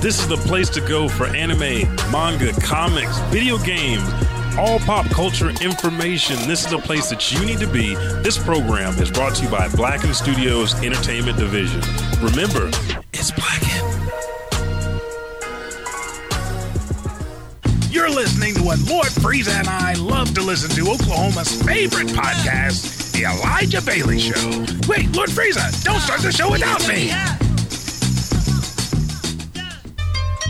This is the place to go for anime, manga, comics, video games, all pop culture information. This is the place that you need to be. This program is brought to you by Blacken Studios Entertainment Division. Remember, it's Blacken. You're listening to what Lord Frieza and I love to listen to, Oklahoma's favorite podcast, The Elijah Bailey Show. Wait, Lord Frieza, don't start the show without me.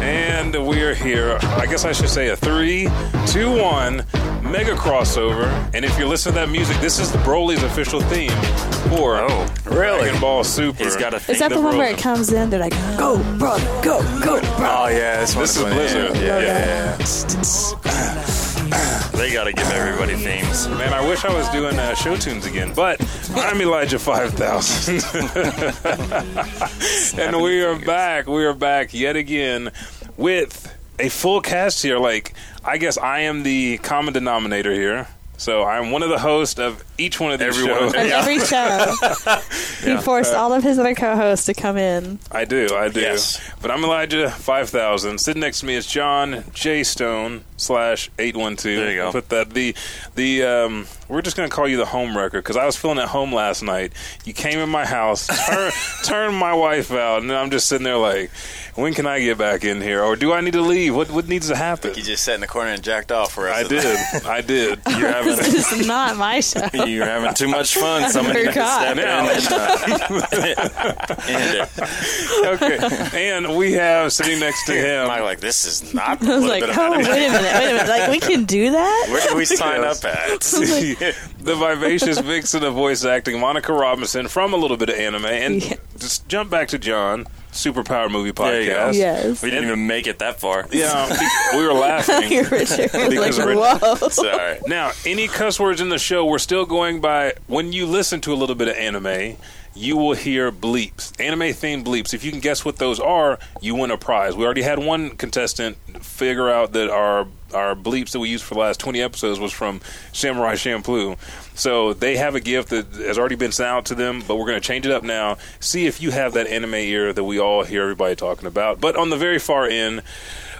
And we're here. I guess I should say a three, two, one mega crossover. And if you listen to that music, this is the Broly's official theme for oh, really? Dragon Ball Super. He's got a thing. Is that the one where it Rosa. comes in? They're like, go, bro, go, go, bro. Oh yeah, this, This one's is one- Blizzard. Yeah, yeah, Yeah. yeah. yeah. they gotta give everybody themes. Man, I wish I was doing uh, show tunes again, but I'm Elijah 5000. and we are back. We are back yet again with a full cast here. Like, I guess I am the common denominator here. So I'm one of the hosts of each one of these Everyone. shows. On every show, he forced all of his other co-hosts to come in. I do, I do. Yes. But I'm Elijah five thousand. Sitting next to me is John J Stone slash eight one two. There you go. Put that the the um, we're just gonna call you the home wrecker because I was feeling at home last night. You came in my house, turn, turned my wife out, and then I'm just sitting there like, when can I get back in here, or do I need to leave? What what needs to happen? You just sat in the corner and jacked off for us. I did, I did. You're having This is not my show. You're having too much fun. Somebody Dear needs to God. step in Now. and uh, end it. okay. And we have sitting next to him. I'm like, this is not. I was like, oh, wait a minute, wait a minute. Like, we can do that? Where do we sign Yes. up at? the vivacious vixen of voice acting, Monica Robinson from a little bit of anime, and Yeah. just jump back to John, Superpower Movie There you go. Podcast. Yes. We didn't even make it that far. Yeah, we were laughing. Here, Richard Because was like, Rich- whoa. Sorry. Now, any cuss words in the show, we're still going by when you listen to a little bit of anime, you will hear bleeps, anime themed bleeps. If you can guess what those are, you win a prize. We already had one contestant figure out that our our bleeps that we used for the last 20 episodes was from Samurai Champloo. So they have a gift that has already been sent out to them, but we're going to change it up now. See if you have that anime ear that we all hear everybody talking about. But on the very far end,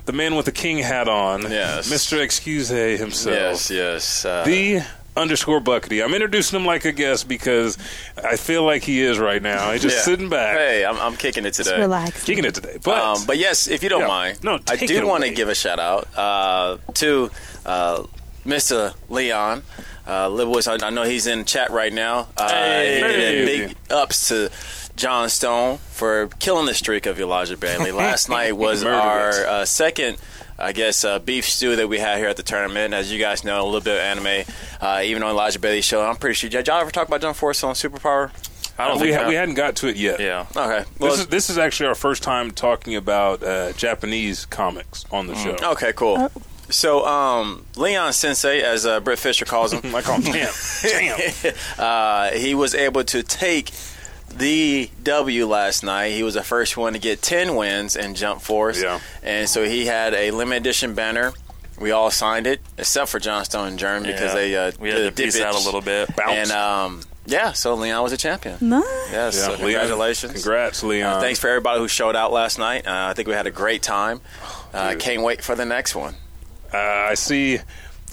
the man with the king hat on, Yes. Mr. Excuse himself Yes, yes. Uh, the underscore buckety. I'm introducing him like a guest because I feel like he is right now. He's just yeah. sitting back, Hey, I'm, I'm kicking it today. Relax. kicking it today. But, Um, but yes, if you don't Yeah. mind, No, I take it do want to away. give a shout out uh, to uh, Mr. Leon. Uh, Libwitz, I, I know he's in chat right now. Uh, Hey. and- and Hey. big ups to John Stone for killing the streak of Elijah Bailey. Last night was Murdered our it. uh, second, I guess, uh, beef stew that we had here at the tournament. As you guys know, a little bit of anime, uh, even on Elijah Bailey's show. I'm pretty sure. Did y'all ever talk about John Force on Superpower? I don't we, think ha- that- we hadn't got to it yet. Yeah. Okay. Well, This is, this is actually our first time talking about uh, Japanese comics on Mm. the show. okay, cool. So, um, Leon Sensei, as uh, Britt Fisher calls him, I call him champ. champ. uh, he was able to take the W last night. He was the first one to get 10 wins in Jump Force. Yeah. And so he had a limited edition banner. We all signed it, except for John Stone and Germ, because Yeah. they uh, we had to did piece it. out a little bit. And um, yeah, so Leon was a champion. Nice. Yes, so Leon, congratulations. Congrats, Leon. Thanks for everybody who showed out last night. Uh, I think we had a great time. Uh, Dude. can't wait for the next one. Uh, I see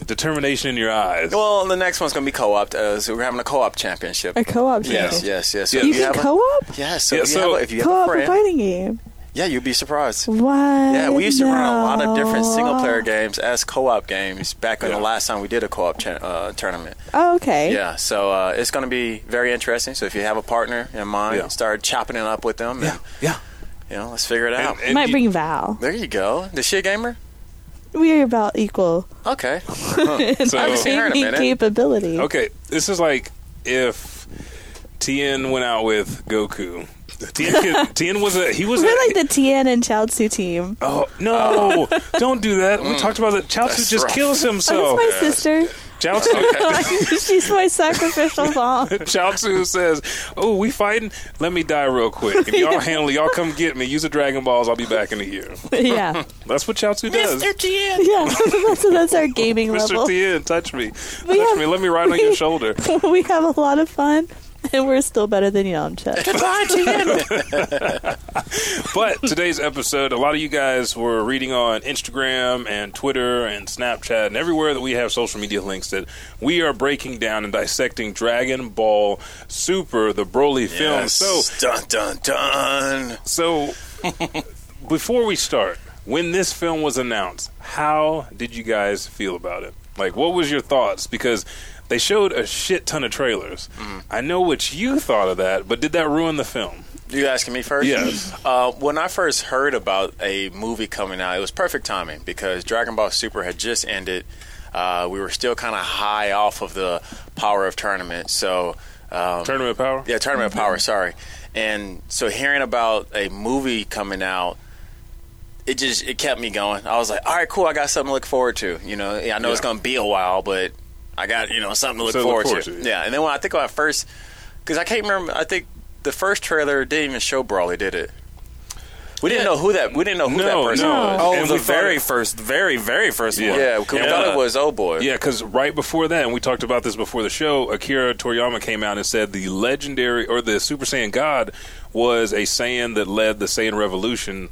determination in your eyes. Well, the next one's going to be co-op. Uh, so we're having a co-op championship. A co-op show. Yes, yes, yes. So You if can have a- co-op? Yes. So, Yeah, if you so- have a, if you have a Co-op a friend, fighting game. yeah, you'd be surprised. What? Yeah, we used to run a lot of different No. single player games as co-op games back when Yeah. the last time we did a co-op cha- uh, tournament. Oh, okay. Yeah, so uh, it's going to be very interesting. So if you have a partner in mind, Yeah. start chopping it up with them. and yeah. You know, let's figure it out. Um, I and might you- bring Val. there you go. Is she a gamer? We're about equal Okay. in So- I our haven't seen her in a gaming minute. capability. Okay, this is like if Tien went out with Goku. Tien, could- Tien was a he was We're like a, the Tien and Chaozu team. oh no! don't do that. We talked about that. Chaozu That's just rough. kills Oh, himself. that's my sister. Chaozu, She's my sacrificial mom. Chaozu says, "Oh, we fighting? Let me die real quick. If y'all handle, it, y'all come get me. Use the Dragon Balls. I'll be back in a year." yeah, That's what Chaozu does. Tien. yeah. that's, that's our gaming Mr. level. Tien, touch me, We touch have- me. Let me ride on your shoulder. we have a lot of fun, and we're still better than Yamcha. Goodbye, Tien. But today's episode, a lot of you guys were reading on Instagram and Twitter and Snapchat and everywhere that we have social media links that we are breaking down and dissecting Dragon Ball Super, the Broly film. So, dun dun dun. so before we start, when this film was announced, how did you guys feel about it? Like, what was your thoughts? Because they showed a shit ton of trailers. I know what you thought of that, but did that ruin the film? You asking me first? Yes. Uh, when I first heard about a movie coming out, it was perfect timing because Dragon Ball Super had just ended. Uh, we were still kind of high off of the power of tournament, so um, Tournament of Power? yeah, tournament of power. Sorry. And so hearing about a movie coming out, it just it kept me going. I was like, all right, cool. I got something to look forward to. You know, Yeah, I know it's Yeah. going to be a while, but I got you know something to look, Something to forward, look to. forward to, yeah. yeah. And then when I think about first, because I can't remember. I think the first trailer didn't even show Brawley, did it? We didn't know who that. We didn't know who No, that person no. was. Oh, And the we thought very it- first, very, very first Yeah. one. yeah, because we thought it was Oh Boy. Yeah, because right before that, and we talked about this before the show, Akira Toriyama came out and said the legendary or the Super Saiyan God was a Saiyan that led the Saiyan Revolution.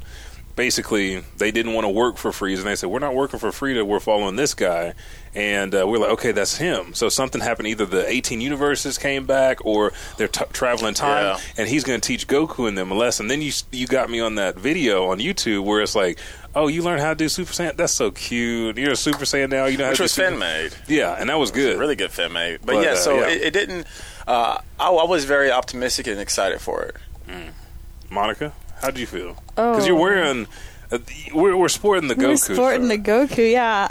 Basically, they didn't want to work for Frieza, and they said, "We're not working for Frieza. We're following this guy." And uh, we're like, "Okay, that's him." So something happened. Either the 18 universes came back, or they're t- traveling time, Yeah. and he's going to teach Goku and them a lesson. Then you s- you got me on that video on YouTube where it's like, "Oh, you learned how to do Super Saiyan? That's so cute. You're a Super Saiyan now. You know how which to do was Super- Finn made. yeah, and that was good. really good fit, mate. But, But, yeah, uh, so yeah. It, it didn't. Uh, I, I was very optimistic and excited for it. Monica, how do you feel? Because you're wearing, uh, we're, we're sporting the Oh. we're Goku. sporting shirt. the Goku. Yeah.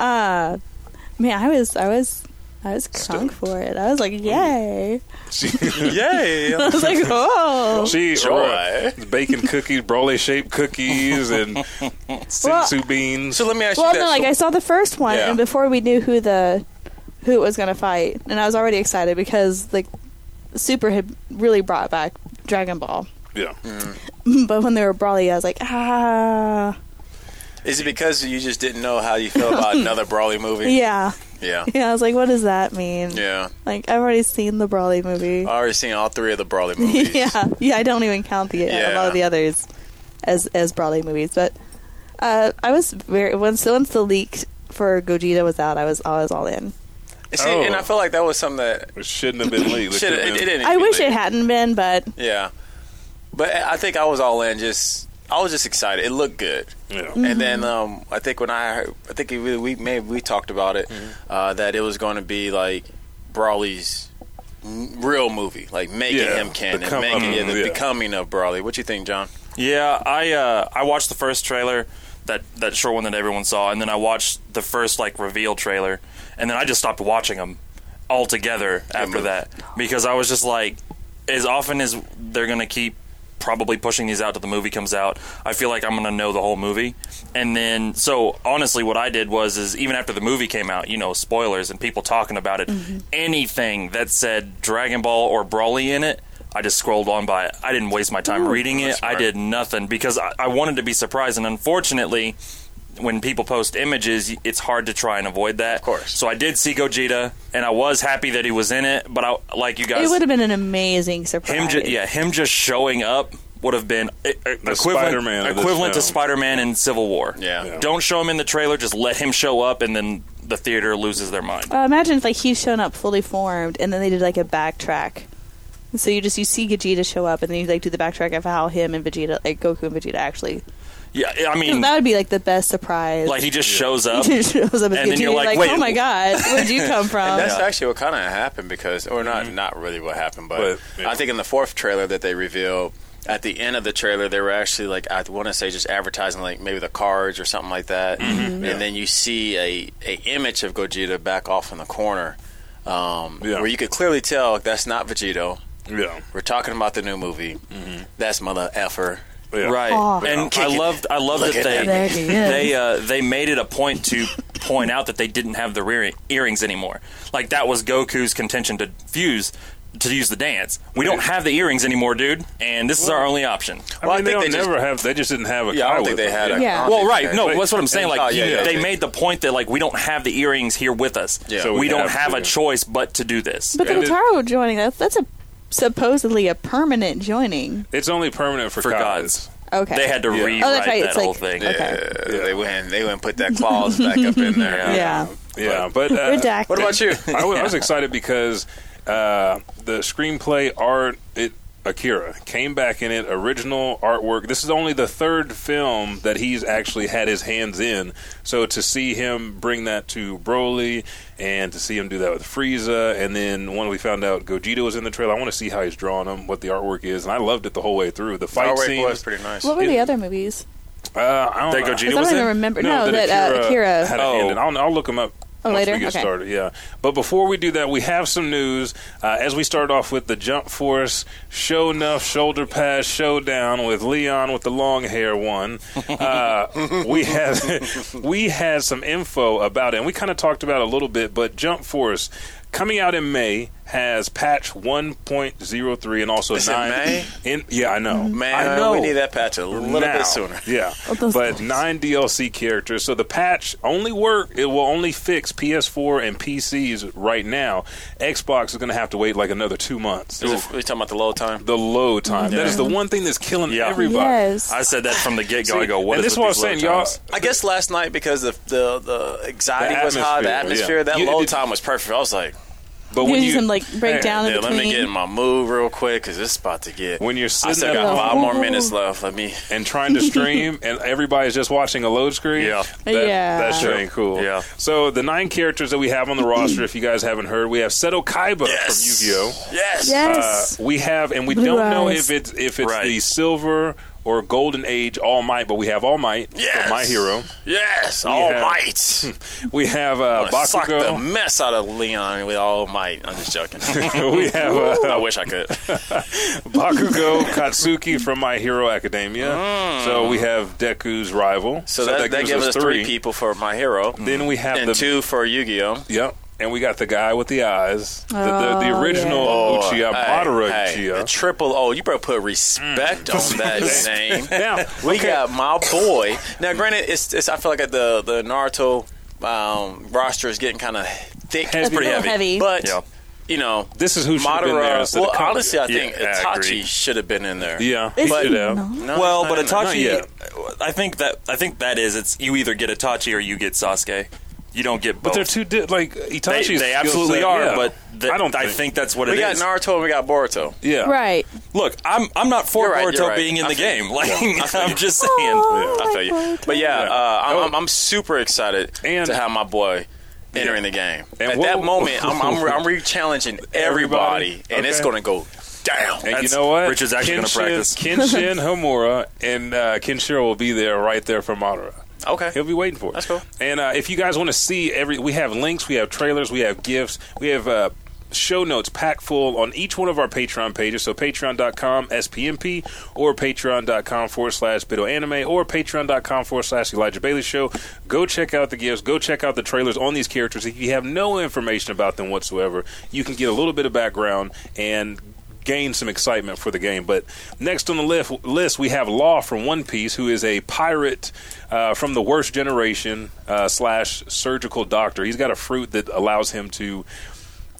Uh, man, I was, I was, I was crunk for it. I was like, yay! she, Yay! I was like, oh. she Joy. uh, baking cookies, Broly shaped cookies, and sensu beans. so let me ask Well, you that. no, like I saw the first one, Yeah. and before we knew who the who it was going to fight, and I was already excited because like Super had really brought back Dragon Ball. yeah, Mm. But when they were Brawly, I was like, ah, is it because you just didn't know how you feel about another Brawley movie? yeah, yeah, yeah. I was like, what does that mean? yeah. Oh, Like I've already seen the Brawly movie. I already seen all three of the Brawley movies. yeah, yeah. I don't even count the a lot Yeah. of the others as as Brawley movies, but uh, I was very once once the leak for Gogeta was out, I was I was all in. See, and I feel like that was something that it shouldn't have been leaked. should it, it didn't. I even wish leak. it hadn't been, but Yeah, but I think I was all in. Just I was just excited. It looked good. Yeah. And then um, I think when I heard, I think we, we maybe we talked about it Mm-hmm. uh, that it was going to be like Brawley's n- real movie, like making Yeah, him canon, become- making it the yeah. becoming of Brawley. What you think, John? Yeah, I uh, I watched the first trailer, that that short one that everyone saw, and then I watched the first like reveal trailer, and then I just stopped watching them altogether after move. that because I was just like, as often as they're gonna keep probably pushing these out till the movie comes out, I feel like I'm gonna know the whole movie, and then so honestly, what I did was is even after the movie came out, you know, spoilers and people talking about it, anything that said Dragon Ball or Brawly in it. I just scrolled on by it. I didn't waste my time reading it. I did nothing because I, I wanted to be surprised. And unfortunately, when people post images, y- it's hard to try and avoid that. Of course. So I did see Gogeta, and I was happy that he was in it. But I, like you it guys, would have been an amazing surprise. him, ju- yeah, him just showing up would have been e- e- equivalent, Spider-Man of this equivalent to film. Spider-Man in Civil War. Yeah. Yeah. Don't show him in the trailer. Just let him show up, and then the theater loses their mind. Uh, imagine if like he's shown up fully formed, and then they did like a backtrack. And So you just you see Gogeta show up, and then you like do the backtrack of how him and Vegeta, like Goku and Vegeta, actually. Yeah, I mean, That would be like the best surprise. like he just shows up. He just shows up as And then Gogeta, you're you're like, like, wait, oh my wh- god, where'd you come from? That's actually what kind of happened because, or not, not really what happened, but, But, yeah. I think in the fourth trailer that they revealed at the end of the trailer, they were actually like I want to say just advertising like maybe the cards or something like that, and then you see a, a image of Gogeta back off in the corner, um, Yeah. where you could clearly tell that's not Vegito. Yeah. We're talking about the new movie. That's mother effer. yeah. Right. Aw. And Kick I it. loved I love Look that Oh. at that. they There he is. they uh, they made it a point to point out that they didn't have the rear earrings anymore. Like that was Goku's contention to fuse to use the dance. We don't have the earrings anymore, dude, and this is our only option. I Well, I mean, they think don't they just- never have. They just didn't have a. Yeah, I car don't think with they them. had. A, Yeah. I don't Well, think right. they- No, Like- that's what I'm saying. Oh, Like yeah, yeah, they yeah. made the point that like we don't have the earrings here with us. Yeah. So we, don't have, to. a choice but to do this. But the And it- Wataru joining that that's a supposedly a permanent joining. It's only permanent for, For gods. gods. Okay. They had to Yeah. rewrite Oh, that's right. that It's whole like- thing. Okay. Yeah, They wouldn't. They wouldn't put that clause back up in there. Yeah. Yeah. Yeah, but uh, Redacted. What about you? I wa- I was excited because uh, the screenplay art it Akira came back in it original artwork. This is only the third film that he's actually had his hands in. So to see him bring that to Broly and to see him do that with Frieza and then when we found out Gogeta was in the trailer, I want to see how he's drawn him, what the artwork is, and I loved it the whole way through. The fight Power Wave scene, was pretty nice. What were the It- other movies? uh, I don't That know. Gogeta 'Cause I was don't in? even remember. No, that, uh, Akira. had a hand Oh. in it. I'll, I'll look him up. Oh, once later? we get Okay. started, yeah. But before we do that, we have some news. Uh, as we start off with the Jump Force Show Enough Shoulder Pass Showdown with Leon with the long hair one, uh, we have we had some info about it, and we kind of talked about it a little bit. But Jump Force coming out in May has patch 1.03 and also It's in nine. May? in- yeah, I know. Man, I know. we need that patch a little Now. bit sooner. Yeah, those but nine DLC characters. So the patch only work. It will only fix PS4 and PCs right now. Xbox is going to have to wait like another two months. Is it, we talking about the low time? The load time. That is the one thing that's killing Yeah. everybody. Yes. I said that from the get go. I go, See, what and is this is what I'm with saying, these y'all. low times? I guess last night because the the, the anxiety The was high, atmosphere, the atmosphere, yeah. that You- low it- time was perfect. I was like, But You when you some like breakdown in yeah, let between. me get in my move real quick because it's about to get. when you're I sitting still at got home five more minutes left. Let me. and trying to stream and everybody's just watching a load screen. Yeah. That, Yeah. That shit ain't cool. Yeah. So the nine characters that we have on the roster, if you guys haven't heard, we have Seto Kaiba Yes. from Yu-Gi-Oh. Yes. Uh, yes. we have, and we Blue don't know eyes. if it's if it's Right. the silver or golden age All Might, but we have All Might, from Yes. my hero. Yes. All have- might. We have uh, I Suck the Bakugo. mess out of Leon with all might. I'm just joking. we have uh, I wish I could. Bakugo Katsuki from My Hero Academia. So we have Deku's rival. Mm. So, that, that, gives us three. people for my hero, Then we have and the two for Yu-Gi-Oh. Yep. And we got the guy with the eyes, the, the, the Oh, original Uchiha, hey, Madara hey, the Uchiha. triple O. You better put respect on that name. Mm. Now We okay. got my boy. Now, granted, it's, it's I feel like the the Naruto um, roster is getting kind of thick, Heavy. It's a pretty little heavy. heavy. But Yeah. you know, This is who should have been there Madara. instead of Well, Kami. honestly, I Yeah, think I agree. Itachi should have been in there. yeah, It's not. but, No, well, he's not but in there. Not Itachi, yet. I think that I think that is it's you either get Itachi or you get Sasuke. You don't get both. but they're two di- like they, Itachi's. they skill absolutely set, are, yeah. but th- I don't. I Think, think that's what it We is. got Naruto and we got Boruto. Yeah, right. Look, I'm I'm not for You're right, Boruto you're right. being in I the feel you. game. Like I'm just saying. Oh, I feel you. like But yeah, Yeah. uh, I'm, Oh. I'm, I'm super excited And- to have my boy entering the game. And At what- that moment, I'm, I'm, re- I'm re-challenging everybody, Everybody? and it's Okay. going to go down. And you That's- know what? Rich is actually gonna practice. Kenshin Hamura and uh, Kenshiro will be there right there for Madara. Okay. He'll be waiting for it. That's cool. And uh, if you guys want to see every, we have links, we have trailers, we have gifts, we have uh, show notes packed full on each one of our Patreon pages. So patreon.com SPMP or patreon.com forward slash Bido Anime or patreon.com forward slash Elijah Bailey Show. Go check out the gifts. Go check out the trailers on these characters. If you have no information about them whatsoever, you can get a little bit of background and gain some excitement for the game. But next on the list, list we have Law from One Piece, who is a pirate uh, from the worst generation uh, slash surgical doctor. He's got a fruit that allows him to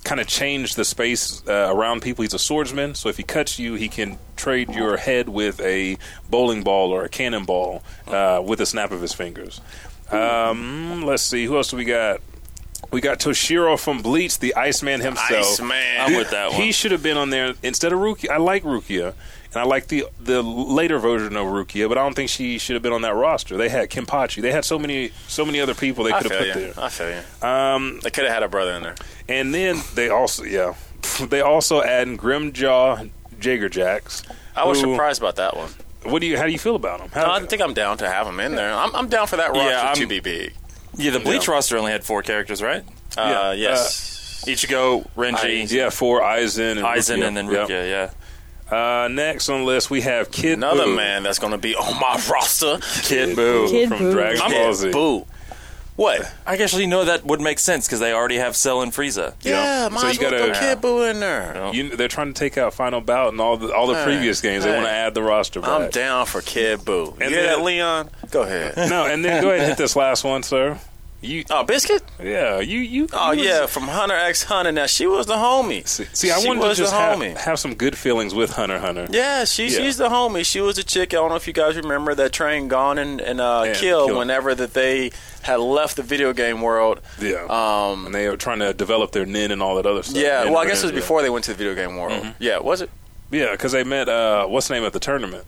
kind of change the space uh, around people. He's a swordsman, so if he cuts you, he can trade your head with a bowling ball or a cannonball uh, with a snap of his fingers. Um, let's see, who else do we got? We got Toshiro from Bleach, the Iceman himself. Iceman. I'm with that one. He should have been on there instead of Rukia. I like Rukia, and I like the the later version of Rukia, but I don't think she should have been on that roster. They had Kimpachi. They had so many so many other people they I could have feel put you. there. I feel you. Um, they could have had a brother in there. And then they also yeah, they also add Grimjaw Jager Jacks. I was who- surprised about that one. What do you? How do you feel about them? I think I'm down to have him in there. I'm, I'm down for that roster Yeah, I'm- to be big. Yeah, the Bleach roster only had four characters, right? Uh, Yeah, Uh, yes. Ichigo, Renji, yeah, four Aizen and Aizen, Rukia. and then Yep. Rukia. Yeah, Uh, next on the list, we have Kid Another Buu. man that's going to be on my roster. Kid Boo. Kid from Buu. Dragon I'm Ball Z. Boo. What? I guess you know that would make sense because they already have Cell and Frieza. Yeah, Yeah. might So as you well gotta- throw Kid Boo in there. You, they're trying to take out Final Bout and all the all the Hey, previous games. They hey. want to add the roster back. I'm down for Kid Boo. And you hear then- that, Leon? Go ahead. No, and then go ahead and hit this last one, sir. You, oh, Biscuit? yeah, you, you. Oh, you was- yeah, from Hunter x Hunter. Now, she was the homie. See, see, I She wanted to was the just have, homie. have some good feelings with Hunter x Hunter. Yeah, she, Yeah. she's the homie. She was a chick. I don't know if you guys remember that train gone and, and uh, Yeah, kill, Kill. whenever that they had left the video game world. Yeah. Um, and they were trying to develop their nin and all that other stuff. yeah, Nin well, I and guess it was Nin, yeah. before they went to the video game world. Mm-hmm. Yeah, was it? Yeah, because they met uh, what's the name at the tournament?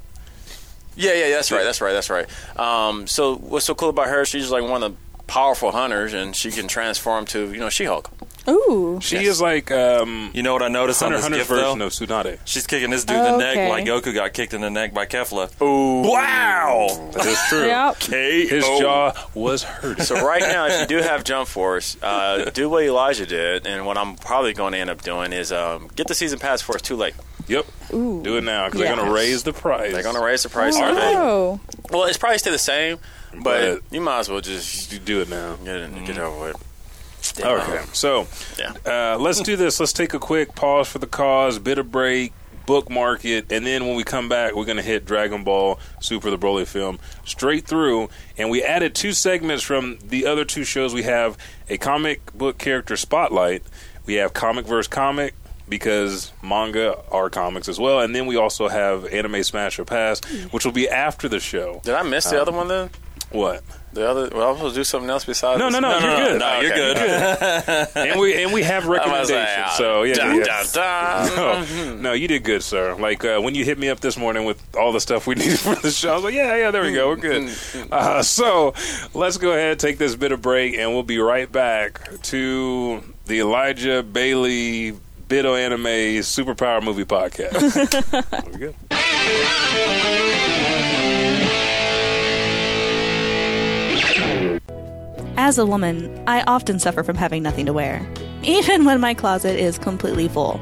Yeah, yeah, that's right, that's right, that's right. Um, so what's so cool about her? She's like one of the powerful hunters, and she can transform to you know She-Hulk. Ooh. She is like um, You know what I noticed Hunter on x this Hunter's gift version though? of Tsunade. She's kicking this dude in the Okay. neck like Goku got kicked in the neck by Kefla. Ooh. Wow. That is true. Yep. K His jaw was hurting. Oh. So right now, if you do have Jump Force, uh, do what Elijah did, and what I'm probably going to end up doing is um, get the season pass for it's too late. yep. Ooh. Do it now because they're Yes. gonna raise the price. They're going to raise the price. on it. Oh. Well, it's probably still the same, but, But- you might as well just You do it now. Mm-hmm. get it and get it over with. Okay. So Yeah. uh, let's do this. Let's take a quick pause for the cause, bit of break, bookmark it, and then when we come back, we're going to hit Dragon Ball Super, the Broly film, straight through. And we added two segments from the other two shows. We have a comic book character spotlight. We have comic versus comic because manga are comics as well, and then we also have anime smash or pass, which will be after the show. Did I miss Um, the other one then? What? The other? Well, I was supposed to do something else besides. No, this? no, no, you're good. No, you're Okay. good. and we and we have I was recommendations. like, ah, so yeah, dun, yeah. dun, dun. No, no, you did good, sir. Like uh, when you hit me up this morning with all the stuff we needed for the show, I was like, yeah, yeah, there we go, we're good. Uh, so let's go ahead, take this bit of break, and we'll be right back to the Elijah Bailey bit of anime superpower movie podcast. there we go. As a woman, I often suffer from having nothing to wear, even when my closet is completely full.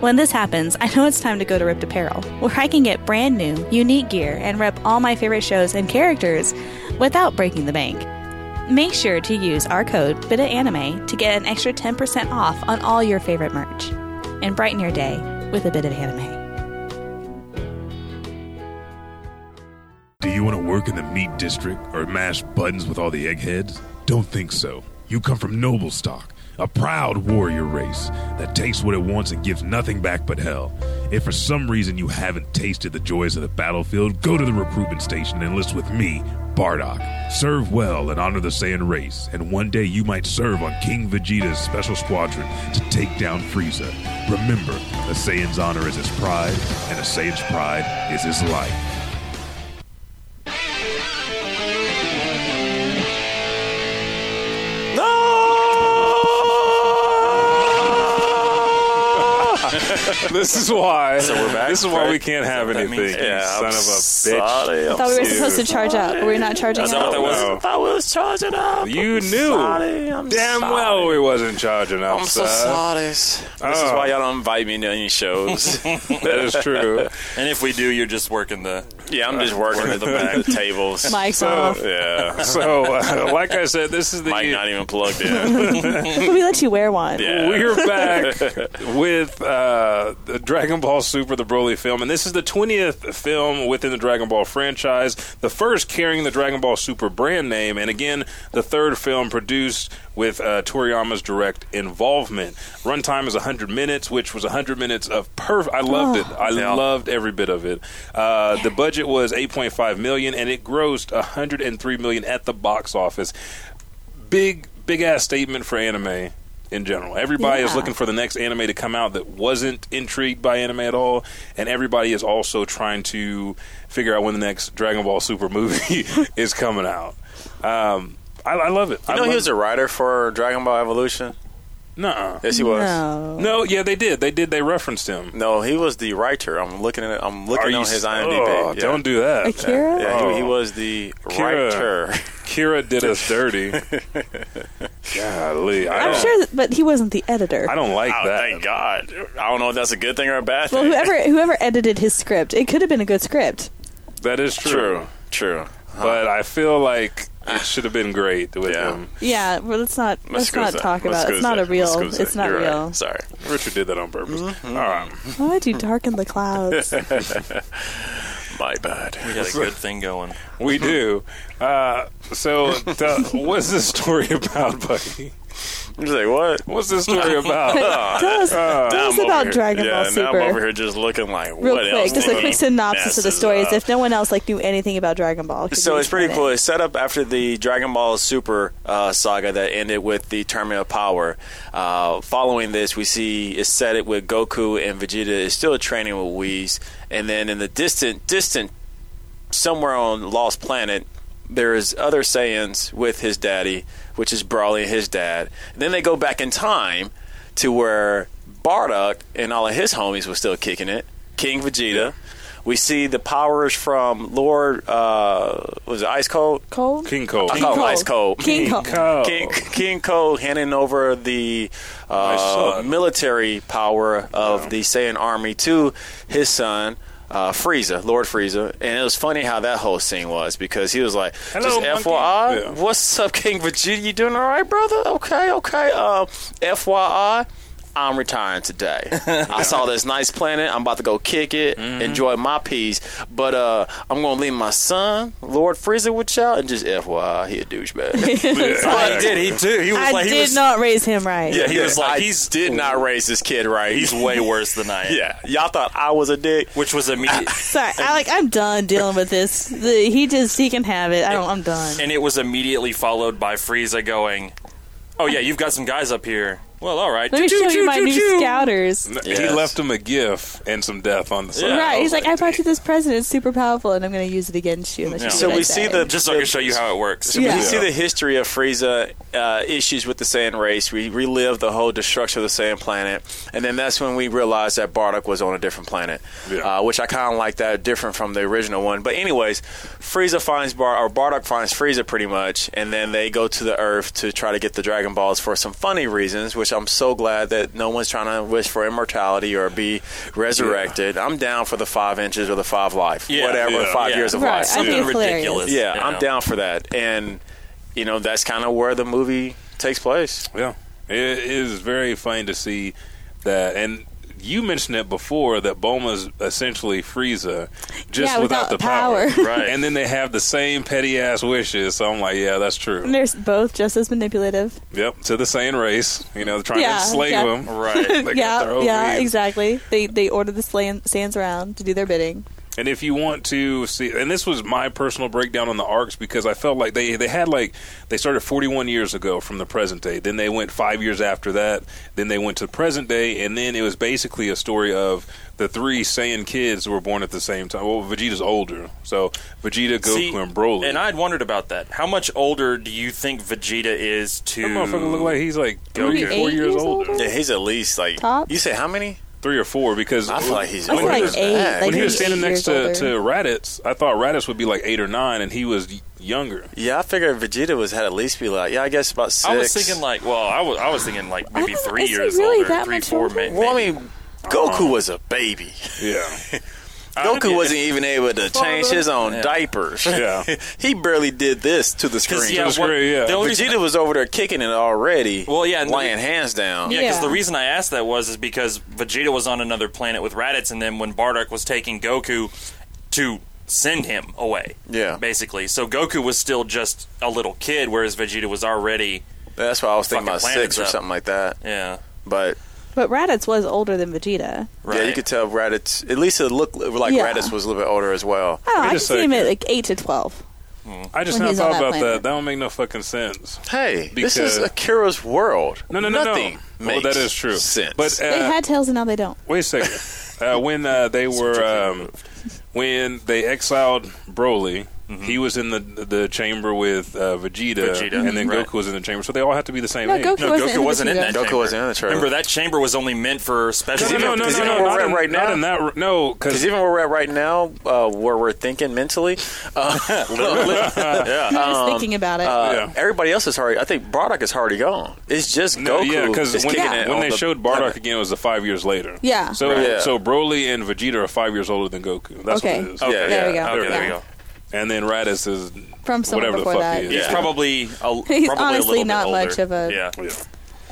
When this happens, I know it's time to go to Ripped Apparel, where I can get brand new, unique gear and rep all my favorite shows and characters without breaking the bank. Make sure to use our code BITAANIME to get an extra 10% off on all your favorite merch. And brighten your day with a bit of anime. Do you want to work in the meat district or mash buttons with all the eggheads? Don't think so. You come from noble stock, a proud warrior race that takes what it wants and gives nothing back but hell. If for some reason you haven't tasted the joys of the battlefield, go to the recruitment station and enlist with me, Bardock. Serve well and honor the Saiyan race, and one day you might serve on King Vegeta's special squadron to take down Frieza. Remember, a Saiyan's honor is his pride, and a Saiyan's pride is his life. This is why. So we're back, This is why right? we can't have that anything. means? you Yeah, son I'm of a bitch. sorry, I'm I thought we were sorry. supposed to charge up. Were we not charging that what up? that was? No. I was charging up. You I'm knew sorry, I'm damn sorry. well we wasn't charging up. I'm so son. sorry. This is Oh. why y'all don't invite me to any shows. That is true. And if we do, you're just working the. yeah, I'm just working at the back of the tables. Mike's So- Uh, off. Yeah, So, uh, like I said, this is the Mike not even plugged in. we let you wear one. Yeah. We're back with uh, the Dragon Ball Super, the Broly film, and this is the 20th film within the Dragon Ball franchise, the first carrying the Dragon Ball Super brand name, and again, the third film produced with uh, Toriyama's direct involvement. Runtime is 100 minutes, which was 100 minutes of perfect. I loved it. I Yeah. loved every bit of it. Uh, the budget was 8.5 million, and it grossed 103 million at the box office. Big, big ass statement for anime in general. Everybody is Yeah. looking for the next anime to come out that wasn't intrigued by anime at all, and everybody is also trying to figure out when the next Dragon Ball Super movie is coming out. Um, I, I love it. You I know, love he was it. a writer for Dragon Ball Evolution. Nuh-uh. Yes, he was. No. No, yeah, they did. They did. They referenced him. No, he was the writer. I'm looking at I'm Are looking you on s- his IMDb. Oh, yeah. Don't do that. Akira? Yeah, he, he Oh. was the Kira. writer. Kira did us dirty. Golly, I I'm don't, sure, that, but he wasn't the editor. I don't like Oh, that. thank God. I don't know if that's a good thing or a bad Well, thing. whoever whoever edited his script, it could have been a good script. That is true. True. True. But I feel like it should have been great with Yeah. him. Yeah, but let's not let's Mascuza. not talk about. It's not a Mascuza. real. Mascuza. It's not You're right. real. Sorry. Richard did that on purpose. All right. Why would you darken the clouds? My bad. We got a good thing going. We do. Uh, so, the, what's this story about, Bucky? I'm just like, what? What's this story about? tell us, tell us Ah, I'm over about here- Dragon yeah, Ball now I'm over Super. here just looking like, Real what else? quick, just a did quick he synopsis of the mess story, up? as if no one else like knew anything about Dragon Ball. could uh, So we it's pretty explain cool. it? It's set up after the Dragon Ball Super uh, saga that ended with the Tournament of Power. Uh, following this, we see it's set it with Goku and Vegeta is still training with Whis, and then in the distant, distant, somewhere on Lost Planet, there is other Saiyans with his daddy, which is Broly and his dad. then they go back in time to where Bardock and all of his homies were still kicking it. King Vegeta. We see the powers from Lord uh, was it Ice Cold? Cold. Ah, King Cole. I call him Ice Cold. King Cold. Cole. King King Cole handing over the uh, son. military power of the Saiyan army to his son. Uh, Frieza, Lord Frieza, and it was funny how that whole scene was because he was like, Hello, "Just monkey." FYI, Yeah. what's up, King Vegeta? You doing all right, brother? Okay, okay. Uh, FYI, I'm retiring today. I saw this nice planet. I'm about to go kick it, Mm-hmm. enjoy my peace. But uh, I'm gonna leave my son, Lord Frieza, with y'all, and just FYI, he a douchebag. Yeah. Well, he did. He did. He was I like, did he was, not raise him right. Yeah, he Yeah. was like, I he did not raise this kid right. He's He's way worse than I am. yeah. Y'all thought I was a dick. Which was immediate, Sorry, I like I'm done dealing with this. The, he just he can have it. I don't. I'm done. and it was immediately followed by Frieza going, "Oh yeah, you've got some guys up here. Well, all right. Let me show you my new Choo-choo-choo-choo. scouters. He Yes. left him a gif and some death on the side. Yeah, I right, was he's like, like, I brought you this present. It's super powerful, and I'm going to use it against you. Yeah. So we see the Just so I can show you how it works." Yeah. We see the history of Frieza uh, issues with the Saiyan race. We relive the whole destruction of the Saiyan planet, and then that's when we realized that Bardock was on a different planet, Yeah. uh, which I kind of like that different from the original one. But anyways, Frieza finds Bar or Bardock finds Frieza pretty much, and then they go to the Earth to try to get the Dragon Balls for some funny reasons, which I'm so glad that no one's trying to wish for immortality or be resurrected. I'm down for the five inches or the five life, Yeah, whatever yeah, five yeah. years of Right, life. I think it's hilarious. ridiculous. Yeah, you know? I'm down for that. And you know, that's kind of where the movie takes place. Yeah, it is very funny to see that. And you mentioned it before that Bulma's essentially Frieza, just Yeah, without without, the power. power. Right. And then they have the same petty ass wishes. So I'm like, yeah, that's And true. they're both just as manipulative. Yep, to the same race. You know, they're trying Yeah, to enslave yeah. him. Right. They got yeah, their yeah, OVs. exactly. They they order the slan- sands around to do their bidding. And if you want to see, and this was my personal breakdown on the arcs because I felt like they they had like they started 41 years ago from the present day. Then they went five years after that. Then they went to present day, and then it was basically a story of the three Saiyan kids were born at the same time. Well, Vegeta's older, so Vegeta, Goku, See, and Broly. And I'd wondered about that. How much older do you think Vegeta is to? that motherfucker look like he's like three Goku. or four Eight years years older, older? Yeah, he's at least like Top? you say how many? three or four because I feel like he's I feel when he like was- eight, bad. like when he was maybe standing eight next to, years to Raditz, I thought Raditz would be like eight or nine, and he was y- younger. yeah, I figured Vegeta was had at least be like yeah, I guess about six. I was thinking like, well, I was, I was thinking like maybe don't- three is he years really older, that three, much four, older? maybe. well, I mean, Goku was a baby. Yeah. Goku yeah. wasn't even able to change his own Yeah. diapers. Yeah. he barely did this to the Because screen. yeah, Just what- great, yeah. the only reason- Vegeta was over there kicking it already. Well, yeah, and the- laying hands down. Yeah, because Yeah. the reason I asked that was is because Vegeta was on another planet with Raditz, and then when Bardock was taking Goku to send him away, Yeah. basically, so Goku was still just a little kid, whereas Vegeta was already, That's why I was thinking Fucking about planets six or up. something like that. yeah, But older. But Raditz was older than Vegeta. right. Yeah, you could tell Raditz. At least it looked like Yeah. Raditz was a little bit older as well. Oh, I don't know, Wait I a can see him second. at like eight to twelve. I just when not he's on thought that about planet. that. That don't make no fucking sense. Hey, Because- this is Akira's world. No, no, no, Nothing no. Makes well, that is true. Sense. But uh, They had tails and now they don't. wait a second. uh, when uh, they were um, when they exiled Broly, Mm-hmm. He was in the the chamber with uh, Vegeta, Vegeta, and then right. Goku was in the chamber, so they all have to be the same No, age. Goku No, wasn't in Goku the wasn't in Vegeta. Goku that. chamber. wasn't in the trailer. Remember that chamber was only meant for special. No, no, no, Because no, even no, where not we're at in- right not now- in that. No, Because even where we're at right now, uh, where we're thinking mentally, uh, yeah. I was Uh-huh. thinking about it. uh, Yeah. everybody else is already. I think Bardock is already gone. It's just No, Goku. yeah, because because when, kicking it when on they the showed Bardock planet. again, it was the five years later. Yeah. So Right. Yeah. so Broly and Vegeta are five years older than Goku. That's Okay. what it is. Okay, Yeah, there yeah. we Okay, go. there Yeah. you go. And then Raditz is From someone whatever the before fuck that. he is. He's Yeah. probably a, probably He's a little honestly bit not older. much of a- yeah. Yeah.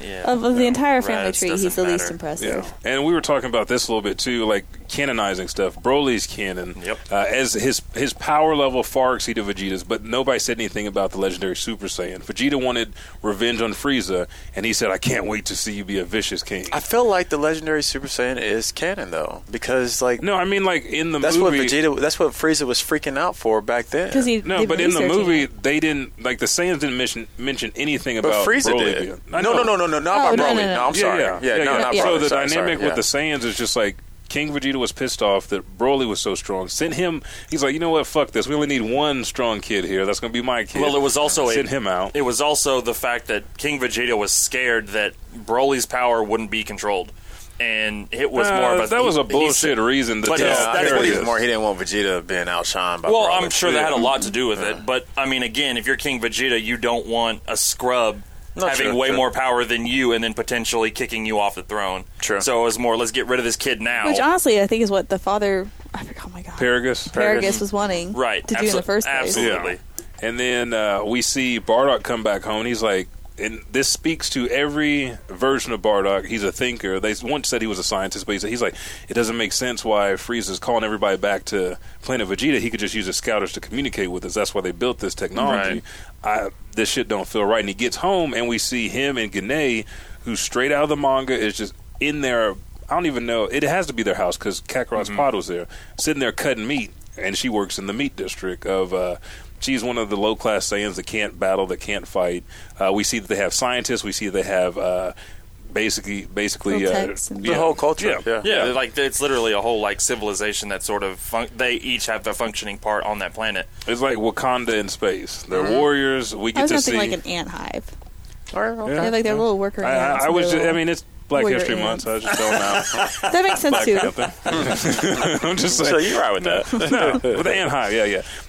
yeah. Of, of the No, entire family Raditz tree, he's doesn't the least matter. impressive. Yeah, and we were talking about this a little bit too, like canonizing stuff. Broly's canon, Yep. uh, as his his power level far exceeded Vegeta's, but nobody said anything about the legendary Super Saiyan. Vegeta wanted revenge on Frieza, and he said, "I can't wait to see you be a vicious king." I feel like the legendary Super Saiyan is canon though, because like no, I mean like in the that's movie, what Vegeta, that's what Frieza was freaking out for back then. Because he No, did but in the research movie, it. they didn't like the Saiyans didn't mention mention anything but about Frieza Broly did. being- No, I no, know. no, no, no, not Oh, by no, Broly. no, no. I'm sorry. Yeah, Yeah, yeah, no, not yeah. Broly. So the Sorry, sorry, dynamic with yeah. the Saiyans is just like King Vegeta was pissed off that Broly was so strong. Sent him. He's like, you know what? Fuck this. We only need one strong kid here. That's going to be my kid. Well, it was also a- send him out. It was also the fact that King Vegeta was scared that Broly's power wouldn't be controlled, and it was Uh, more. About that was a he- he bullshit said- reason to but tell. Yeah, Yes, I that's think what it he was Broly. more he didn't want Vegeta being outshined by. Well, Broly. I'm sure that Yeah. had a lot to do with it, but I mean, again, if you're King Vegeta, you don't want a scrub No, having true, way true. more power than you, and then potentially kicking you off the throne. True. So it was more, let's get rid of this kid now. Which honestly, I think is what the father. I forgot. Oh my god. Paragus. Paragus was wanting Right, to do in the absolu- first place. absolutely. Yeah. And then uh, we see Bardock come back home. And he's like, and this speaks to every version of Bardock. He's a thinker. They once said he was a scientist, but he's, he's like, it doesn't make sense why Frieza's calling everybody back to Planet Vegeta. He could just use his scouters to communicate with us. That's why they built this technology. I, this shit don't feel right. And he gets home, and we see him and Gane, who straight out of the manga is just in there. I don't even know. It has to be their house because Kakarot's Mm-hmm. pod was there, sitting there cutting meat and she works in the meat district of uh she's one of the low class saiyans that can't battle that can't fight uh we see that they have scientists we see they have uh basically basically Little uh, techs and- the whole culture. Yeah, Yeah, like it's literally a whole like civilization that sort of fun- they each have a functioning part on that planet. it's like wakanda in space they're warriors we Uh-huh. I get was to nothing see like an ant hive. All right, okay. They have like their little worker I, I, ants I and was their just, I little- mean it's Black warrior History Month ants. so I was just don't know that makes Black sense too. Panther I'm just saying So you're right with that. no, with the high, yeah,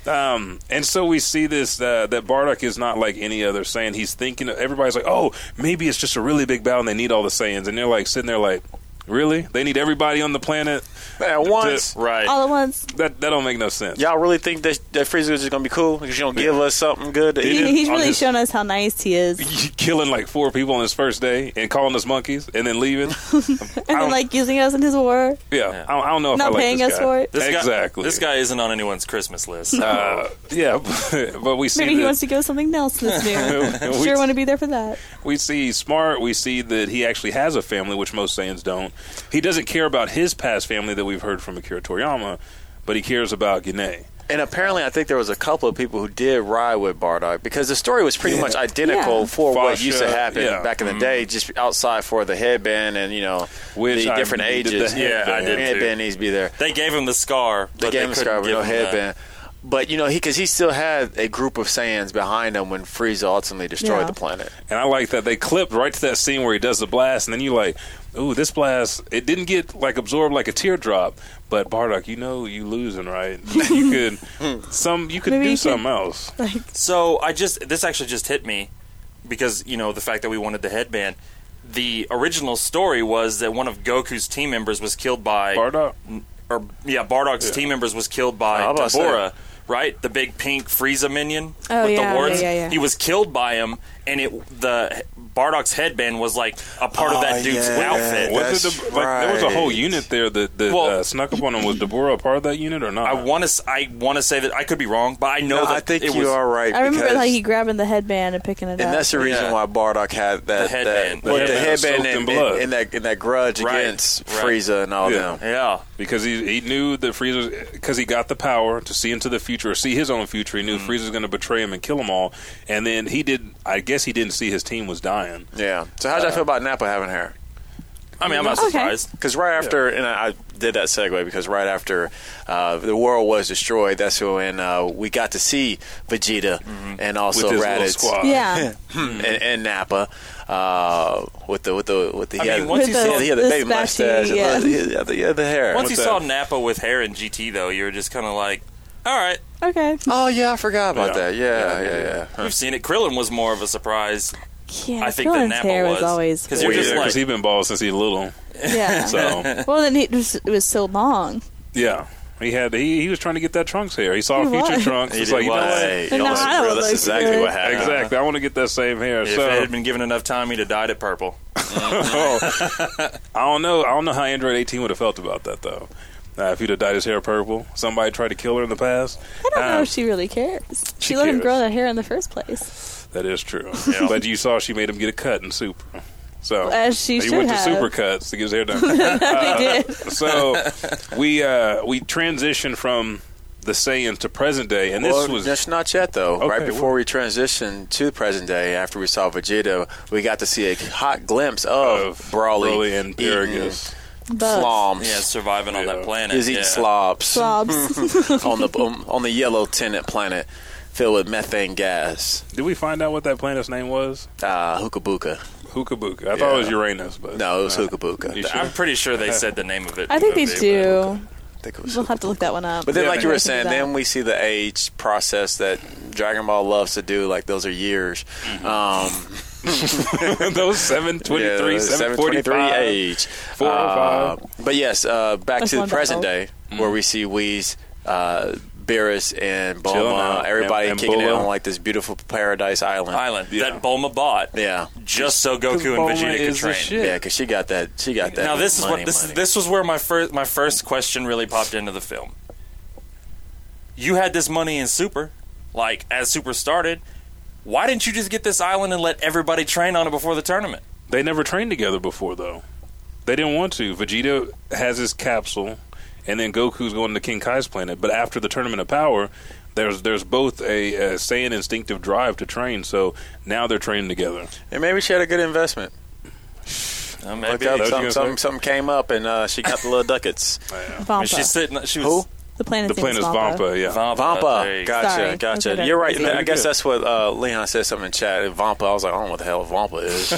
yeah. Um, and so we see this uh, that Bardock is not like any other Saiyan. He's thinking everybody's like, oh, maybe it's just a really big battle and they need all the Saiyans, and they're like sitting there like, really? They need everybody on the planet At once, Right. All at once. That that don't make no sense. y'all really think that that Frieza is just gonna be cool? Because you gonna give us something good to He, eat? he's on really his- shown us how nice he is, and Killing like four people on his first day and calling us monkeys and then leaving. then like using us in his war. Yeah, Yeah. I, don't- I don't know if Not I like paying this us guy. for it. This guy- exactly. this guy isn't on anyone's Christmas list. so- Uh, yeah, but, but we see Maybe he that- wants to go something else this new. we- sure, want to be there for that. We see he's smart. We see that he actually has a family, which most Saiyans don't. He doesn't care about his past family that we've heard from Akira Toriyama, but he cares about Gine. And apparently, I think there was a couple of people who did ride with Bardock because the story was pretty much identical Yeah. for what Fasha, used to happen yeah. back in the day, just outside for the headband and you know Which the I different needed the ages. headband. Yeah, I did too. Headband needs to be there. They gave him the scar. The game but they couldn't described with give no him headband. But you know, he because he still had a group of Saiyans behind him when Frieza ultimately destroyed Yeah. the planet. And I like that they clipped right to that scene where he does the blast, and then you're like, "Ooh, this blast! It didn't get like absorbed like a teardrop." But Bardock, you know you losing, right? You could some, you could Maybe do you could- something else. that. So I just this actually just hit me because you know the fact that we wanted the headband. The original story was that one of Goku's team members was killed by Bardock, or yeah, Bardock's team members was killed by Yeah, I was about to Deborah, right? The big pink Frieza minion Oh, with yeah, the wards. yeah, yeah, yeah. He was killed by him, and it the Bardock's headband was like a part of that dude's yeah. outfit. What? was it That's the, like there was a whole right. unit there that, that Well- uh, snuck up on him? Was Deborah a part of that unit or not? I want to I want to say that I could be wrong, but I know No, that I think it you was, are right. I remember because- like he grabbing the headband and picking it and up. that's the reason Yeah. why Bardock had that The headband. that, with The the headband was headband soaked in and, blood. and, and that and that grudge Right, against right. Frieza and all Yeah. them. Yeah. because he he knew that Frieza because he got the power to see into the future or see his own future. He knew Frieza's going to betray him and kill them all. And then he did. I guess he didn't see his team was dying. Uh, Yeah. So how'd you feel about Nappa having hair? I mean, I'm not Okay. surprised. Because right after, and I, I did that segue because right after uh, the world was destroyed, that's when uh, we got to see Vegeta Mm-hmm. and also with his little Raditz squad. Yeah. Hmm. and, and Nappa uh, with the with the with the. I he mean, had- once you he had- saw- he had the the baby spatula, mustache. and yeah. he had- he had the- he had the hair. Once you With saw the- Napa with hair and GT, though, you were just kind of like, all right, Okay. Oh yeah, I forgot about Yeah. that. Yeah, yeah, yeah. we've seen it. Krillin was more of a surprise. Yeah, I think that Dylan's Napa hair was. was always 'Cause Well, you're yeah, just because like- he been bald since he little. yeah. So well, then he, it, was, it was so long. yeah, he had he, he was trying to get that trunks hair. He saw He future was. trunks. It's like you know what? Hey, No, y'all, I don't bro, that's look exactly good. what happened. Exactly. I want to get that same hair. If so it had been given enough time, he'd have dyed it purple. I don't know. I don't know how Android 18 would have felt about that though. Uh, if he'd have dyed his hair purple, somebody tried to kill her in the past. I don't know Um, if she really cares. She, she let him cares. grow that hair in the first place. That is true. But you saw she made him get a cut in Super. So As she he should went have. to Super Cuts to get his hair done. they did. so we uh, we transitioned from the Saiyans to present day, and this well, was just not yet though. right Okay, before we transitioned to the present day, after we saw Vegeta, we got to see a hot glimpse of, Of Brawly, Broly and eating Paragus. Bugs. Slobs. Yeah, surviving on Yeah. that planet. He was eating yeah. slobs Hmm. Slobs. on the um, on the yellow tenant planet filled with methane gas. Did we find out what that planet's name was? Uh, hookah Hookabuka. I thought it was Yeah. Uranus, but No, it was uh, hookah you I sure? I'm pretty sure they said the name of it. I think they But- do. think it was We'll have to look that one up. But then, Yeah, like you man. were saying, then we see the age process that Dragon Ball loves to do. Like those are years. Mm-hmm. Um, Those 723, yeah, 743 723 age. 405. Uh, but yes, uh, back That's to the wonderful. present day where Mm. we see Whis, uh Beerus, and Chilling Bulma. out. Everybody And- and kicking it Bulma. on like this beautiful paradise island. Island Yeah. that Bulma bought Yeah, just so Goku Bulma and Vegeta could is the train. shit. yeah, because she got that. She got that. Now this is money, what this money. this was where my first my first question really popped into the film. You had this money in Super, like as Super started. Why didn't you just get this island and let everybody train on it before the tournament? They never trained together before, though. They didn't want to. Vegeta has his capsule, and then Goku's going to King Kai's planet. But after the Tournament of Power, there's there's both a, uh Saiyan instinctive drive to train. So now they're training together. And maybe she had a good investment. Uh, Look maybe. up, you something, gonna something, say? something came up, and uh, she got the little ducats. I Vampa. mean, she's sitting. She Who? was the planet. the planet is Vampa. Yeah, Vampa. There Vampa. you Gotcha, Sorry, that's gotcha. better. You're right. Yeah, I you're guess good. that's what uh, Leon said something in chat. Vampa. I was like, I don't know what the hell Vampa is.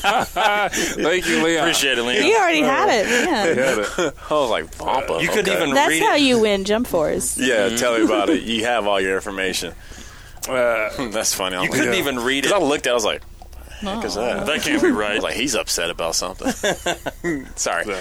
thank you, Leon. Appreciate it, Leon. You already had it. Yeah. Had it. I was like, Vampa. You couldn't okay. even That's read how it. you win Jump Force. Yeah, tell me about it. You have all your information. Uh, That's funny. You couldn't even read it. Because I looked at it, I was like, what the heck is Oh, that? That can't be I right. was like, he's upset about something. Sorry. so,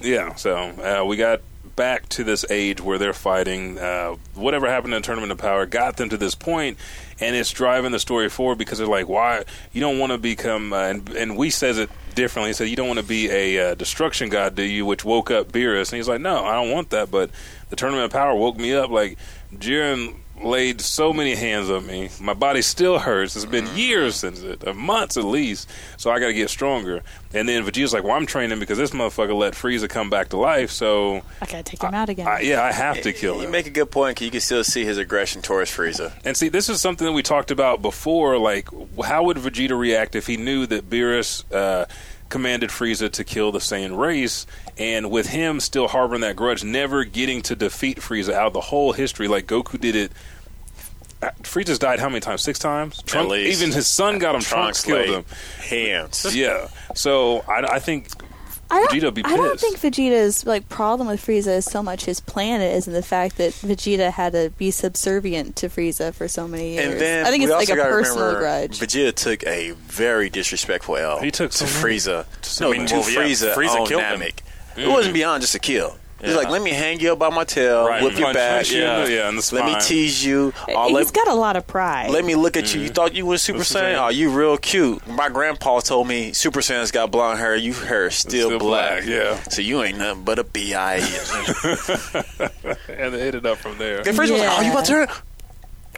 yeah. So uh, we got back to this age where they're fighting. Uh, whatever happened in the Tournament of Power got them to this point, and it's driving the story forward because they're like, why you don't want to become? Uh, and and we says it differently. He said you don't want to be a uh, destruction god, do you? Which woke up Beerus, and he's like, no, I don't want that. But the Tournament of Power woke me up. Like Jiren laid so many hands on me. My body still hurts. It's Mm-hmm. been years since it, uh, months at least. So I got to get stronger. And then Vegeta's like, "Well, I'm training because this motherfucker let Frieza come back to life. So I gotta take him out again. I, yeah, I have to kill You him." make a good point because you can still see his aggression towards Frieza. And see, this is something that we talked about before. Like, how would Vegeta react if he knew that Beerus uh, commanded Frieza to kill the Saiyan race, and with him still harboring that grudge, never getting to defeat Frieza out of the whole history? Like Goku did it. uh, Frieza's died how many times? Six times. Trunks- least. Even his son got him. Trunks, killed like, him. Hands. Yeah. So I, I think I don't, Vegeta would be I don't pissed. think Vegeta's like problem with Frieza is so much his planet is and the fact that Vegeta had to be subservient to Frieza for so many years. And then I think it's we like also a gotta personal remember, grudge. Vegeta took a very disrespectful L. He took some- to Frieza. some- Oh, No, I mean, to well, yeah, Frieza, Frieza on killed him. Namek. Mm. It wasn't beyond just a kill. He's like, let me hang you up by my tail, Right, whip your punch- back, punch you in the- yeah, in the let me spine. tease you. Oh, He's let, got a lot of pride. let me look at Mm. you. You thought you were Super That's Saiyan? right. Oh, you real cute. My grandpa told me Super Saiyan's got blonde hair. You hair is still, Still black, yeah. So you ain't nothing but a E. bi. and they hit it up from there. The first one, Yeah. oh, you about to turn?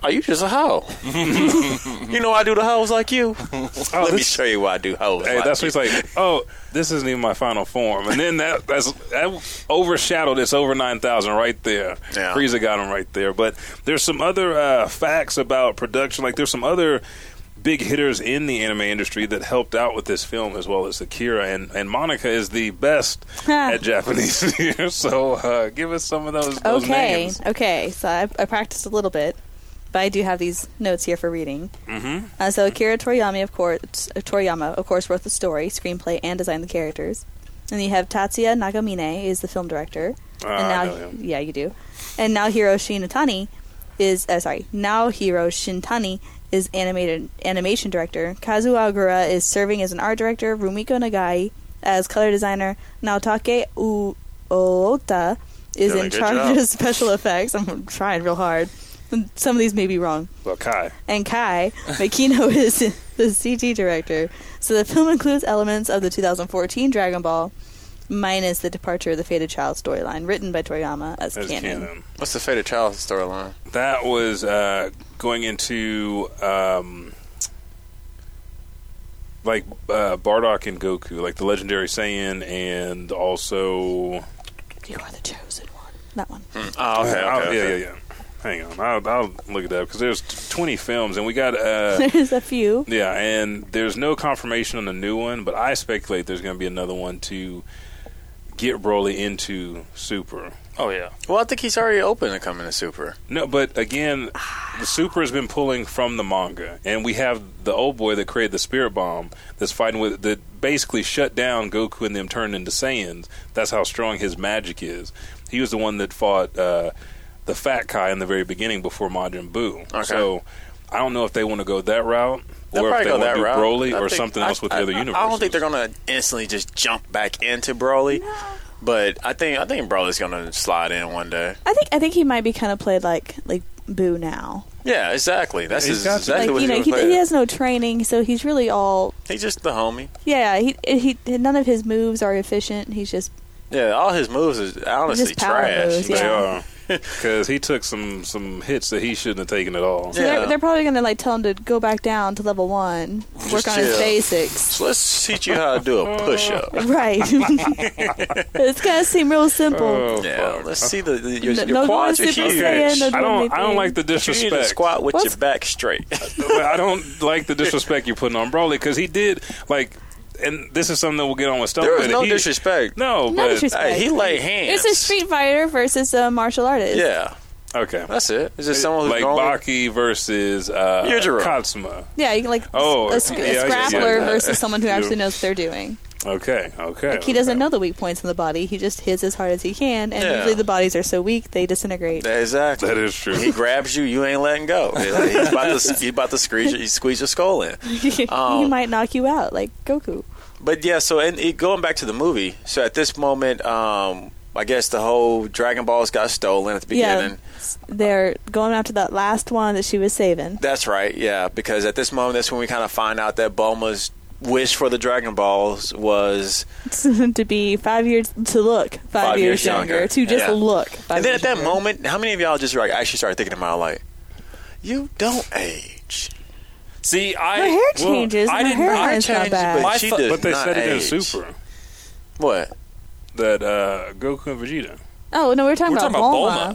Are you just a hoe? you know I do the hoes like you. Let me Oh, this- show you why I do hoes. Hey, like that's you. when he's like, "Oh, this isn't even my final form," and then that that's that overshadowed. It's over nine thousand right there. Yeah. Frieza got him right there. But there's some other uh, facts about production. Like there's some other big hitters in the anime industry that helped out with this film as well as Akira and, and Monica is the best at Japanese theater. So uh, give us some of those, those okay, names. okay. So I, I practiced a little bit, but I do have these notes here for reading. Mm-hmm. Uh, so Akira Toriyama, of course, Toriyama, of course, wrote the story, screenplay, and designed the characters. And you have Tatsuya Nagamine is the film director, Ah, and now I know him. yeah, you do. And now Hiroshi Notani is uh, sorry, now Hiro Shintani is animated animation director. Kazuo Ogura is serving as an art director. Rumiko Nagai as color designer. Naotake Uota is Doing a in good charge job. of special effects. I'm trying real hard. Some of these may be wrong Well, Kai. and Kai Makino is the CG director. So the film includes elements of the 2014 Dragon Ball, minus the departure of the Fated Child storyline, written by Toriyama as, As canon. canon. What's the Fate of Child storyline? That was uh, going into um, like uh, Bardock and Goku, like the legendary Saiyan, and also You are the chosen one. That one. Oh, okay, I'll- okay, okay. yeah, yeah, yeah. Hang on, I'll, I'll look it up because there's 20 films, and we got uh, There's a few. yeah, and there's no confirmation on the new one, but I speculate there's going to be another one to get Broly into Super. Oh yeah. Well, I think he's already open to coming to Super. No, but again, the Super has been pulling from the manga, and we have the old boy that created the Spirit Bomb that's fighting with that basically shut down Goku and them turned into Saiyans. That's how strong his magic is. He was the one that fought uh, the Fat Kai in the very beginning before Majin Buu. Okay. So I don't know if they want to go that route They'll or if they probably go want to that do route. Broly I or think- something I- else with I- the other universe. I don't think they're gonna instantly just jump back into Broly, but I think I think Broly's gonna slide in one day. I think I think he might be kind of played like like Boo now. Yeah, exactly. That's He's his- got to. exactly like what you know, he, he, was he playing. has no training, so he's really all He's just the homie. yeah. He he none of his moves are efficient. He's just Yeah, all his moves is honestly Just power trash. moves, They yeah. are because he took some some hits that he shouldn't have taken at all. so Yeah. they're, they're probably gonna like tell him to go back down to level one, work on his chill. basics. So let's teach you how to do a push up. Right. it's gonna seem real simple. Oh, Yeah, fuck. let's see the, the your, No- your no quads going are Super huge. Saiyan, no I don't. I don't anything. like the You need to disrespect. squat with What's- your back straight. But I don't like the disrespect you're putting on Broly because he did like, and this is something that we'll get on with stuff. There was but no he- disrespect. No, No but disrespect. Hey, he lay It's hands. a street fighter versus a martial artist. Yeah, okay. that's it. It's just someone who's like normal. Baki versus uh, Yujiro. Katsuma. Yeah, you can like Oh, a, sc- a yeah, yeah, yeah. scrappler versus someone who actually knows what they're doing. Okay, okay. Like he doesn't know the weak points in the body. He just hits as hard as he can, and Yeah. usually the bodies are so weak they disintegrate. Exactly. That is true. He grabs you, you ain't letting go. He's about to, he's about to squeeze, your, squeeze your skull in. he Um, might knock you out, like Goku. But yeah, so and it, going back to the movie, so at this moment, um, I guess the whole Dragon Balls got stolen at the beginning. Yeah, they're going after that last one that she was saving. That's right, yeah, because at this moment, that's when we kind of find out that Bulma's wish for the Dragon Balls was to be five years to look five, Five years, years younger, younger. to just Yeah. look. Five And then years at that younger. moment, how many of y'all just like actually started thinking about like, you don't age. See, I her hair changes. I and didn't. her I hair line's not changed, bad. but I she thought- does But they not said it in age. Super What? that uh, Goku and Vegeta. Oh no, we were talking, We're about, talking about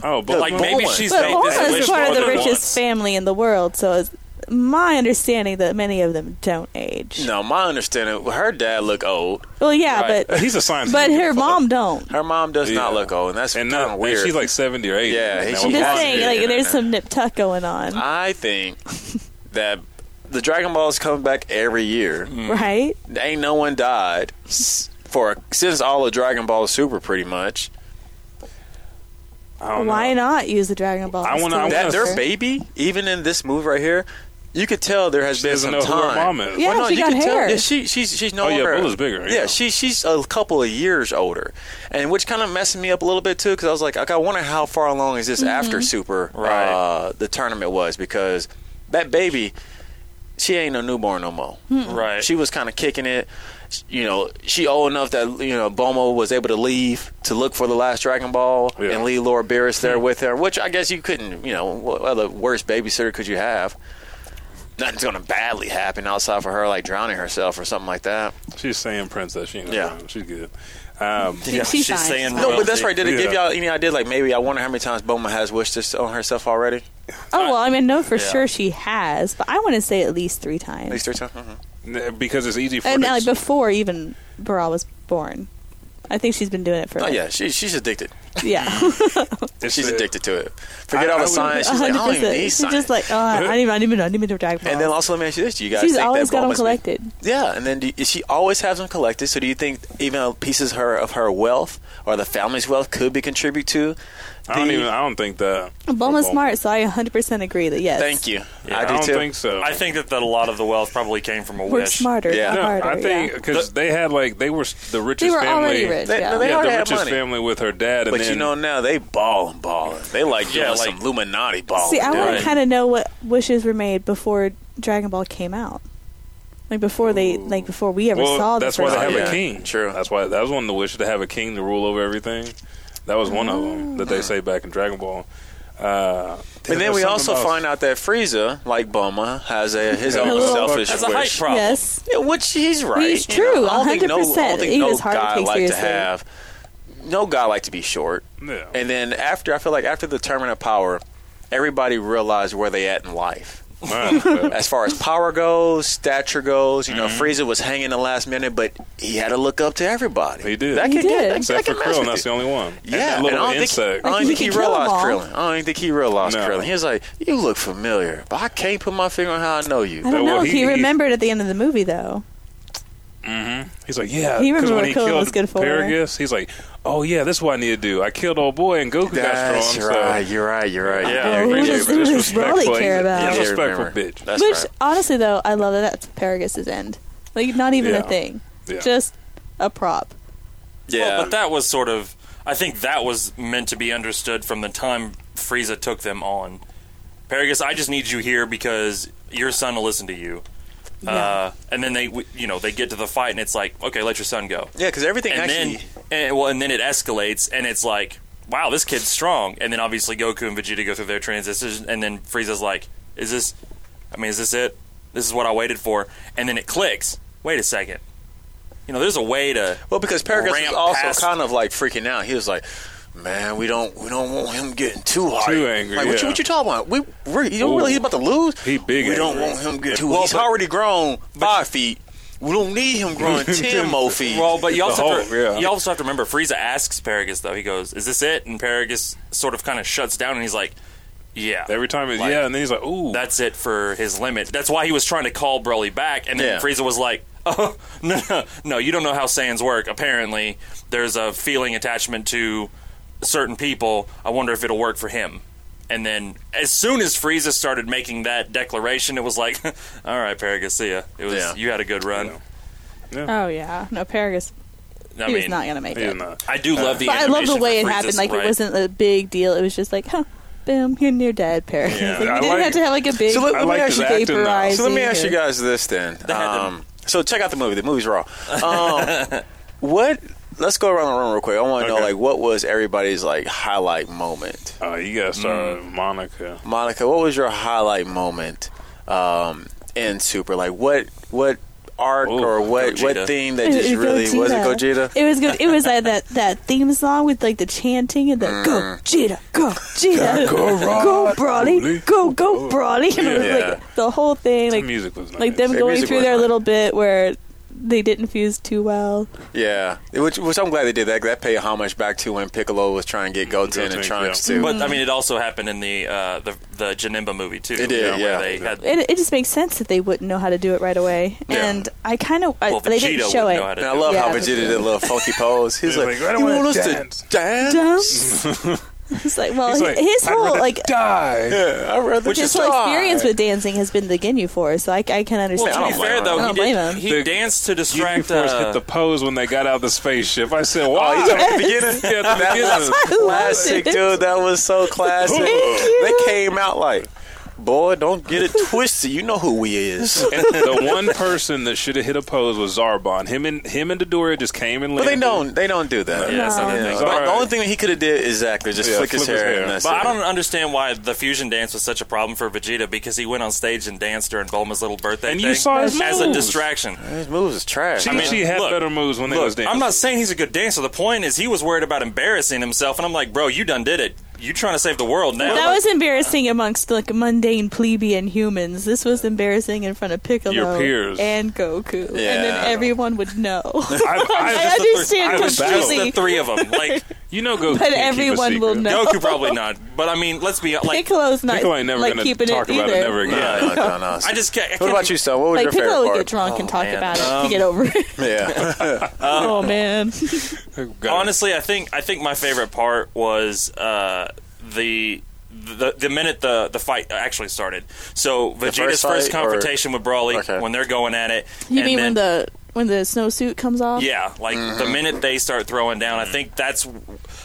Bulma. Bulma. Oh, Yeah, but like maybe Bulma. she's But made this Bulma wish is part of more the than richest once. family in the world, so it's my understanding that many of them don't age. No, my understanding, her dad look old. Well, yeah, Right. but he's a scientist. but her mom don't. Her mom does not Yeah. look old, and that's and kind not of weird. she's like seventy or eighty. Yeah, Um, Now, she we're has Just Blonde positive. saying, hair. like there's some nip tuck going on, I think that the Dragon Balls come back every year. Mm. right? Ain't no one died s- for since all of Dragon Ball Super, pretty much. I don't know. Why not use the Dragon Ball? I wanna- I wanna- That their Yes. baby, even in this move right here, you could tell there has She been doesn't some know who time. her mom is. Yeah, Well, no, she you got can hair. Tell, yeah, she, she's she's no Oh, yeah, longer. Bulla's bigger, yeah. Yeah, she she's a couple of years older, and which kind of messed me up a little bit too because I was like, okay, I wonder how far along is this Mm-hmm. after Super uh, Right. the tournament was because that baby, she ain't no newborn no more. Right. She was kind of kicking it. You know, she old enough that you know Bomo was able to leave to look for the last Dragon Ball Yeah. Hmm. and leave Laura Beerus there with her, which I guess you couldn't. You know, what other worse babysitter could you have? nothing's going to badly happen outside for her like drowning herself or something like that. She's saying princess. She knows Yeah. she's good. Um, Yeah, she's she's fine. saying No, but that's royalty. right. Did it give Yeah. y'all any idea? Like maybe I wonder how many times Boma has wished this on herself already. At Oh well, I mean, no, for Yeah. sure she has, but I want to say at least three times, least three times. Mhm. because it's easy for and her to- like before even Baral was born. I think she's been doing it for. Oh like- yeah, she, she's addicted. yeah. it's She's a- addicted to it. Forget I- all I the would- signs. She's like, I don't even 100%. need She's signs. just like, oh, I don't even, I don't even, I don't even know Dragon and then Balls. also let me ask you this: Do you guys she's think always that got them Bulma's been- collected. Yeah, and then do, is she always has them collected. So do you think even pieces her of her wealth or the family's wealth could be contributed to? I don't the- even. I don't think that. Bulma's smart, so I 100% agree that yes. Thank you. Yeah, I I do don't too. think so. I think that, that a lot of the wealth probably came from a Work wish. smarter, Yeah. not No, harder. I think yeah. because they had like they were s- the richest. they were family. already rich. They- yeah. no, they yeah, already the had richest money. family with her dad, and But then you know now they balling, balling. They like yeah, Yeah, like like- some Illuminati balling. See, I dude. want Right. to kind of know what wishes were made before Dragon Ball came out, like before they, like before we ever well, saw the that's why first they have one. a Yeah, king. true. That's why that was one of the wishes to have a king to rule over everything. That was one of Ah. them that they say back in Dragon Ball. Uh, And then we also find out that Frieza, like Boma, has a his own Hello. selfish That's a hype wish. problem. Yes, Yeah, which he's right. He's you true, know. I don't think no, I don't 100%. think Even no it's hard to guy take like to seriously. have. No guy like to be short. Yeah. And then after, I feel like after the tournament of power, everybody realized where they at in life. As far as power goes, stature goes, you know, Mm-hmm. Frieza was hanging the last minute, but he had to look up to everybody. He did. That He could get- did. that- Except that for could mess Krill, with and that's the you. only one. And Yeah, that and I little don't think, insect. I don't Like, think he he could kill them realized all. Krillin. I don't think he realized No. Krillin. He was like, "You look familiar, but I can't put my finger on how I know you." I don't Well, know. he- he, he- remembered at the end of the movie though. He's like, yeah. He 'cause remembered when what he Krillin killed was good for. Paragus, he's like, oh yeah, this is what I need to do. I killed old boy, and Goku got That's strong. right. So. You're right. You're right. Yeah. Yeah. Oh, you who do, He's does- bro. who does disrespectful. Broly care He's a about? Yeah, Disrespectful remember. bitch. That's Which right. honestly though, I love that that's Paragus' end. Like not even Yeah. a thing, Yeah. just a prop. Yeah. Well, but that was sort of. I think that was meant to be understood from the time Frieza took them on. Paragus, I just need you here because your son will listen to you. Yeah. Uh, and then they, w- you know, they get to the fight, and it's like, okay, let your son go. yeah, because everything and actually. then, and, well, and then it escalates, and it's like, wow, this kid's strong. And then obviously Goku and Vegeta go through their transitions, and then Frieza's like, is this? I mean, is this it? This is what I waited for. And then it clicks. Wait a second. You know, there's a way to. well, because Paragus was ramp also past- kind of like freaking out. He was like, "Man, we don't, we don't want him getting too hot, Too angry, Like, what, yeah. you, what you talking about? We, we're, you don't Ooh. really he's about to lose. He big We don't angry. want him getting too. Well, Well, he's but- already grown five feet. We don't need him growing ten more feet. Well, but you The also, have Hulk, to, Oh, yeah. you also have to remember Frieza asks Paragus though. He goes, "Is this it?" And Paragus sort of kind of shuts down, and he's like, "Yeah." Every time, it's, Like, yeah, and then he's like, ooh. that's it for his limit. That's why he was trying to call Broly back, and then Yeah. Frieza was like, "Oh no, no, no, you don't know how Saiyans work. Apparently, there's a feeling attachment to certain people. I wonder if it'll work for him." And then, as soon as Frieza started making that declaration, it was like, "All right, Paragus, see ya. It was Yeah. you had a good run." Oh yeah, no Paragus. I he mean, was not gonna make he's it. not. I do love the. But I love the animation way it for Frieza's happened. Like right. it wasn't a big deal. It was just like, huh, boom, you're near dead, Paragus. Yeah, like, you I didn't like- have to have like a big So let- let me ask you- acting vaporizing. So let me ask or- you guys this then. had to- Um, so check out the movie. The movie's raw. Um, what? Let's go around the room real quick. I want to Okay. know like what was everybody's like highlight moment. Oh, you gotta start with Monica. Monica, what was your highlight moment um, in Super? Like what what arc Ooh, or what Gogeta. what thing that It just was really was it Gogeta. Gogeta? It was good. It was like that that theme song with like the chanting and the Mm. go Gogeta, go Gogeta, Go, Rod, go Broly, go go Broly. And it was Yeah. like the whole thing, The like music was nice. like them The going music through was their nice. little bit where they didn't fuse too well. Yeah, which, which I'm glad they did that. 'cause That paid homage back to when Piccolo was trying to get Goten Goten, and Trunks yeah. too. Mm. But I mean, it also happened in the uh, the the Janimba movie too. It did, where yeah. They had And it, it just makes sense that they wouldn't know how to do it right away. Yeah. And I kind of well, they Vegeta didn't show it. would know how to And I do love Yeah, how that's Vegeta did good. a little funky pose. He's He's like, like, "I don't "You wanna want us dance." to dance?" Dumps. it's like well, He's he- like, his I'd whole rather like die. Yeah, I rather his just whole die. experience with dancing has been the Ginyu for, so I, I can understand. I Well, don't to be blame fair him. though, I he, don't did, blame him. he The- danced to Union distract. Force uh, hit the pose when they got out of the spaceship. I said, Oh, "Why?" you talking at the beginning? Yeah, at the That beginning. was I loved classic, it. dude. That was so classic. Thank you. They came out like, boy. Don't get it twisted. You know who we is. And the one person that should have hit a pose was Zarbon. Him and him and Dodora just came and But they landed. don't. They don't do that. Yeah, that's not a Yeah. thing. But Alright. The only thing that he could have did is exactly just Yeah, flick his flip his hair. hair. And that's But I it. don't understand why the fusion dance was such a problem for Vegeta because he went on stage and danced during Bulma's little birthday And thing you saw his as a moves. distraction. His moves is trash. She, man. she had look, better moves when they was Look, dancing. I'm not saying he's a good dancer. The point is he was worried about embarrassing himself, and I'm like, bro, you done did it. You trying to save the world now? That was embarrassing amongst like mundane plebeian humans. This was embarrassing in front of Piccolo Your peers. and Goku, and Yeah. then everyone would know. I've, I've, I understand I've just completely. battled- the three of them. Like You know, Goku. But can't keep a everyone will secret. know. Goku probably not, but I mean, let's be like. Piccolo's not Piccolo ain't never like gonna keeping talk it about either. it never again. No, no, no, no. I just can't. I What can't- about you, son? What was Like your favorite Piccolo would part? get drunk and talk man. about it Um, to get over it. Yeah. oh man, Got it. Honestly, I think I think my favorite part was uh, the. The, the minute the, the fight actually started, so Vegeta's first first, fight, or- confrontation with Broly Okay. when they're going at it. you and mean then- when the when the snowsuit comes off? Yeah, like Mm-hmm. the minute they start throwing down, I think that's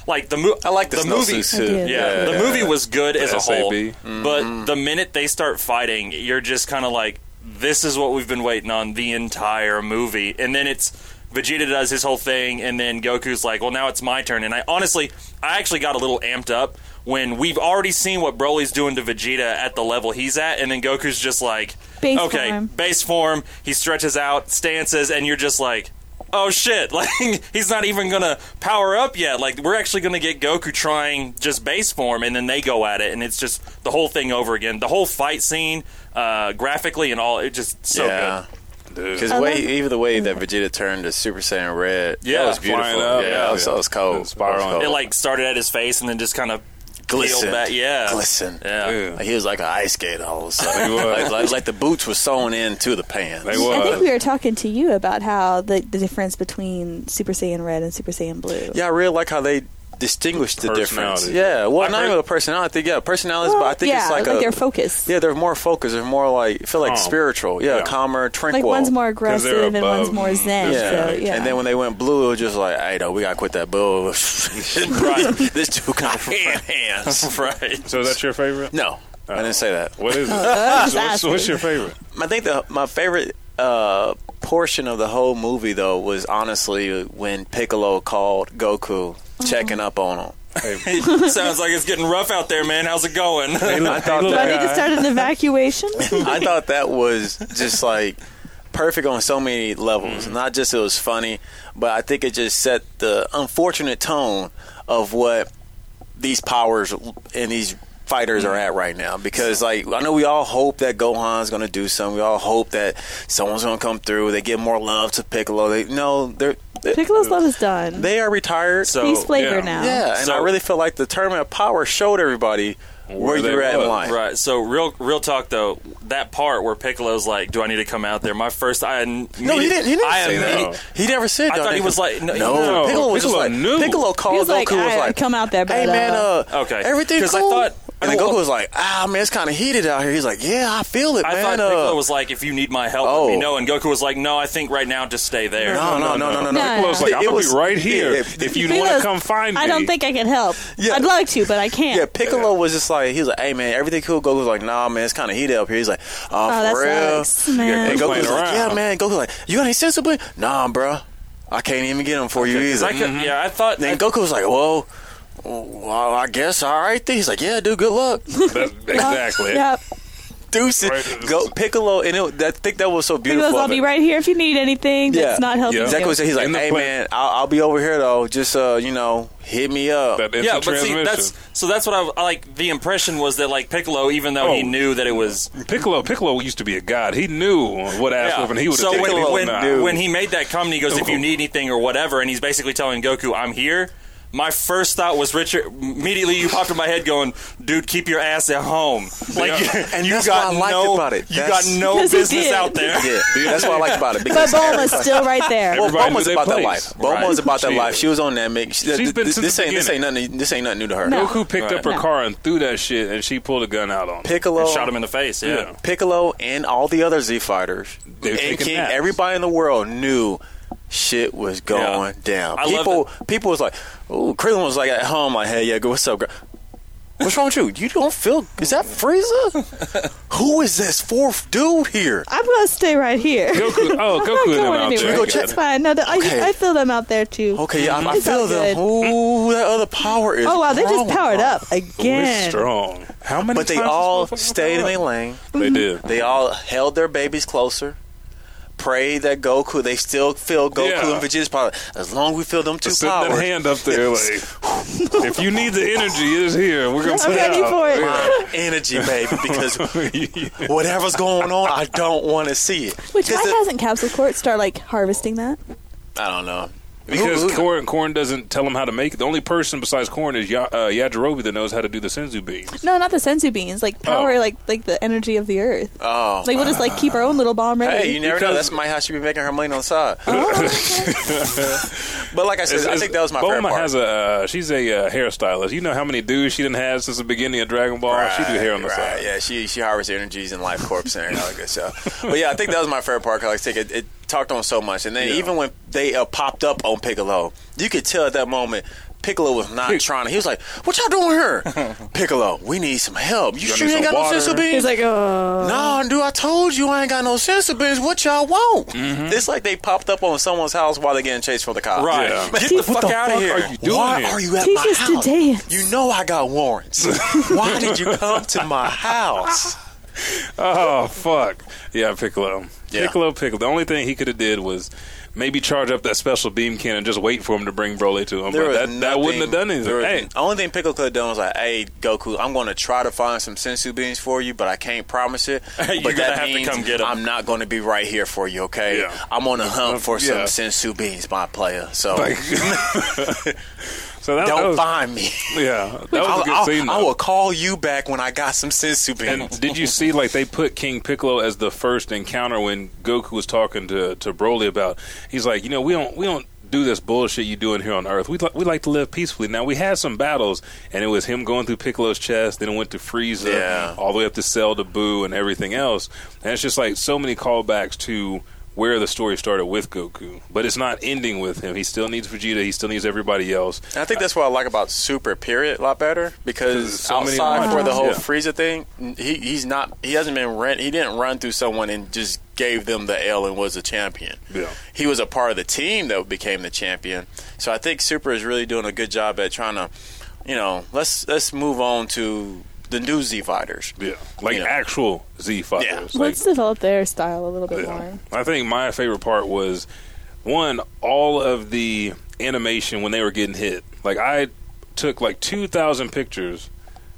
like the movie. I like the, snow movie. suits, I too. did. Yeah, the movie was good as a Mm-hmm. SAB. whole, but the minute they start fighting, you're just kind of like, this is what we've been waiting on the entire movie, and then it's. Vegeta does his whole thing, and then Goku's like, "Well, now it's my turn." And I honestly, I actually got a little amped up when we've already seen what Broly's doing to Vegeta at the level he's at, and then Goku's just like, Base "Okay, form. base form." He stretches out, stances, and you're just like, "Oh shit!" Like he's not even gonna power up yet. Like we're actually gonna get Goku trying just base form, and then they go at it, and it's just the whole thing over again. The whole fight scene, uh, graphically and all, it just so yeah. good. Because way, even the way that Vegeta turned to Super Saiyan Red, Yeah, that was flying beautiful. up. yeah, Yeah. That, was, that was It cold. was spiraling. That was cold. It like started at his face, and then just kind of Glistened. Back. Yeah, Glistened. Yeah. Like, he was like an ice skate all of a sudden. He was. like, like, like the boots were sewn into the pants. They I was. think we were talking to you about how the, the difference between Super Saiyan Red and Super Saiyan Blue. Yeah, I really like how they distinguish the difference. Personality. Yeah, well, I've not heard- even the personality. Yeah, personalities, Well, but I think yeah, it's like, a their focus. Yeah, they're more focused. They're more like feel like Calm. spiritual. Yeah, Yeah. calmer, tranquil. Like one's more 'Cause they're aggressive and one's above more zen. Yeah. so, yeah. and then when they went blue, it was just like, hey, though, we gotta quit that bull. this too kind of hands. right. So that's your favorite? No, I didn't say that. What is it? just So what's, asking. what's your favorite? I think the my favorite uh, portion of the whole movie though was honestly when Piccolo called Goku, checking up on him. Sounds like it's getting rough out there, man. How's it going? I thought Hey, that look, I need to guy. start an evacuation. I thought that was just like perfect on so many levels. Not just it was funny, but I think it just set the unfortunate tone of what these powers and these fighters are at right now because like I know we all hope that Gohan's going to do something. We all hope that someone's going to come through. They give more love to Piccolo. They no, they're they, Piccolo's love is done. they are retired. So- He's flavor yeah. now. yeah, and So- I really feel like the tournament of power showed everybody where, Where they you're at in were. life. Right. So real, real talk though. That part where Piccolo's like, "Do I need to come out there?" My first, I No, he didn't. He didn't I say immediate- that. He, he never said. I that. thought he was like- no, no. no, Piccolo was just Piccolo like knew. Piccolo He called was like, Goku was I- like, come out there, Hey but, man, uh, uh, Okay. everything 'Cause I cool. thought- and then well- Goku was like, ah man, it's kind of heated out here. He's like, yeah, I feel it, I man. thought Piccolo uh, was like, "If you need my help, let Oh. me know." And Goku was like, "No, I think right now, just stay there." no, no, no, no, no, no. No. Piccolo's like, It I'm going to was- be right here yeah, if you want to Piccolo's- come find me. I don't think I can help. Yeah. I'd like to, but I can't. Yeah, Piccolo was just like, he was like, hey man, everything cool. Goku was like, nah man, it's kind of heated up here. He's like, oh, Oh, for that real. sucks, man. And Goku- Goku's Playing like, yeah around. man. Goku's like, you got any sense of it? Nah, bruh. I can't even get them for you Because either. uh, Mm-hmm. I could- Yeah, I thought. Then I- Goku was like, "Well, well, I guess all right." Then he's like, "Yeah, dude, good luck, That's exactly. Yep. deuces." Right. Go Piccolo, and it, I think that was so beautiful. Piccolo's, I'll of be it. right here if you need anything that's Yeah. not helping Yeah. Exactly. you. What he said. he's like, In the "Hey, play- man, I'll, I'll be over here though. Just uh, you know, hit me up." That instant yeah, but see, transmission. that's so. That's what I, I like. The impression was that like Piccolo, even though he Oh. knew that it was Piccolo, Piccolo used to be a god. He knew what ass Yeah. whooping he would have so taken. when He when, would not. when he made that comment, he goes, "If you need anything or whatever," and he's basically telling Goku, "I'm here." My first thought was Richard. Immediately, you popped in my head, going, "Dude, keep your ass at home." Like, Yeah. And you that's got what I liked no, about it. you That's- got no Because he business did. out there. yeah, that's what I liked about But it. Because Bulma's still right there. Well, Everybody Bulma's knew their about that place. life. Bulma's Right. about that She- life. She was on that mix. She, She's th- been th- since this the ain't this ain't beginning. nothing. This ain't nothing new to her. No. Goku picked up her No. car and threw that shit, and she pulled a gun out on him. Piccolo And shot him in the face. Yeah. Yeah. Piccolo and all the other Z fighters They were and taking King, naps. everybody in the world knew shit was going down. I love people, people was like, "Ooh, Krillin was like at home, like, hey, yeah, go, what's up, girl?" What's wrong with you? You don't feel? Is that Frieza? Who is this fourth dude here? I'm gonna stay right here. Goku. Oh, I'm Goku and not them going out there. You anywhere. go I got check- It's fine. No, the, Okay. I, I feel them out there too. Okay, yeah, I, I It's all feel them. good. Ooh, that other power is. Oh wow, they just growing. powered up We're again. strong. How many? But they times all this motherfucker stayed in power their up? lane. They did. They all held their babies closer. Prayed that Goku. They still feel Goku Yeah. and Vegeta's power. As long as we feel them two Sit that powers, hand up there, like if you need the energy, it is here. We're gonna I'm put ready for it. my energy, baby, because it out. whatever's going on, I don't want to see it. Which why Because it- hasn't Capsule Court start like harvesting that? I don't know. Who- Because who- Corn, Corn doesn't tell him how to make it. The only person besides Corn is ya- uh, Yajirobe that knows how to do the senzu beans. No, not the sensu beans. Like power, Oh. like like the energy of the earth. oh, Like we'll just like keep our own little bomb ready. Hey, you never know. Because- That's might how she be making her money on the side. but like I said, I think that was my Bulma favorite part. has a uh, she's a uh, hairstylist. You know how many dudes she didn't have since the beginning of Dragon Ball. she do hair on the right, side. Yeah, she she harvests energies and life corps and everything like that. So, but yeah, I think that was my favorite part. Cause like, I think it, it talked on so much, and then Yeah. even when they uh, popped up on Piccolo, you could tell at that moment. Piccolo was not Pic- trying. to- He was like, "What y'all doing here, Piccolo? We need some help. You Y'all sure need you ain't some got water." no sense of beans? He's like, oh, No, dude, I told you I ain't got no sense of beans. What y'all want? Mm-hmm. It's like they popped up on someone's house while they're getting chased from the cops. Right. Man, Get the fuck the out fuck of here. are you doing Why here? are you at Teach my us to house? dance. You know I got warrants. Why did you come to my house? Oh fuck! Yeah, Piccolo. Yeah. Piccolo, Piccolo. The only thing he could have did was maybe charge up that special beam cannon and just wait for him to bring Broly to him. but was that, that wouldn't have done there anything. was- Hey, Only thing Piccolo could have done was like, "Hey, Goku, I'm going to try to find some sensu beans for you, but I can't promise it. You're but gonna that have to means come get 'em." I'm not going to be right here for you. Okay, Yeah. I'm on a hunt for Yeah. some sensu beans, my player. So like, so that, that don't was find me. yeah, that was a good scene. I though. will call you back when I got some sensu And beans. did you see like they put King Piccolo as the first encounter when Goku was talking to to Broly about? He's like, you know, we don't we don't do this bullshit you doing here on Earth. We li- we like to live peacefully. Now we had some battles, and it was him going through Piccolo's chest, then it went to Frieza, Yeah. all the way up to Cell to Boo and everything else. And it's just like so many callbacks to. Where the story started with Goku, but it's not ending with him. He still needs Vegeta. He still needs everybody else. And I think that's what I like about Super Period a lot better because Because so many outside for the modules, whole yeah. Frieza thing, he he's not he hasn't been rent he didn't run through someone and just gave them the L and was a champion. Yeah. He was a part of the team that became the champion. So I think Super is really doing a good job at trying to, you know, let's let's move on to the new Z fighters. Yeah, like Yeah. actual Z fighters. Like, let's develop their style a little bit Yeah. more. I think my favorite part was one all of the animation when they were getting hit. Like I took like 2000 pictures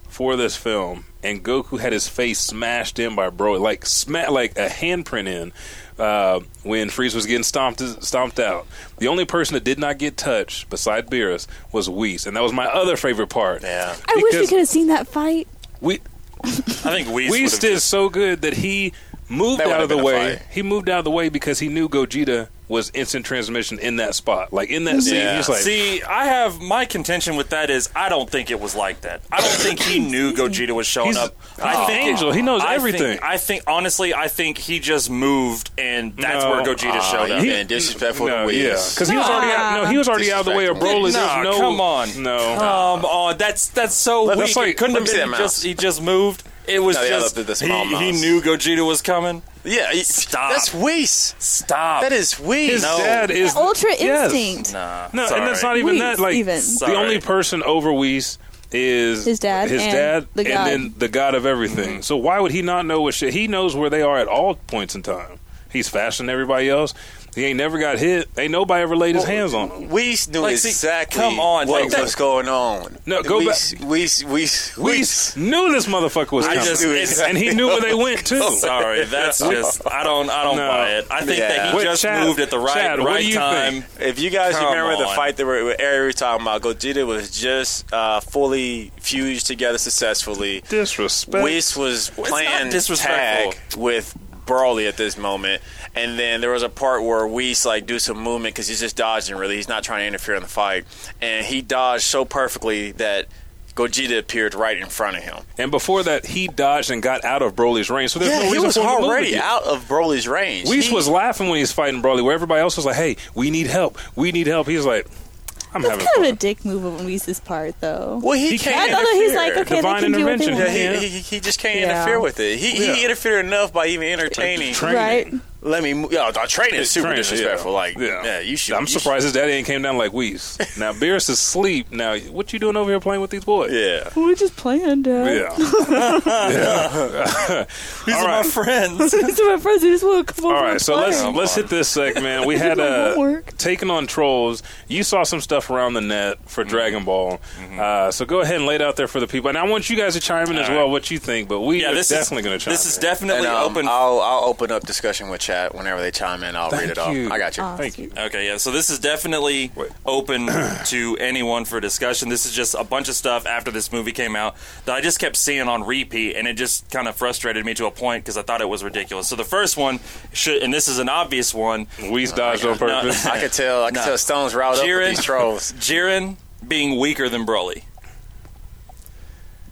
for this film and Goku had his face smashed in by Broly like sma- like a handprint in uh, when Freeze was getting stomped stomped out. The only person that did not get touched beside Beerus was Whis, and that was my other favorite part. Yeah. I wish we Because could have seen that fight. we I think we Whis is so good that he moved That out would've of the been a way. fight. He moved out of the way because he knew Gogeta was instant transmission in that spot, like in that scene. Yeah. He's like, See, I have my contention with that is I don't think it was like that. I don't think he knew Gogeta was showing He's- up. he's I an think it- angel. He knows I think- everything. I think honestly, I think he just moved, and that's No. where Gogeta Ah, showed up. you been disrespectful to Uh, no, Whis. yeah, because he was already out. No, he was already out of the way of Broly. Nah, There's no, come on. no. Come on, Um, uh, that's that's so Let me weak. see- it couldn't let have me see been that just mouse. he just moved. It was No, yeah, just the- the he, small he mouse. knew Gogeta was coming. Yeah, he- Stop. That's Whis. Stop. That is Whis. Uh, His No. dad is Ultra yes. instinct. nah. No, and that's not sorry. even Whis, that. Like even. the Sorry. only person over Whis is His dad his and dad, the god. and then the god of everything. So why would he not know what shit? He knows where they are at all points in time. He's faster than everybody else. He ain't never got hit. Ain't nobody ever laid his hands on him. Weiss knew Like, see, exactly come on, what like, that- was going on. No, go Weiss, back. Weiss, Weiss, Whis knew this motherfucker was I coming, just- it's- and he knew where they went too. Sorry, that's just I don't I don't No. buy it. I think that Yeah. he Wait, just Chad, moved at the right Chad, what do right you time. think? If you guys Come remember the on. fight that we Eric was talking about, Gogeta was just uh, fully fused together successfully. Disrespect. Whis was playing disrespectful. tag with Broly at this moment, and then there was a part where Whis like do some movement because he's just dodging. Really, he's not trying to interfere in the fight, and he dodged so perfectly that Gogeta appeared right in front of him. and before that, he dodged and got out of Broly's range. So there's Yeah, no he reason was for him to move already again. out of Broly's range. Whis He- was laughing when he's fighting Broly, where everybody else was like, "Hey, we need help. We need help." He's like, I'm That's having kind fun. of a dick move of Omisa's part, though. Well, he, He I can't. can't. know that he's like, interfere. okay, Divine they can do what they intervention. want. Yeah, Yeah. he, he, he just can't Yeah. interfere with it. He, he Yeah. interfered enough by even entertaining. Train- Right? Let me. Move. Yeah, the train is super Train, disrespectful. yeah. Like, yeah. you should. I'm you should- surprised his daddy ain't came down like Weiss. Now Beerus is asleep. Now what you doing over here playing with these boys? Yeah. We just planned. Uh, Yeah. yeah. These All are right. my friends. These are my friends. They just want to come over. All right, and so let's play. let's hit this segment. We had my uh, homework. taking on trolls. You saw some stuff around the net Mm-hmm. for Dragon Ball, uh, so go ahead and lay it out there for the people. And I want you guys to chime in as All well right. what you think. But we yeah, are this definitely is going to chime. This is in. definitely And, um, open. I'll I'll open up discussion with chat whenever they chime in. I'll read Thank it off. you. I got you. Awesome. Thank you. Okay, yeah. So this is definitely Wait. open to anyone for discussion. This is just a bunch of stuff after this movie came out that I just kept seeing on repeat, and it just kind of frustrated me to a point because I thought it was ridiculous. So the first one, should, and this is an obvious one, We Oh dodged on purpose. I could tell. I could No. tell Stone's riled up with Jiren. these trolls. Jiren being weaker than Broly.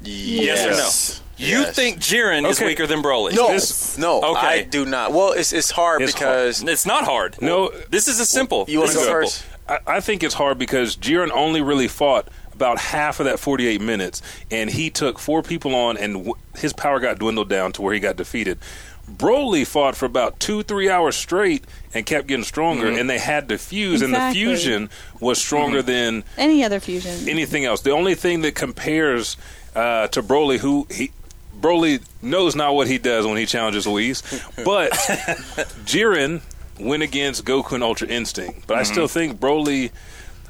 Yes, Yes or no? You Yes. think Jiren is Okay. weaker than Broly? No, This- no. Okay. I do not. Well, it's it's hard It's because it's not hard. No. this is a simple. you want this to is go simple. first. I, I think it's hard because Jiren only really fought about half of that 48 minutes, and he took four people on, and w- his power got dwindled down to where he got defeated. Broly fought for about two, three hours straight and kept getting stronger, and they had to fuse, and the Exactly. fusion was stronger than Any other fusion? anything else. The only thing that compares uh, to Broly, who he Broly knows not what he does when he challenges Whis, but Jiren went against Goku and Ultra Instinct. But I Mm-hmm. still think Broly,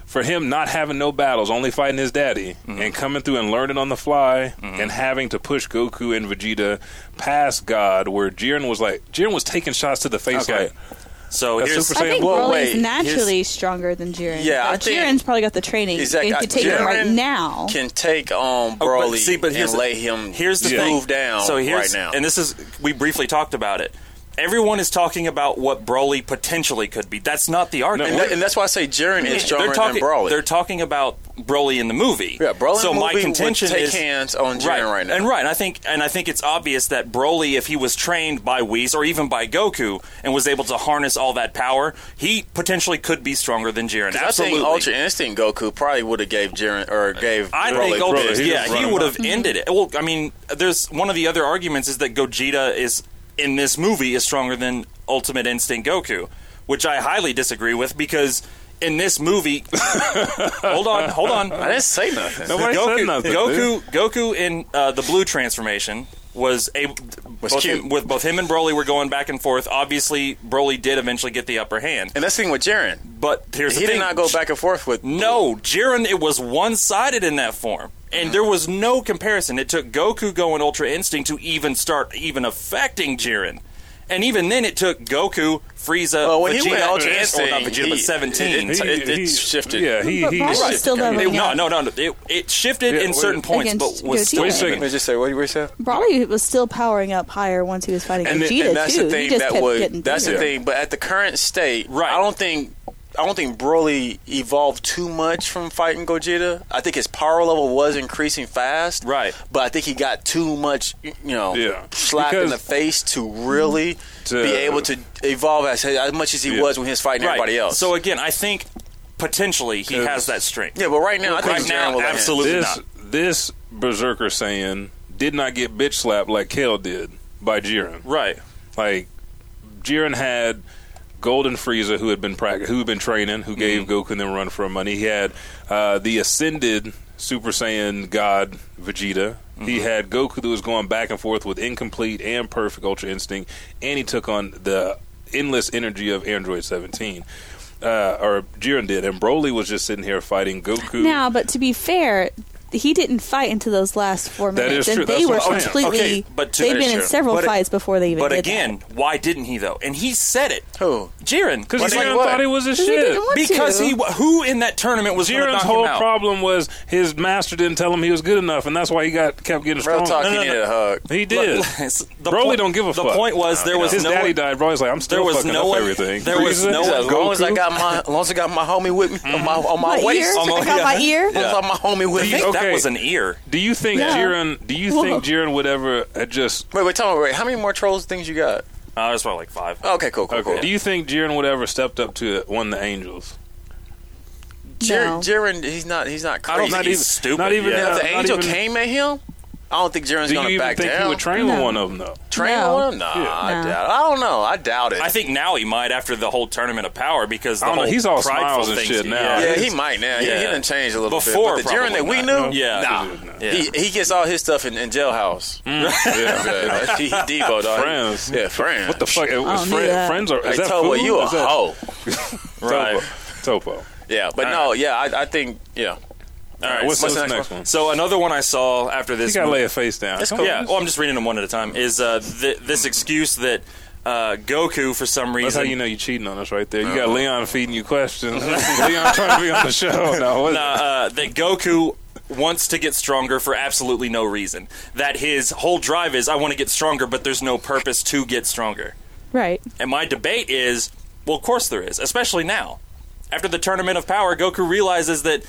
for him not having no battles, only fighting his daddy Mm-hmm. and coming through and learning on the fly and having to push Goku and Vegeta past God, where Jiren was like Jiren was taking shots to the face Okay. like So That's here's super I think Well, Broly wait, is naturally stronger than Jiren. Yeah, I but think- Jiren's probably got the training. Exactly. If you take him right Jiren now, can take on Oh, Broly but see, but here's and the- lay him here's the thing. move down So here's, right now. and this is we briefly talked about it. Everyone is talking about what Broly potentially could be. That's not the argument. and, that- and that's why I say Jiren is stronger they're talking, than Broly. They're talking about Broly in the movie. Yeah, Broly in So the my movie would contention take is hands on Jiren right now. and right. And I think and I think it's obvious that Broly, if he was trained by Whis or even by Goku and was able to harness all that power, he potentially could be stronger than Jiren. I Absolutely. think Ultra Instinct Goku probably would have gave Jiren or gave I Broly think Ultra, this. Broly, he yeah, was he running would Mm-hmm. have ended it. Well, I mean, there's one of the other arguments is that Gogeta is in this movie is stronger than Ultimate Instinct Goku, which I highly disagree with because in this movie, hold on, hold on, I didn't say nothing. Nobody Goku, said nothing. dude. Goku, Goku in uh, the blue transformation was a Was both cute. him, with both him and Broly were going back and forth. Obviously, Broly did eventually get the upper hand, And that's the thing with Jiren. but here's He the thing: did not go back and forth with No, Jiren, it was one sided in that form. And there was no comparison. It took Goku going Ultra Instinct to even start even affecting Jiren. And even then, it took Goku, Frieza, Well, when he Vegeta, went Ultra and- Instinct, well, not Vegeta, he- but 17. He- it- it shifted. Yeah, he, But he Broly's shifted. still leveling no, up. no, no, no. It, it shifted Yeah, in wait. certain points, Against but was Vegeta. still. Wait a second. Let me just say what you were saying. Broly was still powering up higher once he was fighting and, Vegeta and that's too. the he thing just that kept would getting that's the bigger. thing but at the current state Right. i don't think I don't think Broly evolved too much from fighting Gogeta. I think his power level was increasing fast. Right. But I think he got too much, you know, Yeah. slapped in Because- the face to really To- be able to evolve as, as much as he Yeah. was when he was fighting everybody else. So again, I think potentially he Cause- has that strength. yeah, but right now, I think Right Jiren now, will let him. absolutely this not. this berserker saying did not get bitch slapped like Kale did by Jiren. Right. Like Jiren had Golden Frieza who had been practice, who had been training, who gave Mm-hmm. Goku and then run for money. He had uh, the ascended Super Saiyan God Vegeta. Mm-hmm. He had Goku who was going back and forth with incomplete and perfect Ultra Instinct, and he took on the endless energy of Android 17. Uh, or Jiren did, and Broly was just sitting here fighting Goku. Now, but to be fair, he didn't fight until those last four That minutes, is true. and they That's were what I'm saying. completely. Okay, but to- they've that is been in true. several But- fights before they even. But did again, that. why didn't he though? And he said it. Who? Jiren. Because What's Jiren like what? thought he was a Because he shit. didn't want Because to. he, who in that tournament was going to Jiren's knock whole him out? problem was his master didn't tell him he was good enough, and that's why he got kept getting Real stronger. talk, No, he no, needed no. a hug. He did. the Broly point- don't give a the fuck. point was there was his no daddy one- died. Broly's like, I'm still there was fucking no up one- everything. there was Frieza, no one- As long as I Goku. got my, as long as I got my homie with me on my on my, my waist, ear, on I got my ear. my, on my homie with I me. think Okay. that was an ear. Do you think Yeah. Jiren? Do you think Jiren would ever uh, just? Wait, wait, tell me, wait, how many more trolls things you got? Uh, that's probably like five. Okay, cool, cool, Okay. cool. Do you think Jiren would ever stepped up to one of the angels? Jir- No. Jiren, he's not. He's not I crazy. don't think he's stupid. Not even. Yeah. Now, uh, if the not angel even- came at him, I don't think Jiren's Do going you to even back think down. he would train with No. one of them though? train No. with him? Nah, I No. doubt. it. I don't know. I doubt it. I think now he might after the whole tournament of power because the I don't know, whole he's all prideful smiles and things shit he- now. yeah, he might now. He, he Yeah. done changed a little Before, bit. But the Jiren that probably we not. knew, Yeah. nah. Yeah. Mm. He, he gets all his stuff in, in jailhouse. Yeah. Yeah, he, he Debo, dog. Friends. Yeah, friends. What the fuck? It was don't friend- do that. friends are. Is Hey, that Tobo, food? you a Is that- hoe. Right. Topo. Topo. Yeah, but no, yeah, I, I think, yeah. All right. What's, so- what's the next next one? So another one I saw after You this. gotta lay a face down. Come Yeah. on. Well, I'm just reading them one at a time. Is uh, th- this excuse that uh, Goku for some reason? That's how you know you're cheating on us right there. You Uh-huh. got Leon feeding you questions. Leon trying to be on the show. No, what- uh, that Goku wants to get stronger for absolutely no reason. That his whole drive is I want to get stronger, but there's no purpose to get stronger. Right. And my debate is, well, of course there is, especially now. After the tournament of power, Goku realizes that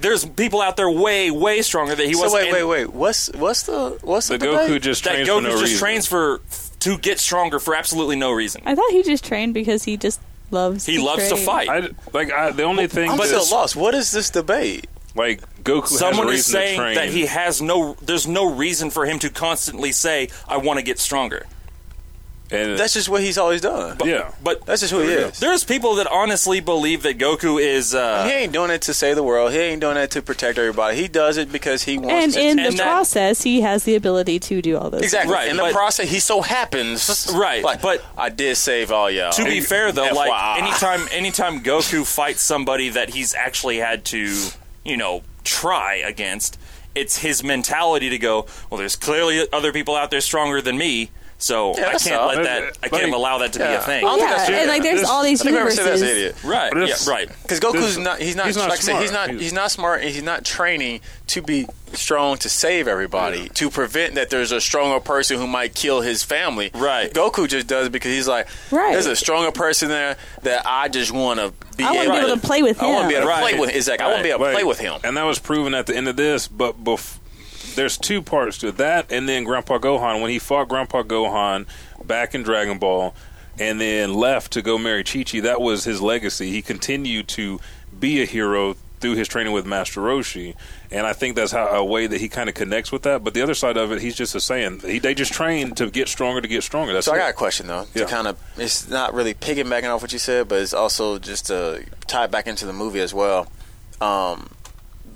there's people out there way, way stronger that he So was. wait, wait, wait. What's what's the what's the the, Goku debate? just That trains Goku for no just reason. trains for to get stronger for absolutely no reason. I thought he just trained because he just loves. He to loves to train. fight. I, like I, the only thing, I'm that- still lost. What is this debate? like Goku Someone has a is reason saying to train. that he has no. There's no reason for him to constantly say, "I want to get stronger." and, That's just what he's always done. yeah, But That's just who he is. There's people that honestly believe that Goku is. He Uh, ain't doing it to save the world. He ain't doing it to protect everybody. He does it because he wants And to. in And the that- process, he has the ability to do all those. exactly. Right, in the but- process, he so happens. Right, Like, but- I did save all y'all. to be fair, though, FYI. like anytime, anytime Goku fights somebody that he's actually had to, you know, try against, it's his mentality to go. Well, there's clearly other people out there stronger than me, so Yeah, I that's can't all. let That's- that. I can't like- allow that to be a yeah. thing. I don't think Yeah, that's- and like there's This- all these I think whoever universes. said that's an idiot. Right? But Yeah. it's- Right. Because This- Goku's not he's not he's not like I said, he's smart. not he's not smart and he's not training to be strong to save everybody to prevent that there's a stronger person who might kill his family. Right. Goku just does it because he's like Right. there's a stronger person there that I just want to be I wanna be able able to play with I want to be able to him. play Right. with exactly. I want to be able to Like, play with him. And that was proven at the end of this, but bef- there's two parts to that, and then Grandpa Gohan when he fought Grandpa Gohan back in Dragon Ball, and then left to go marry Chi Chi. That was his legacy. He continued to be a hero through his training with Master Roshi, and I think that's how a way that he kind of connects with that. But the other side of it, he's just a saying he, they just train to get stronger to get stronger. That's So I it. got a question though. Yeah. To kind of, it's not really piggybacking off what you said, but it's also just to tie it back into the movie as well. Um,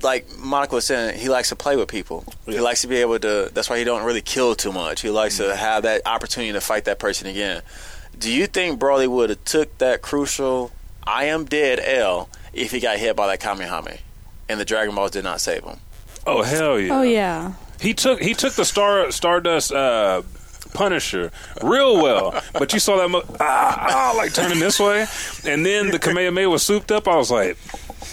like Monica was saying, he likes to play with people. He likes to be able to. That's why he don't really kill too much. He likes to have that opportunity to fight that person again. Do you think Broly would have took that crucial "I am dead" L if he got hit by that Kamehameha and the Dragon Balls did not save him? Oh hell Oh yeah. He took he took the star Stardust uh, Punisher real well, but you saw that mo- ah, ah, like turning this way, and then the Kamehameha was souped up. I was like,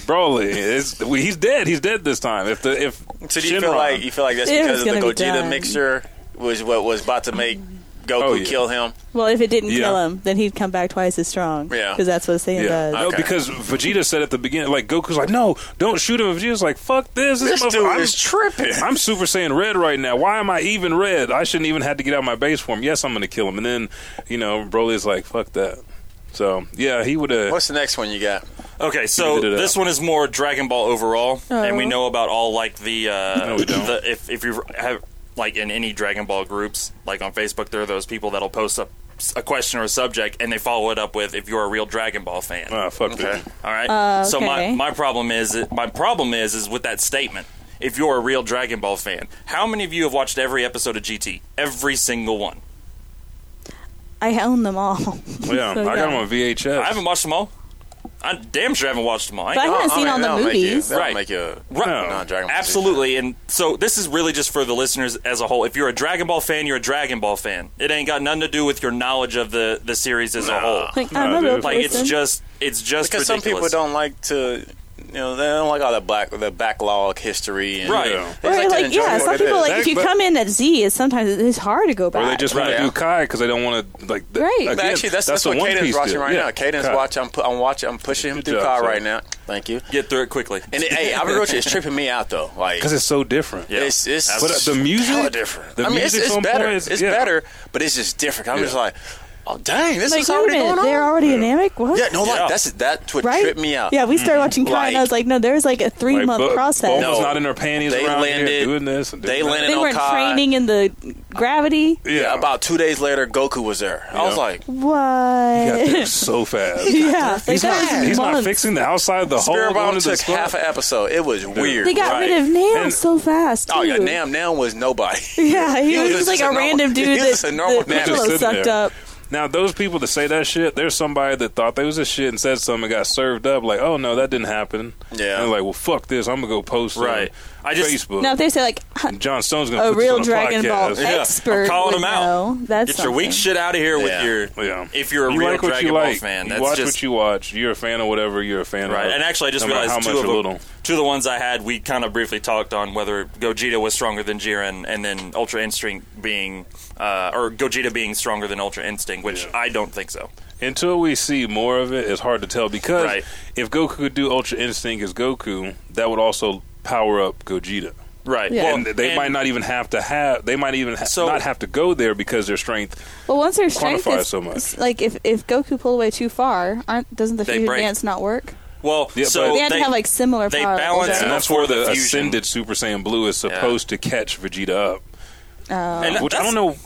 Broly, it's, we, he's dead. He's dead this time. If the if So do you Shinron- feel like you feel like that's It because was of the gonna be Mm-hmm. Gogeta done. mixture was what was about to make Goku Oh, yeah. kill him? Well, if it didn't Yeah. kill him, then he'd come back twice as strong. Yeah. Because that's what Saiyan does. No, Okay. because Vegeta said at the beginning, like Goku's like, no, don't shoot him. And Vegeta's like, fuck this. This motherfucker- dude I'm- is tripping. I'm Super Saiyan Red right now. Why am I even red? I shouldn't even have to get out of my base form. Yes, I'm going to kill him. And then, you know, Broly's like, fuck that. So yeah, he would have. What's the next one you got? Okay, so did it this out. one is more Dragon Ball overall, and Oh. we know about all like the, uh, No, we don't. the if if you have like in any Dragon Ball groups, like on Facebook, there are those people that'll post up s- a question or a subject, and they follow it up with if you're a real Dragon Ball fan. Ah, fuck that. all right. Uh, So my okay. my problem is my problem is is with that statement. If you're a real Dragon Ball fan, how many of you have watched every episode of GT? Every single one. I own them all. Yeah, So, I yeah. got him on VHS. I haven't watched them all. I damn sure haven't watched them all. I ain't But I haven't Oh, seen I mean, all the that'll make you- movies. that'll Right. make you a Right. non-Dragon Ball Absolutely. And so this is really just for the listeners as a whole. If you're a Dragon Ball fan, you're a Dragon Ball fan. It ain't got nothing to do with your knowledge of the, the series as a whole. Like, I'm a real dude. Like it's person. just it's fan. just Because some people ridiculous. don't like to, you know, they don't like all the black, the backlog history, and, Right. They just Or to like, enjoy yeah, what some it is. people like That- if you but- come in at Z, it's sometimes it's hard to go back. or they just want Right. to do Kai because they don't want to like. th- Right. But But again, actually, that's, that's, the what One Caden's Piece watching did. right Yeah, now. Caden's Kai. watching. I'm, pu- I'm watching. I'm pushing him Good through job, Kai sir. right now. Thank you. get through it quickly. And it, hey, I'll be real with you, It's tripping me out though. Like because it's so different. Yeah. It's it's But, uh, the music- hella different. the I mean, it's, music's it's on better. point. It's- it's yeah. better, but it's just different. I'm Yeah. just like, Oh dang, this Like, is wait a already minute, going on. they're already anemic. What? yeah, no, Yeah. like that's that's what right? tripped me out. Yeah, we started watching Kai, and Like- I was like, no, there's like a three Like, month Bo- process. Bulma's No. not in her panties They around here landed- doing this. And doing they that. landed They on weren't Kai. training in the gravity. Yeah, Yeah, about two days later, Goku was there. I was Yeah. like, What? He got there so fast. yeah, like, He's, that not, was he's not months. fixing the outside of the hole. Spirit going Bomb to the took squad. half an episode. It was weird. They got Right. rid of Nam And- so fast. Too. oh yeah, Nam Nam was nobody. Yeah, he, He was was just like just a a normal- random dude he that was a normal that Nam. Just Piccolo sitting sucked there. up. Now those people that say that shit, there's somebody that thought they was a shit and said something and got served up like, oh no, that didn't happen. Yeah. And they're like, well, fuck this. I'm gonna go post on Right. I just- Facebook. Now, if they say like And John Stone's gonna a put real this on a Dragon Ball podcast. Yeah, I'm expert, calling would him out. know. That's Get your weak something. shit out of here Yeah. with your. Yeah. If you're a you real like what Dragon you Ball like. fan, you that's watch just what you watch. You're a fan of whatever. You're a fan right. of. And actually, I just no matter realized how two much of or them- little. two of the ones I had, we kind of briefly talked on whether Gogeta was stronger than Jiren, and then Ultra Instinct being, uh, or Gogeta being stronger than Ultra Instinct, which I don't think so. Until we see more of it, it's hard to tell because Right. if Goku could do Ultra Instinct as Goku, that would also power up Gogeta. Right. Yeah. Well, and they and- might not even have to have. They might even ha- So- not have to go there because their strength. Well, once their strength quantify is so much. like if if Goku pulled away too far, aren't doesn't the They fusion break. dance not work? Well, Yeah, so but- They had to have like similar they power. levels, balance right? And out. that's where Before the, the fusion. ascended Super Saiyan Blue is supposed to catch Vegeta up. and Which I don't that's- know.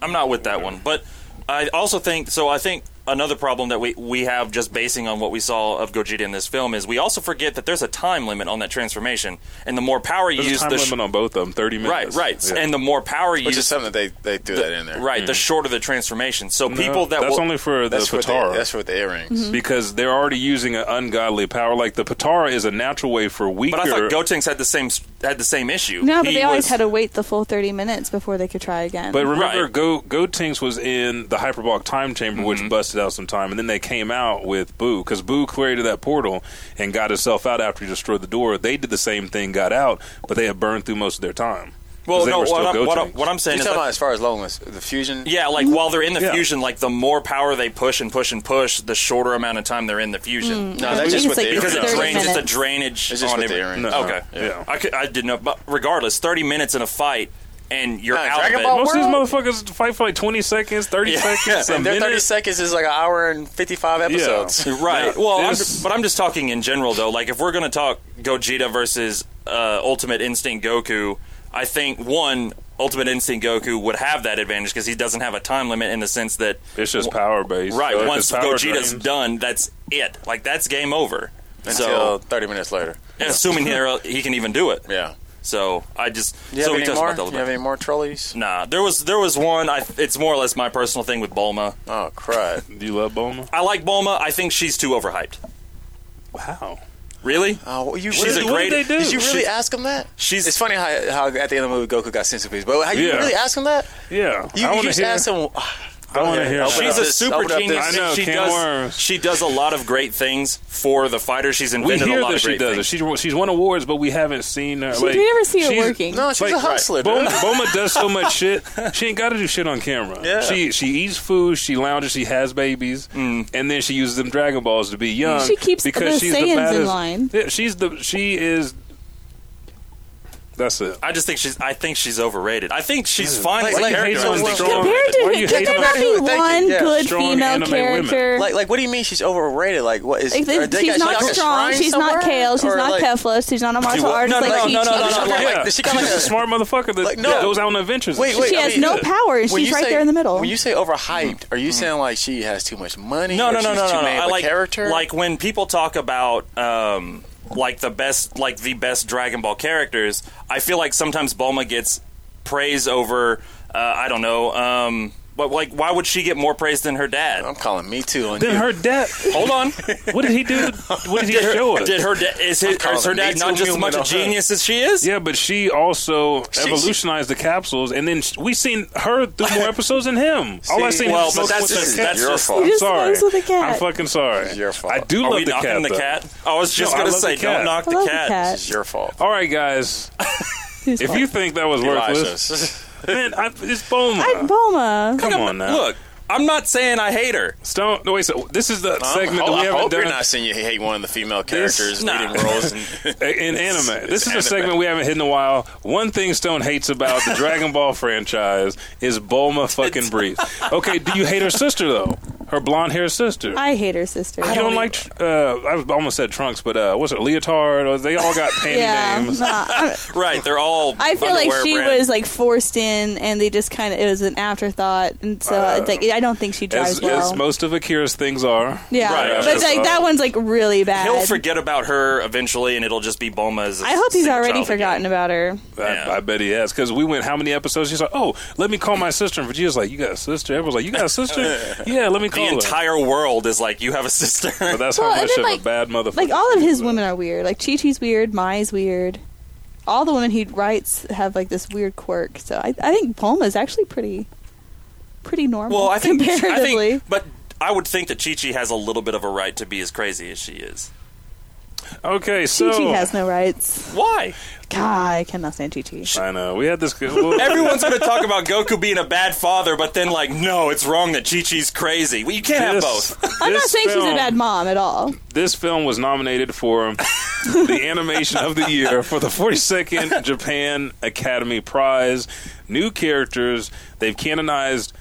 I'm not with that one, but I also think so. I think another problem that we we have just basing on what we saw of Gogeta in this film is we also forget that there's a time limit on that transformation, and the more power you There's a use, time the limit on both of them. Thirty right, minutes. right, Yeah. Mm-hmm. and the more power you Which is use, something that they they threw that in there. right, the shorter the transformation. So No, people that that's will, only for the That's for the, Patara. that's for the earrings. Mm-hmm. because they're already using an ungodly power. Like the Patara is a natural way for weaker. but I thought Gotenks had the same had the same issue. No, but He they always was- had to wait the full thirty minutes before they could try again. But remember, Right. Mm-hmm. Go Gotenks was in the hyperbolic time chamber, which busted out some time, and then they came out with Boo because Boo created that portal and got himself out after he destroyed the door. They did the same thing, got out, but they had burned through most of their time. 'Cause Well, they no, were still what, I'm, what, I'm, Gotenks. what I'm You saying is talking that- about as far as loneliness, the fusion? Yeah, like while they're in the Yeah. fusion, like the more power they push and push and push, the shorter amount of time they're in the fusion. No, I that's think just it's with like the because it 30 drains. earrings. It's a minutes. drainage It's just on with the every- earrings. No. Okay, Yeah. I, could, I didn't know, but regardless, thirty minutes in a fight, and you're Nah, out Uh, Dragon of it. Ball Most of these World? motherfuckers fight for like 20 seconds, 30 Yeah. seconds, a And their minute. 30 seconds is like an hour and 55 episodes. Right. Well, I'm, There's- but I'm just talking in general, though. Like, if we're going to talk Gogeta versus uh, Ultimate Instinct Goku, I think one Ultimate Instinct Goku would have that advantage because he doesn't have a time limit in the sense that It's just power based. right So if once it's power Gogeta's drains- done, that's it. Like that's game over. Until So 30 minutes later. and assuming he he can even do it. Yeah. So I just Do you so have we any touched more? about that Do you a little have bit. any more trolleys? Nah, there was there was one. I it's more or less my personal thing with Bulma. Oh, crud. Do you love Bulma? I like Bulma. I think she's too overhyped. Wow. Really? Oh, well, you She's really, a great- What did they do? Did you really she's- ask him that? she's- It's funny how, how at the end of the movie Goku got sensitive, but how you Yeah. really ask him that? yeah. You, I you want just to hear. ask him. I want to Okay, hear. open that. She's up a this- super open up genius. this- I know, she can does. worms. She does a lot of great things for the fighter. She's We invented hear a lot that of she great does. it. things. She's won- she's won awards, but we haven't seen her. She- like, we never see her she's- working. No, she's a right. hustler, dude. Boma, Boma does so much shit. She ain't got to do shit on camera. Yeah. She she eats food. She lounges. She has babies, Mm. and then she uses them Dragon Balls to be young. She keeps because the she's Saiyans the in baddest. line. Yeah, she's the she is. That's it. I just think she's. I think she's overrated. I think she's Yeah. fine Like- as a like character. Hazel I think Strong. Strong- Compared Why to do you could hate there them? not be Thank you, one yeah. good Strong female anime women. character? Like, like, what do you mean she's overrated? Like, what is? Like, are they- she's got- she not got a strong. shrine She's not somewhere? Kale. She's Or, not like, Kefla. She's not a martial what? artist. No, no, like no, no, no, Ichigo. no, no, no. yeah, like, she got she's like a, a- smart motherfucker that Like, no. goes out on adventures. Wait, wait, She I has mean, no the- power, and when she's you right say- there in the middle. When you say overhyped, are you saying like she has too much money? Mm-hmm. No, or no, no, she's no, too no. mad of I a like character. like when people talk about um, like the best, like the best Dragon Ball characters. I feel like sometimes Bulma gets praise over. Uh, I don't know, um, but like, why would she get more praise than her dad? I'm calling me too on Then you. her death. Hold on. What did he do? What did he show us? Did her da- is, his, calling is her it dad Me not Too just as movement much a on her. genius as she is? Yeah, but she also she- evolutionized the capsules, and then sh- we seen her through more episodes than him. All I See, seen well, him but smoke that's with just- the that's cat. your just- fault. You I'm just sorry. smokes with the cat. I'm fucking sorry. your fault. I do Are love we the knocking cat. the though. cat? I was just No, I gonna love say, the cat. don't knock I the love the cat. cat. It's your fault. All right, guys. Who's If fault? you think that was Elijah. worthless, man, I, it's Bulma. I'm Bulma. Come on now. Look, I'm not saying I hate her. Stone. No, wait. So this is the Um, segment hold- that we I haven't hope done you're not saying you hate one of the female This- characters nah. leading roles. And, in anime. This is a anime. segment we haven't hit in a while. One thing Stone hates about the Dragon Ball franchise is Bulma fucking Breeze. Okay, do you hate her sister though? Her blonde hair sister. I hate her sister. you don't like? Uh, I almost said trunks, but uh, what's it? Leotard? Or They all got panty Yeah, names. nah, I- Right, they're all. I feel like underwear she brand. was like forced in, and they just kind of it was an afterthought, and so it's like I don't think she drives As, well. as most of Akira's things are. yeah, Right, but just, like uh, that one's like really bad. He'll forget about her eventually, and it'll just be Bulma's. I hope he's single already child forgotten again. about her. I, Yeah. I bet he has because we went how many episodes? She's like, "Oh, let me call my sister." And Vegeta's like, "You got a sister?" Everyone's like, "You got a sister?" yeah, let me call The her. entire world is like, you have a sister. but that's Well, how and much then, of a like- bad motherfucker. Like all of his women are weird. Like Chi Chi's weird, Mai's weird. All the women he writes have like this weird quirk. So I, I think Palma's actually pretty, pretty normal. well, I think. I comparatively. think but I would think that Chi Chi has a little bit of a right to be as crazy as she is. okay, Chi so Chi has no rights. Why? God, I cannot stand Chi Chi. I know we had this. well, Everyone's going to talk about Goku being a bad father, but then, like, no, it's wrong that Chi Chi's crazy. Well, you can't have this- both. I'm not this saying she's film- a bad mom at all. This film was nominated for the animation of the year for the 42nd Japan Academy Prize. New characters. They've canonized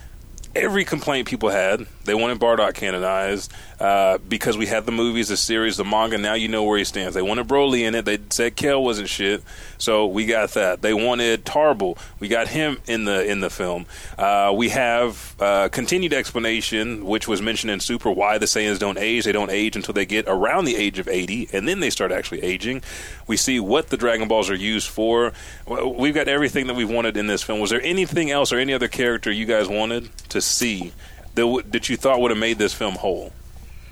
every complaint people had. They wanted Bardock canonized uh, because we had the movies, the series, the manga. Now you know where he stands. They wanted Broly in it. They said Kel wasn't shit, so we got that. They wanted Tarble. We got him in the in the film. Uh, we have uh, continued explanation, which was mentioned in Super. Why the Saiyans don't age? They don't age until they get around the age of eighty, and then they start actually aging. We see what the Dragon Balls are used for. Well, We've got everything that we wanted in this film. Was there anything else or any other character you guys wanted to see that, w- that you thought would have made this film whole?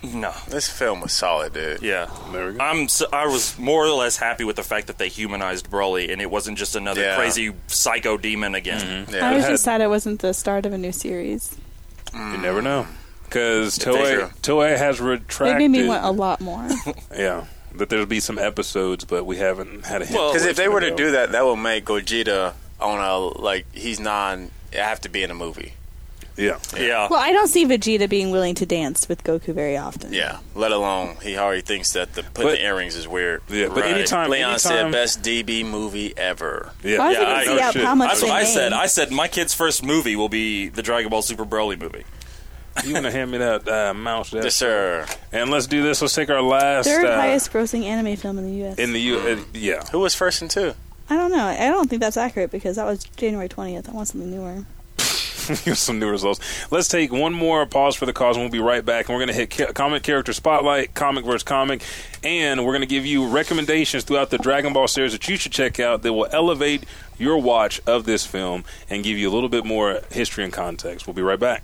No. this film was solid, dude. Yeah. There we go. I'm so, I was more or less happy with the fact that they humanized Broly and it wasn't just another Yeah. crazy psycho demon again. I Yeah. was had- just sad it wasn't the start of a new series. You never know. Because they Toei, Toei has They retracted. made me want a lot more. yeah, that there'll be some episodes, but we haven't had a hint. Well, Because if they were to do that, that would make Gogeta on a like he's non. It have to be in a movie. yeah, Yeah. well, I don't see Vegeta being willing to dance with Goku very often. Yeah. Let alone he already thinks that the putting But- the earrings is weird. Yeah, but anytime- Leon anytime- said best DB movie ever. yeah. I was Yeah, gonna I- see oh, how, shit. how much That's what they I made. said. I said my kid's first movie will be the Dragon Ball Super Broly movie. you want to hand me that uh, mouse? There? Yes, sir. And let's do this. Let's take our last Third uh, highest grossing anime film in the U.S. in the U. Uh, yeah, Who was first and two? I don't know. I don't think that's accurate because that was January 20th. I want something newer. Here's some new results. Let's take one more pause for the cause, and we'll be right back. And we're going to hit ca- comic character spotlight, comic versus comic, and we're going to give you recommendations throughout the Dragon Ball series that you should check out that will elevate your watch of this film and give you a little bit more history and context. We'll be right back.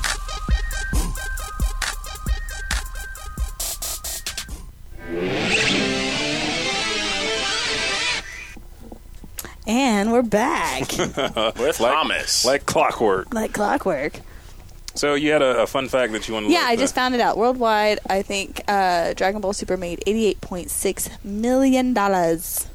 And we're back With Thomas. Like clockwork. like clockwork. So you had a, a fun fact that you wanted. to Yeah, let I the- just found it out. Worldwide, I think uh, Dragon Ball Super made $88.6 million. nice.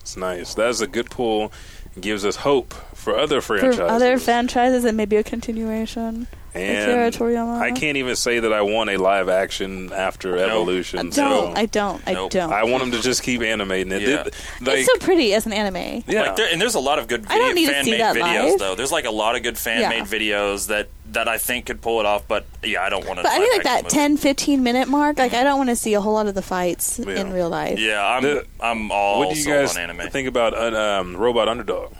It's nice. That's a good pull. It Gives us hope for other For franchises. other franchises and maybe a continuation. Akira and Toriyama. I can't even say that I want a live action after Evolution. I so- don't. I don't. I Nope. don't. I want them to just keep animating it. Yeah. It- like, it's so pretty as an anime. yeah. Like there, and there's a lot of good I don't need video, to fan see made that videos live. though. There's like a lot of good fan made Yeah. videos that that I think could pull it off. But yeah, I don't want to. But I think like that 10, 15 minute mark, like I don't want to see a whole lot of the fights Yeah. in real life. Yeah, I'm The- I'm all what do you sold guys on anime. think about uh, um, Robot Underdog?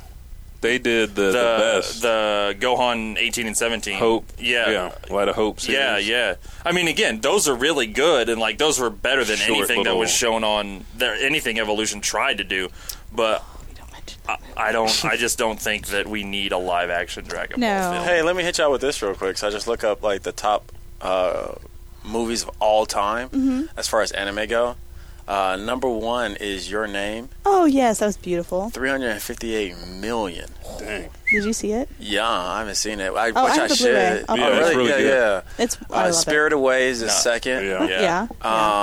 They did the, the, the best the Gohan eighteen and seventeen. hope. Yeah. yeah, light of hope. Series. Yeah, yeah. I mean, again, those are really good, and like those were better than Short anything that little- was shown on there. Anything Evolution tried to do, but I, I don't. I just don't think that we need a live action Dragon No. Ball film. Hey, let me hit y'all with this real quick. So I just look up like the top uh, movies of all time as far as anime go. Uh, number one is Your Name, Oh yes, that was beautiful. 358 million. Did you see it? Yeah, I haven't seen it. I, Oh, I wish I, have the should. Blu-ray. I'll Yeah, oh, it's really? really yeah, good. yeah. It's I Uh, love Spirit Away is the No. second. yeah. It. Yeah.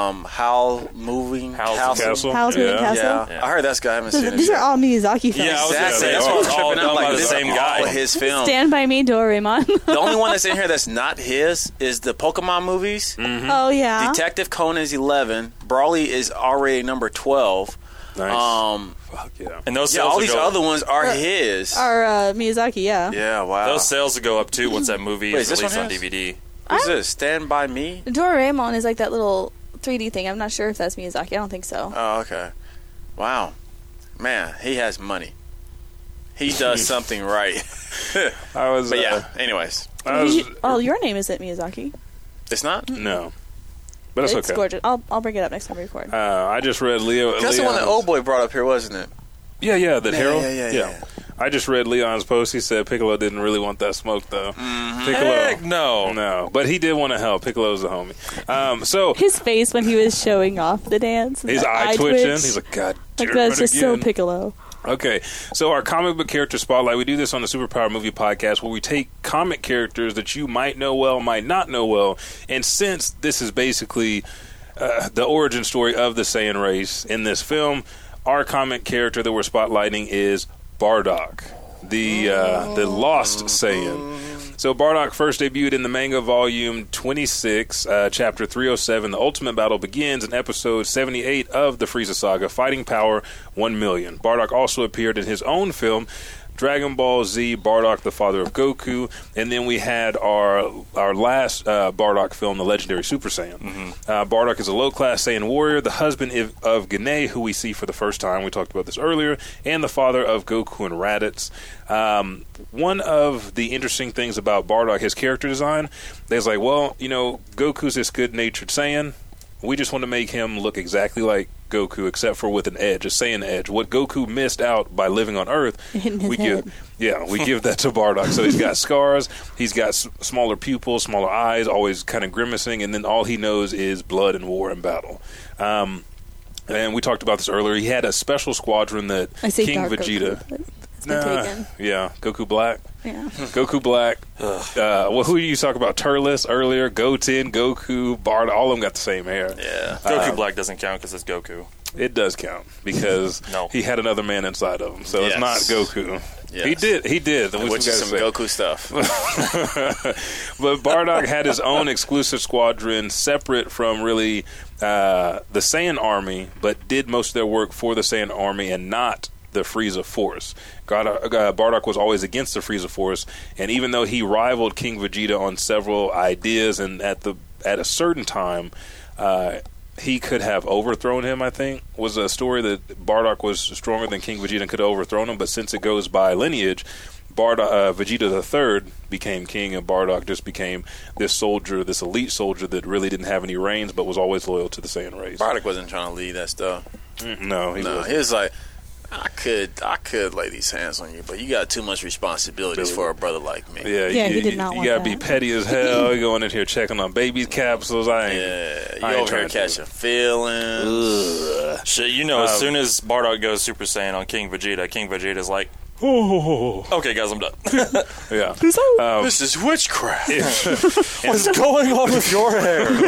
Um, Howl Moving Howl's Castle. Castle. Howl's Moving yeah. Castle. Yeah. Yeah. I heard that's good. I haven't Those- seen it. these yet. are all Miyazaki films. Yeah, I was gonna Exactly. say, That's what they are I'm all tripping done out. by Like the this same is guy. all his film. Stand by me, Doraemon. the only one that's in here that's not his is the Pokemon movies. Mm-hmm. Mm-hmm. Oh yeah. Detective Conan's 11. Brawly is already number 12. Nice. Um, Fuck yeah. And those yeah, sales all will these go other ones are Uh, his. Or uh, Miyazaki, yeah. yeah, wow. Those sales will go up too once that movie Wait, is is this released one on his? DVD. Who's this? Stand by me. Doraemon is like that little 3D thing. I'm not sure if that's Miyazaki. I don't think so. Oh, okay. Wow, man, he has money. He does something right. I was. But uh, yeah. Anyways, I was You- oh, your name isn't Miyazaki. it's not. no, but it's, it's okay. gorgeous. I'll, I'll bring it up next time we record. Uh, I just read Leo. That's the one that Leon's- old boy brought up here, wasn't it? Yeah, yeah, that Yeah, Harold. yeah, yeah, yeah. I just read Leon's post. He said Piccolo didn't really want that smoke though. Mm-hmm. Piccolo, Heck no. no, but he did want to help. Piccolo's a homie. Um, so His face when he was showing off the dance. and his the eye twitching. He's like, God, like damn that's it just so again." Piccolo. Okay, so our comic book character spotlight. We do this on the Superpower Movie Podcast, where we take comic characters that you might know well, might not know well, and since this is basically uh, the origin story of the Saiyan race in this film, our comic character that we're spotlighting is Bardock, the uh, the lost Saiyan. So Bardock first debuted in the manga volume 26, uh, chapter 307. The ultimate battle begins in episode 78 of the Frieza saga, Fighting Power 1 Million. Bardock also appeared in his own film. Dragon Ball Z, Bardock, the father of Goku, and then we had our our last uh, Bardock film, the legendary Super Saiyan. Uh, Bardock is a low class Saiyan warrior, the husband of, of Gane, who we see for the first time. We talked about this earlier, and the father of Goku and Raditz. Um, one of the interesting things about Bardock, his character design, there's like, well, you know, Goku's this good natured Saiyan. We just want to make him look exactly like Goku, except for with an edge, a Saiyan edge. What Goku missed out by living on Earth, Hitting his we give, head. yeah, we give that to Bardock. So he's got scars, he's got s- smaller pupils, smaller eyes, always kind of grimacing, and then all he knows is blood and war and battle. Um, and we talked about this earlier. He had a special squadron that I say King Dark Vegeta. Goku, but it's been Nah, taken. yeah, Goku Black. Yeah. Goku Black. Uh, well, who you talk about? Turles earlier, Goten, Goku, Bardock. All of them got the same hair. Yeah. Goku Black doesn't count because it's Goku. It does count because No. he had another man inside of him, so it's Yes. not Goku. Yes. He did. He did. Which Which we is gotta some say. Goku stuff. but Bardock had his own exclusive squadron, separate from really uh, the Saiyan army, but did most of their work for the Saiyan army and not the Frieza force. God, uh, Bardock was always against the Frieza force, and even though he rivaled King Vegeta on several ideas, and at the at a certain time. Uh, he could have overthrown him, I think, was a story that Bardock was stronger than King Vegeta and could have overthrown him. But since it goes by lineage, Bardo uh, Vegeta the Third became king, and Bardock just became this soldier, this elite soldier that really didn't have any reins, but was always loyal to the Saiyan race. Bardock wasn't trying to lead that stuff. No, he No, wasn't. he was like, I could, I could lay these hands on you, but you got too much responsibilities for a brother like me. Yeah, Yeah, you, he did you- not you want gotta be that. petty as hell. you going in here checking on babies' capsules. I ain't. Yeah, I you ain't over trying here to do catching feelings. Shit, you know, as soon as Bardock goes Super Saiyan on King Vegeta, King Vegeta's like, okay, guys, I'm done. Yeah. this is witchcraft. What's going on with your hair? King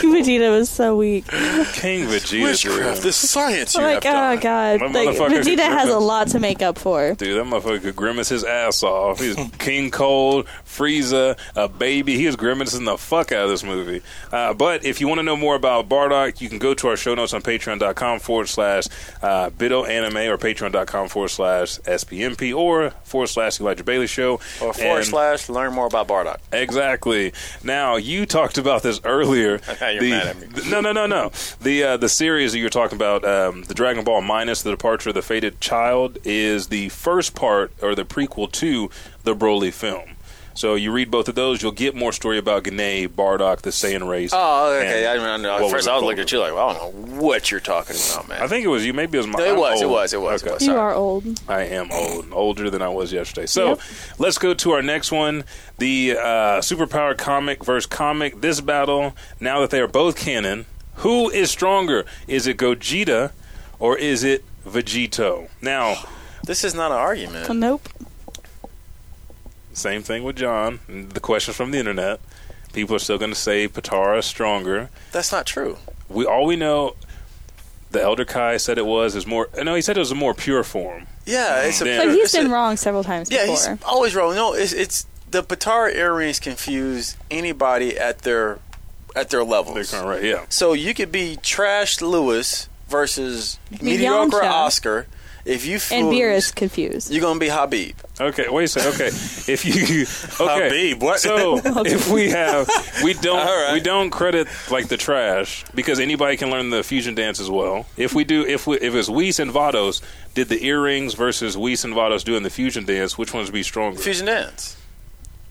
Vegeta was so weak. King Vegeta. witchcraft. Dude. This is science you have like, oh done. god. My Like motherfucker could Vegeta has rip a him. lot to make up for. Dude, that motherfucker could grimace his ass off. He's King Cold, Frieza, a baby. He was grimacing the fuck out of this movie. Uh, but if you want to know more about Bardock, you can go to our show notes on patreon.com forward slash uh, Bido Anime or patreon.com forward slash slash SPMP or forward slash Elijah Bailey Show. Or forward And- slash learn more about Bardock. Exactly. Now you talked about this earlier. You're the, mad at me. th- no, no, no, no. The uh, the series that you're talking about, um, the Dragon Ball minus the Departure of the Fated Child, is the first part or the prequel to the Broly film. So you read both of those, you'll get more story about Gane, Bardock, the Saiyan race. Oh, and okay. I didn't know. what At first, was I was called. looking at you like, well, I don't know what you're talking about, man. I think it was you. Maybe it was my. No, it I'm was, it old. was, it was, it Okay. was. You Sorry. are old. I am old, older than I was yesterday. So Yep. let's go to our next one: the uh, superpower comic versus comic. This battle, now that they are both canon, who is stronger? Is it Gogeta or is it Vegito? Now, This is not an argument. Uh, Nope. same thing with John. The questions from the internet. People are still going to say Patara is stronger. That's not true. We all we know. The Elder Kai said it was is more. No, he said it was a more pure form. Yeah, it's a. But But Yeah, he's it's a- been wrong several times Yeah, he's before. always wrong. No, it's, it's the Patara earrings confuse anybody at their at their They're levels. kind of right. Yeah. So you could be trash Lewis versus mediocre Yamcha. Oscar. If you And lose, Beerus confused. you're gonna be Habib. Okay, wait a second. Okay, if you okay, Habib, Uh, what? So if we have, we don't All right. we don't credit like the trash because anybody can learn the fusion dance as well. If we do, if we if it's Weiss and Vados did the earrings versus Weiss and Vados doing the fusion dance, which ones would be stronger? Fusion dance.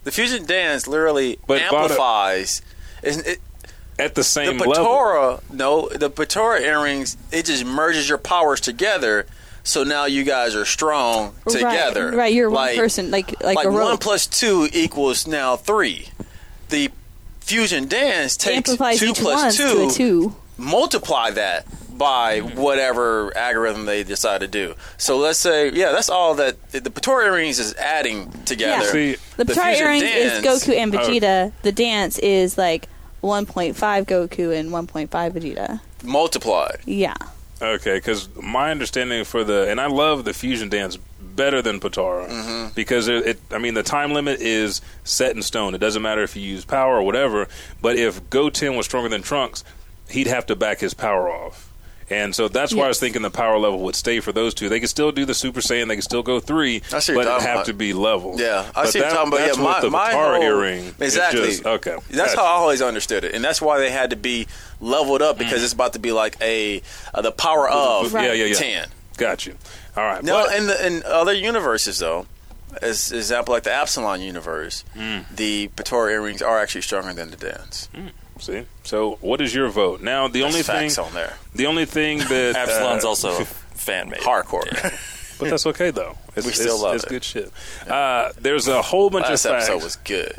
The fusion dance literally But Vada- amplifies. Isn't it, At the same the level, Patora, no, the Patora earrings, it just merges your powers together. So now you guys are strong together. Right, right you're Like- one person, like like, a one rope. plus two equals now three. The fusion dance takes amplifies two each plus one two, to a two. multiply that by whatever algorithm they decide to do. So let's say, yeah, that's all that the, the Pretorian rings is adding together. Yeah. See, The The Patara fusion earrings dance- is Goku and Vegeta. The dance is like 1.5 Goku and 1.5 Vegeta. multiplied. Yeah. Okay, because my understanding for the and I love the fusion dance better than Patara Mm-hmm. because it, it. I mean, the time limit is set in stone. It doesn't matter if you use power or whatever. But if Goten was stronger than Trunks, he'd have to back his power off. And so that's why I was Yes. thinking the power level would stay for those two. They could still do the Super Saiyan, they could still go three, I but see it'd what you're have talking about. to be level. Yeah, I But see what that- you're talking about. That's yeah, what my, the my Patara whole- earring is exactly. just- okay, that's gotcha. how I always understood it, and that's why they had to be leveled up Mm-hmm. because it's about to be like a uh, the power of Yeah, yeah, yeah. ten. Got you. All right. No, but- in the in other universes though, as as example like the Absalon universe, Hmm. the Patora earrings are actually stronger than the dance. see. So what is your vote? Now the There's Hmm. only facts thing on there, the only thing that Absalon's uh, also a fan made. hardcore. But that's okay though. It's, We still it's- love it's it. good shit. Uh, there's a whole bunch Last of facts. episode was good.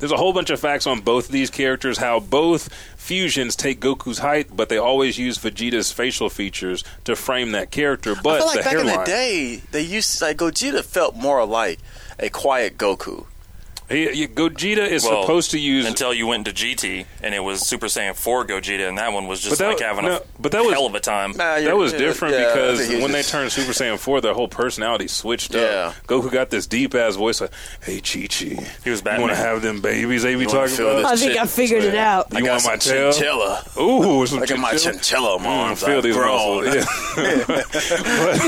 there's a whole bunch of facts on both of these characters. How both fusions take Goku's height, but they always use Vegeta's facial features to frame that character. But I feel like the back hairline, in the day, they used like Gogeta felt more like a quiet Goku. He- he- Gogeta is Well, supposed to use. until you went to GT and it was Super Saiyan 4 Gogeta, and that one was just But that- like having no, a but that was- hell of a time. Nah, that you're- was Ah, yeah, different yeah, I because think he was when they just- turned Super Saiyan 4, their whole personality switched Yeah. up. Goku got this deep ass voice like, hey, Chi Chi. He was You want Batman. to have them babies they be wanna talking feel about? this I think I figured it out. You Oh, I got want my some tail? chinchilla. Ooh, some Look at my chinchilla. chinchilla Mm, arms. feel I've these grown. muscles.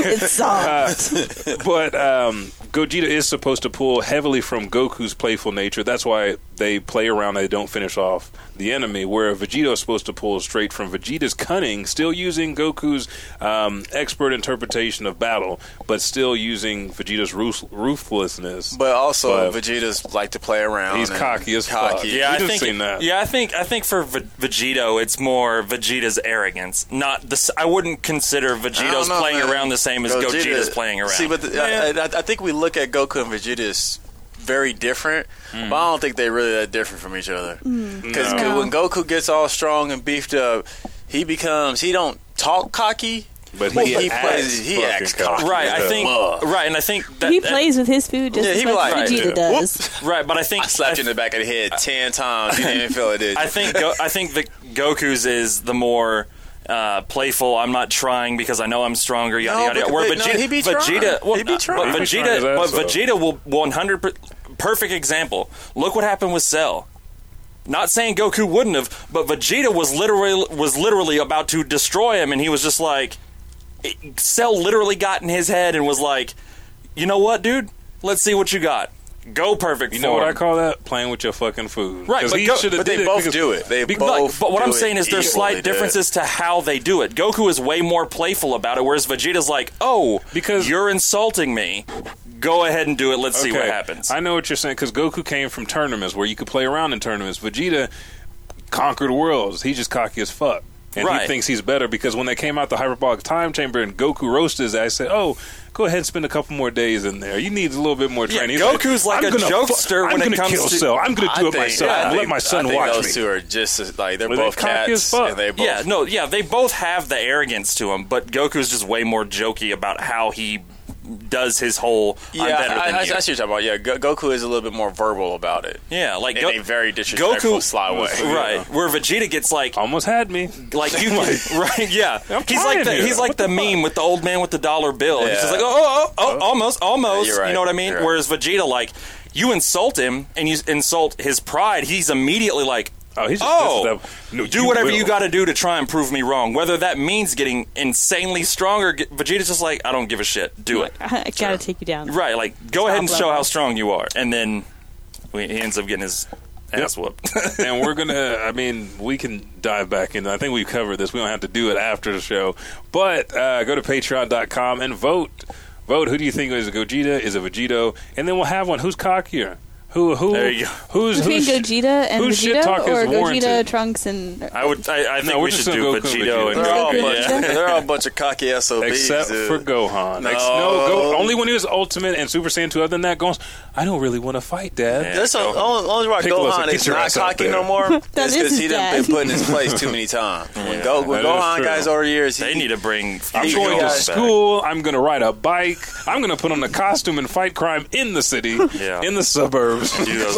It's soft. but um, Gogeta is supposed to pull heavily from Goku's playful nature. That's why they play around; they don't finish off the enemy. Where Vegeta is supposed to pull straight from Vegeta's cunning, still using Goku's um, expert interpretation of battle, but still using Vegeta's ruth- ruthlessness. But also, But- Vegeta's like to play around. He's and cocky as fuck. cocky. yeah, we I just think. seen that. Yeah, I think. I think for v- Vegito, it's more Vegeta's arrogance. Not the. s- I wouldn't consider I don't Vegito's know, playing man. around the same as Gogeta- Gogeta's playing around. See, but the, I, I, I think we look at Goku and Vegeta as very different, but I don't think they're really that different from each other. Because No. when Goku gets all strong and beefed up, he becomes he don't talk cocky, But he acts he fucking acts cocky. cocky. right, I as think. fuck. Right, and I think that, he that- plays with his food just Yeah, he as be much like, as Vegeta yeah. does. right, but I think I slapped I you in the back of the head ten times. You didn't even feel it, did you? I think Go- I think the Goku's is the more uh, playful. I'm not trying because I know I'm stronger. Yada No, yada. but- yada. Where but no, Vegeta, he be trying. Vegeta, well, He be uh, trying. but He be trying his Vegeta, ass but off. Vegeta will 100 per- perfect example. Look what happened with Cell. Not saying Goku wouldn't have, but Vegeta was literally was literally about to destroy him, and he was just like. it- Cell literally got in his head and was like, "You know what, dude? Let's see what you got. Go perfect." You know what form." I call that? Playing with your fucking food. Right, 'Cause but he go- shoulda but they did it both because- do it. They Because- But- both. But, what do I'm it saying is there's equally, slight dude. differences to how they do it. Goku is way more playful about it, whereas Vegeta's like, "Oh, Because- you're insulting me. Go ahead and do it. Let's see what Okay, happens." I know what you're saying because Goku came from tournaments where you could play around in tournaments. Vegeta conquered worlds. He's just cocky as fuck. And he Right. thinks he's better because when they came out the hyperbolic time chamber and Goku roasted his ass, I said, "Oh, go ahead and spend a couple more days in there. You need a little bit more Yeah, training." Goku's like "I'm a gonna fu- jokester I'm when gonna it comes kill to- Cell. I'm going to do it think- myself. I Let think- my son I think watch those me." two are just as, like they're Well, they're both cocky as cats. fuck. And they both yeah, no, yeah, they both have the arrogance to him, but Goku's just way more jokey about how he does his whole I'm Yeah, better I, than I, you. that's what you're talking about. Yeah, Go- Goku is a little bit more verbal about it. yeah, like in Go- a very disrespectful, Goku, sly way. Right, where Vegeta gets like Almost had me. like you right yeah I'm he's like trying the, here. he's like What the, the meme with the old man with the dollar bill he's just Yeah. like oh, oh, oh, oh almost almost you're right. you know what i mean You're right. whereas vegeta like you insult him and you insult his pride he's immediately like Oh, he's just oh, pissed off. No, do you whatever will. you got to do to try and prove me wrong. Whether that means getting insanely stronger, Vegeta's just like, I don't give a shit. Do it. I gotta take you down. Right, like go ahead and show level. how strong you are, and then we- he ends up getting his ass whooped. and we're gonna i mean we can dive back into i think we've covered this we don't have to do it after the show but uh, go to patreon.com and vote vote who do you think is a gogeta is a vegito and then we'll have one who's cockier who who There you go. who's Between who's Gogeta and whose shit Vegeta, talk is or Gogeta, warranted? Trunks, and I would, I, I think we're we just should do gonna go Goku Vegito and and They're all, a Goku. bunch, yeah. they're all a bunch of cocky SOBs. Except dude. for Gohan. No. Ex- no Go- only when he was Ultimate and Super Saiyan 2. Other than that, Gohan's, I don't really want to fight, Dad. That's the only, only why Piccolo said, Gohan "Get is your not ass out cocky there." no more is That is because he his done dad. been put in his place too many times. When, Go, when that is Gohan true. guys over the years, he, They need to bring. I'm He going to goes back. school. I'm going to ride a bike. I'm going to put on a costume and fight crime in the city, Yeah. in the suburbs. those-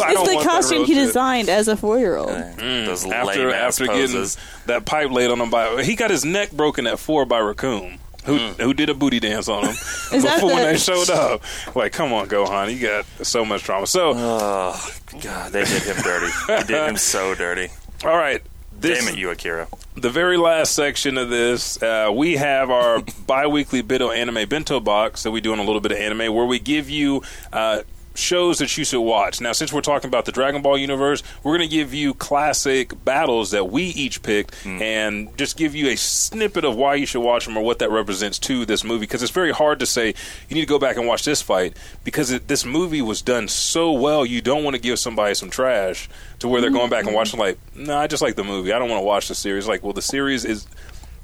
I it's don't the want Uh, that costume road he trip. designed as a four-year-old. Mm. Those after lame-ass after poses. getting that pipe laid on him by he got his neck broken at four by Raccoon. Who, Hmm. who did a booty dance on him Is that before the- when they showed up? Like, come on, Gohan, you got so much trauma. So, Oh God, they did him dirty. they did him so dirty. all right, this Damn it, you Akira. the very last section of this, uh, we have our bi-weekly Bito Anime Bento Box that we do on a little bit of anime, where we give you uh, shows that you should watch. Now, since we're talking about the Dragon Ball universe, we're going to give you classic battles that we each picked, Hmm. and just give you a snippet of why you should watch them or what that represents to this movie. Because it's very hard to say you need to go back and watch this fight because it, this movie was done so well, you don't want to give somebody some trash to where they're going back and watching like, no, I just like the movie. I don't want to watch the series. Like, well, the series is.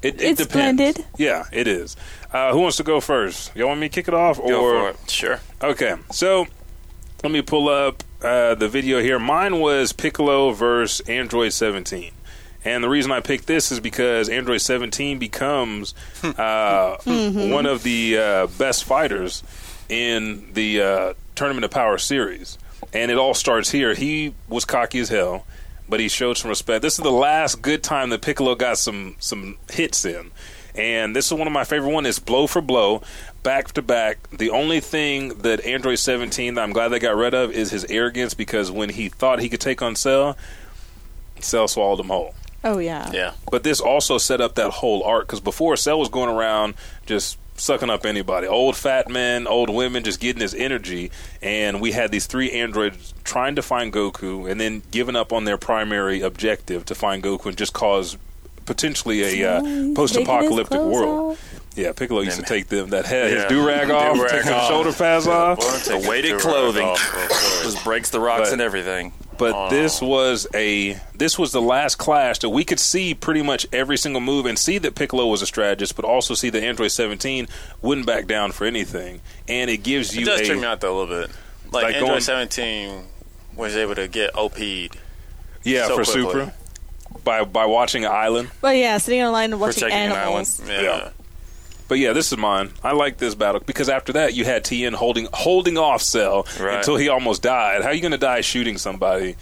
It, it It's depends. blended. Yeah, it is. Uh, who wants to go first? Y'all want me to kick it off, or for it. sure. okay? So let me pull up uh, the video here. Mine was Piccolo versus Android 17. And the reason I picked this is because Android 17 becomes uh, one of the uh, best fighters in the uh, Tournament of Power series. And it all starts here. He was cocky as hell, but he showed some respect. This is the last good time that Piccolo got some, some hits in. And this is one of my favorite one is blow for blow, back to back. The only thing that Android 17 that I'm glad they got rid of is his arrogance because when he thought he could take on Cell, Cell swallowed him whole. Oh yeah. Yeah. But this also set up that whole arc because before Cell was going around just sucking up anybody, old fat men, old women, just getting his energy. And we had these three androids trying to find Goku and then giving up on their primary objective to find Goku and just cause potentially a uh, post-apocalyptic Taking his clothes world. off. Yeah, Piccolo used to Then- take them that head, Yeah. his do rag off, Do-rag take the off. shoulder pads off. The Weighted clothing just breaks the rocks But- and everything. But Oh. this was a this was the last clash that we could see pretty much every single move and see that Piccolo was a strategist, but also see that Android 17 wouldn't back down for anything, and it gives you It does a- trick me out though a little bit. Like, Like Android going- 17 was able to get OP'd. yeah so for quickly. Super by by watching Island. But yeah, sitting on a line and watching Protecting an animals. Yeah. Yeah. But yeah, this is mine. I like this battle because after that you had TN holding holding off Cell Right. until he almost died. How you going to die shooting somebody?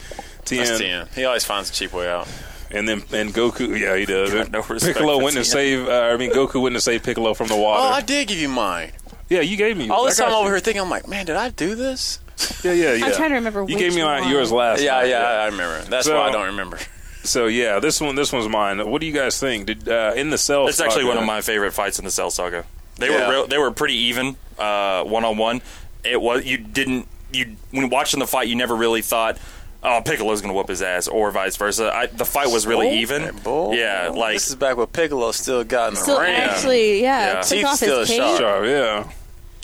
That's 10. He always finds a cheap way out. And then and Goku, yeah, he does. Got no respect Piccolo for went to Tien. save. Uh, I mean, Goku went to save Piccolo from the water. Oh, I did give you mine. yeah, you gave me All I this got time I'm you. over here thinking, I'm like, man, did I do this? Yeah, yeah, yeah. trying to remember You which gave me like one. yours last. Yeah, night, yeah, I remember. That's So- why I don't remember. So yeah, this one this one's mine. What do you guys think? Did uh, in the cell? It's actually one saga- of my favorite fights in the Cell Saga. They Yeah. were real, they were pretty even one on one. It was you didn't you when watching the fight you never really thought oh Piccolo's gonna whoop his ass or vice versa. I, the fight was really even. Bull. Yeah, like this is back when Piccolo still got in the Still ring. actually, yeah, Yeah. took Teeth off still his cape. sharp. Sure, yeah.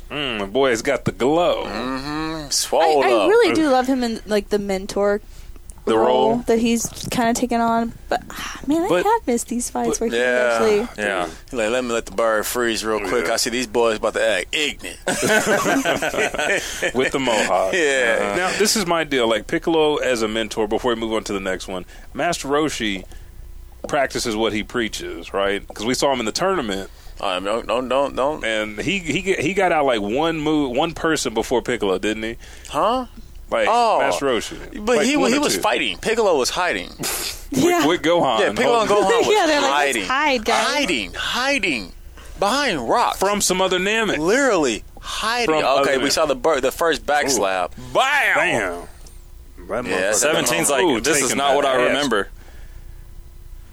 Mm, the boy's got the glow. Mm. I, Swallowed I up. really Oh, do love him in like the mentor. The role. that he's kind of taken on, but ah, man, But- I have missed these fights where he Yeah. actually. yeah. He Like, let me let the bird freeze real quick. I see these boys about to act ignorant. with the mohawk. Uh, Yeah. Now this is my deal. Like Piccolo as a mentor. Before we move on to the next one, Master Roshi practices what he preaches, right? Because we saw him in the tournament, Um, don't, don't, don't, don't. and he he get- he got out like one move, one person before Piccolo, didn't he? Huh? Like Oh. Master Roshi. But Like, he, one he or was two. fighting. Piccolo was hiding. Yeah. with Gohan. yeah, Piccolo and holding- Gohan was Yeah, they're like, hiding. "Let's hide, guys." Hiding, hiding. Behind rocks. from some other Namek. literally hiding. From okay, other- we saw the bird, the first back slap. Bam. That Yeah, motherfucker- 17's like Ooh, this is taking not what that I ass. remember.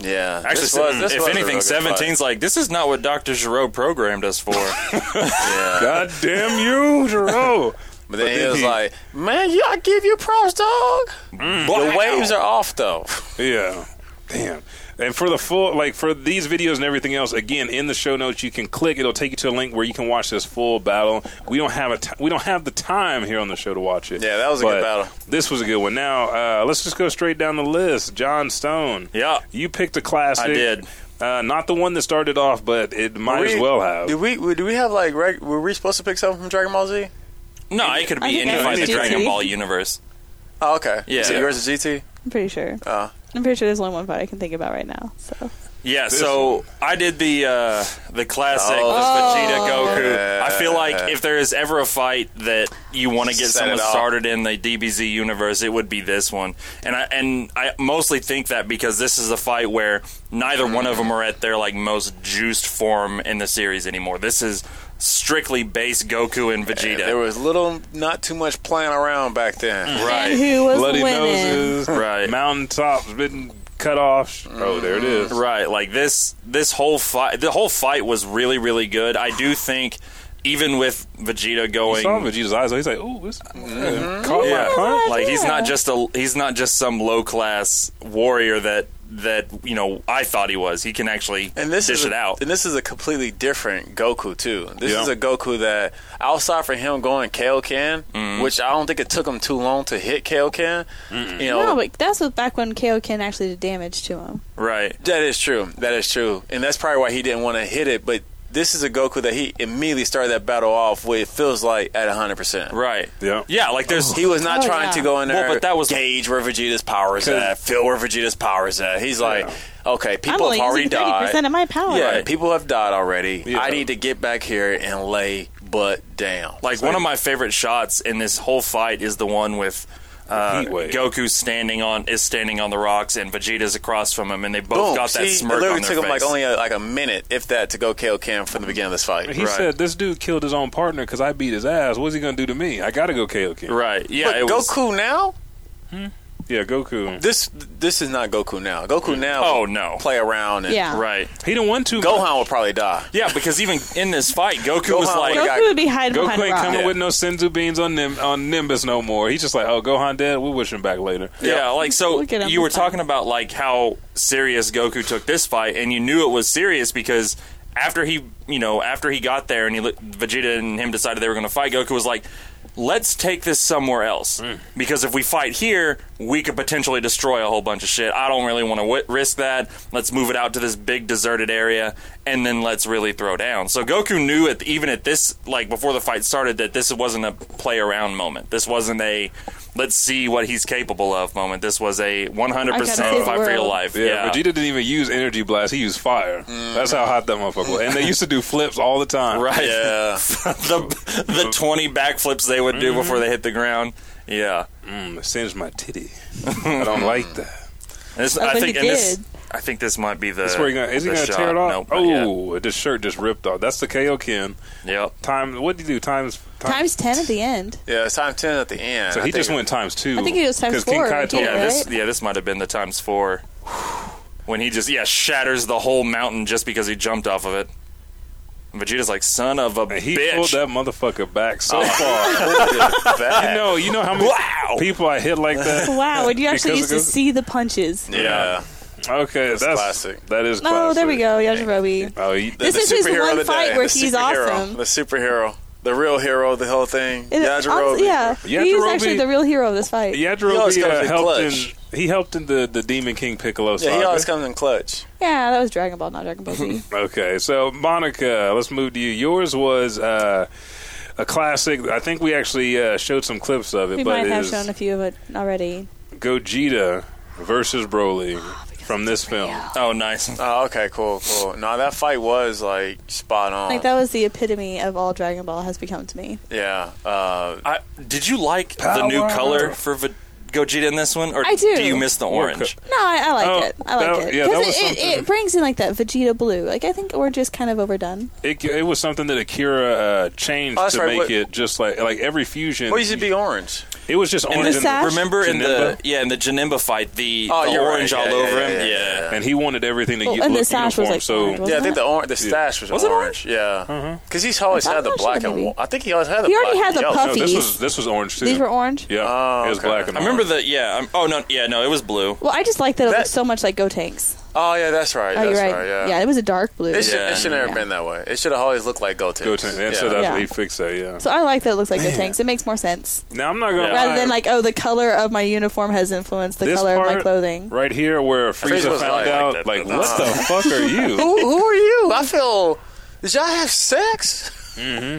Yeah. Actually, this was- this if was a anything, real good 17's like this is not what Doctor Giro programmed us for. fight. Yeah. God damn you, Jiro. But then, he was like, "Man, you, I give you props, dog. Mm. The waves are off though. Yeah. Damn. And for the full, like for these videos and everything else, again in the show notes, you can click. It'll take you to a link where you can watch this full battle. We don't have a t- we don't have the time here on the show to watch it. Yeah, that was a But good battle. This was a good one. Now uh, let's just go straight down the list. John Stone. Yeah. you picked a classic. I did. Uh, not the one that started off, but it might as well have. Did we? Do we have like? Reg, were we supposed to pick something from Dragon Ball Z? No, it could I be think any I fight in did the Dragon too. Ball universe. Oh, okay. Yeah. Is it yours is GT? I'm pretty sure. Uh. I'm pretty sure there's only one fight I can think about right now. So Yeah, so I did the uh, the classic Oh. the Vegeta Goku. I feel like if there is ever a fight that you want to get Set it someone off. started in the DBZ universe, it would be this one. And I and I mostly think that because this is a fight where neither one Mm. of them are at their like most juiced form in the series anymore. This is strictly base Goku and Vegeta. There was little, not too much playing around back then. and right. who was Bloody winning? noses, Right. Mountaintops been cut off. Oh, there it is. Right, like this this whole fight the whole fight was really really good. I do think even with Vegeta You going saw Vegeta's eyes. He's like, "Ooh, this caught Yeah, my heart." like he's not just a he's not just some low class warrior that that you know I thought he was. He can actually And this dish is a, it out. And this is a completely different Goku too. This Yeah. is a Goku that outside for him going Kaioken, Mm-hmm. which I don't think it took him too long to hit Kaioken. You know, No, but that's what back when Kaioken actually did damage to him. Right. That is true. That is true. And that's probably why he didn't want to hit it. But this is a Goku that he immediately started that battle off with, it feels like, at 100%. Right. Yeah. Yeah, like there's He was not Oh, trying yeah. to go in Well, there. but that was- gauge where Vegeta's power is at, feel where Vegeta's power is at. He's like, okay, I'm people only have already using thirty died. percent of my power. Yeah, Right. people have died already. Yeah. I need to get back here and lay butt down. like one of my favorite shots in this whole fight is the one with uh, Heat wave. Goku standing on is standing on the rocks and Vegeta's across from him and they both Boom. got that See, smirk it literally on their took him like face. only a, like a minute, if that, to go kill Kim from the beginning of this fight. He said, "This dude killed his own partner because I beat his ass. What's he gonna do to me? I gotta go KO King." right. Yeah, but it was Goku now? Yeah, Goku. This this is not Goku now. Goku now. Oh, no. Play around and Yeah. right. He didn't want to. Gohan will probably die. Yeah, because even in this fight Goku was Gohan like was- Goku would be hiding Goku behind ain't coming rocks. with no senzu beans on Nim- on Nimbus no more. He's just like, "Oh, Gohan dead. We'll wish him back later." Yeah, like so Look at him. you were talking about like how serious Goku took this fight and you knew it was serious because after he, you know, after he got there and he looked- Vegeta and him decided they were going to fight, Goku was like, "Let's take this somewhere else because if we fight here, we could potentially destroy a whole bunch of shit. I don't really want to w- risk that. Let's move it out to this big deserted area and then let's really throw down." So Goku knew at even at this like before the fight started that this wasn't a play around moment. This wasn't a let's see what he's capable of moment. This was a I 100% gotta save fight the for your world. life. Yeah, Yeah, Vegeta didn't even use energy blast. He used fire. That's how hot that motherfucker was. And they used to do flips all the time. Right. the the 20 backflips they would do Mm-hmm. before they hit the ground. Yeah. Mm, it singed my titty. I don't like that. And this, That's I what think Oh, he and this did. I think this might be the That's where he gonna, is he the gonna shot. tear it off? Nope, not yet. oh, this shirt just ripped off. That's the KO Ken. Yep. Time. What did he do? Times. Times ten at the end. Yeah, it's time ten at the end. So I he think just went times two. I think it was times Because King four, Kai right? told Yeah, him this yeah, this might have been the times 4. when he just yeah shatters the whole mountain just because he jumped off of it. And Vegeta's like son of a And he pulled bitch. that motherfucker back so far. That. you know, you know how many people I hit like that. Wow, and you actually Because used it to goes- see the punches. Yeah. Okay, that's, classic. That is. No, classic. there we go, Yajirobe. Oh, you, The- This the is his superhero one of the fight day, where the he's superhero, awesome. The superhero. The real hero, the whole thing. It- Yajirobe. honestly, yeah, he was Yajirobe- actually the real hero of this fight. Yadro always comes uh, in helped clutch. in. He helped in the, the Demon King Piccolo saga. Yeah, he always comes in clutch. Yeah, that was Dragon Ball, not Dragon Ball Z. Okay, so Monica, let's move to you. Yours was uh, a classic. I think we actually uh, showed some clips of it, we but might have it's shown a few of it already. Gogeta versus Broly from this film. oh, nice. Oh, okay, cool, cool. No, that fight was like spot on. Like that was the epitome of all Dragon Ball has become to me. Yeah. Uh, I, did you like the new Power. color for v- Gogeta in this one, or I do. you miss the orange? No, I, I like Oh, it. I like that- it yeah, that was it, it, something. it brings in like that Vegeta blue. Like I think orange is kind of overdone. It, it was something that Akira uh, changed Oh, that's to right, make what- it just like like every fusion. what used to be orange? It was just And orange. the and- sash? Remember in the Janemba? yeah in the Janemba fight the, Oh, the you're right. orange Yeah, all yeah, over yeah, him. yeah, Yeah. yeah. and he wanted everything to Oh, get and the look sash was, uniform. like, so orange, wasn't yeah, I think it? the orange, the stash was, Was it orange. Yeah, because he's always I had the thought black so, and maybe. wa- I think he always had. The He already black had and the yellow. no, this puffies. was this was orange too. These were orange. Yeah, Oh, it was okay. black and I remember orange. the yeah. I'm, oh no, yeah, no, it was blue. Well, I just like that it That- looks so much like Gotenks. Oh yeah, that's right. Oh, that's you're right. Yeah. it was a dark blue. It, should, Yeah. it should never Yeah. been that way. It should have always looked like Goten. Go to, and so yeah. that's Yeah. what he fixed that. Yeah. So I like that it looks like Gotenks. It makes more sense now I'm not gonna Yeah. lie. rather than like oh the color of my uniform has influenced the this color of part my clothing. right here where Frieza was found like- out like that, like, but what the fuck are you? who, who are you? I feel. Did y'all have sex?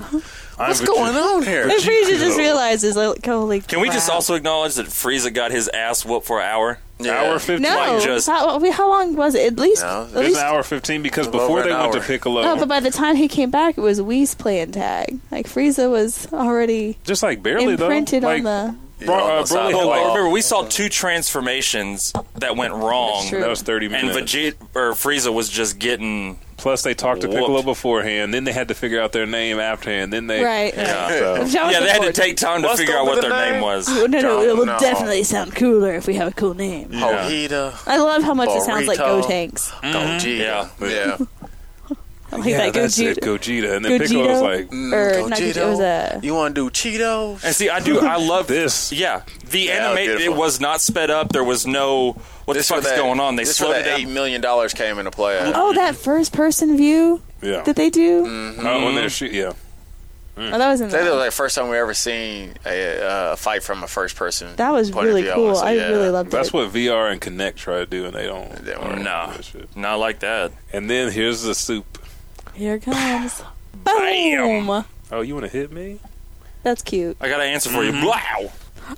What's going on here? And Frieza just Gogeta. realizes like holy. Can we just crap. also acknowledge that Frieza got his ass whooped for an hour? Yeah. Hour fifteen. No, like just- how, we- how long was it? At least, No, at it was It's least. an hour fifteen because Over before an they went to hour. Piccolo, No, Oh, but by the time he came back, it was Whis playing tag. Like Frieza was already just like barely imprinted though. on the. the. Bro, Yeah, uh, on the Broly side had wall. like Oh. Remember, we saw two transformations that went wrong, That's true. that was thirty and minutes. Vegeta or Frieza was just getting Plus they talked to Whooped. Piccolo beforehand. Then they had to figure out their name afterhand. Then they Right. Yeah, so- Which I was yeah. They had to supporting. take time to What's figure the out what other their name name? was. No, no, Don't it will know. definitely sound cooler if we have a cool name. Hojita. I love how much it sounds like Burrito. Gotenks. Gogeta. Mm-hmm. Yeah. I like yeah, that that's it, Gogeta. Gogeta. And then Piccolo was like, or not Gogeta, it was a. You want to do Cheetos? And see, I do, I love This. Yeah, the Yeah, anime it beautiful. was not sped up. There was no what the fuck's going on. They this slowed where it that down. eight million dollars came into play. at. Oh, that first person view yeah. that they do? Oh, when Mm-hmm. they're shoot, yeah. Mm-hmm. Oh, that was in That was the. like the first time we ever seen a, uh, a fight from a first person. That was point really of view, cool. honestly, I yeah. really loved That's it. what VR and Connect try to do, and they don't. They don't work. Nah. That shit. Not like that. And then here's the soup. Here it comes. Boom! Oh, you want to hit me? That's cute. I got an answer for Mm-hmm. you. Wow.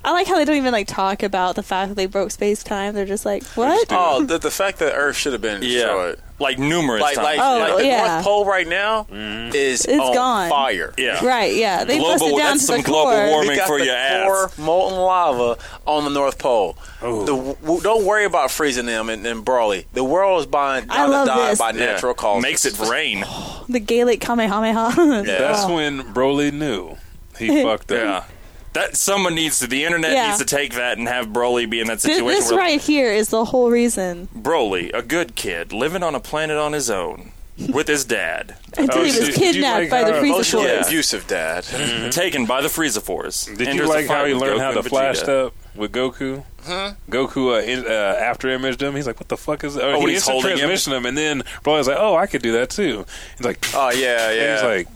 I like how they don't even like talk about the fact that they broke space time. They're just like, what? Oh, the, the fact that Earth should have been Yeah, destroyed. like numerous Like, times. like, Oh, like the yeah. North Pole right now is It's on gone. fire. yeah. Right? Yeah, they Global- busted down that's to some the global core. warming. We got for the your ass. core molten lava on the North Pole. The, w- don't worry about freezing them and, and Broly. The world is by, I bound to love die this. by Yeah. natural causes. makes it rain. The Gaelic Kamehameha. Yeah. That's Oh. when Broly knew he fucked up. Yeah. That someone needs to. The internet Yeah. needs to take that and have Broly be in that Th- situation. This where right here is the whole reason. Broly, a good kid, living on a planet on his own with his dad, Until he so was Oh, did you kidnapped like by the how Frieza Emotionally Yeah. Mm-hmm. Force. abusive, Dad. taken by the Frieza Force. Mm-hmm. Did Enters you the like fight how he with learned Goku how to and flash Vegeta. Hmm? stup with Goku? Goku uh, in, uh, after imaged him. He's like, "What the fuck is?" Or Oh, when he he's instant holding him? transmission him, and then Broly's like, "Oh, I could do that too." He's like, Oh, yeah, And yeah. he's like,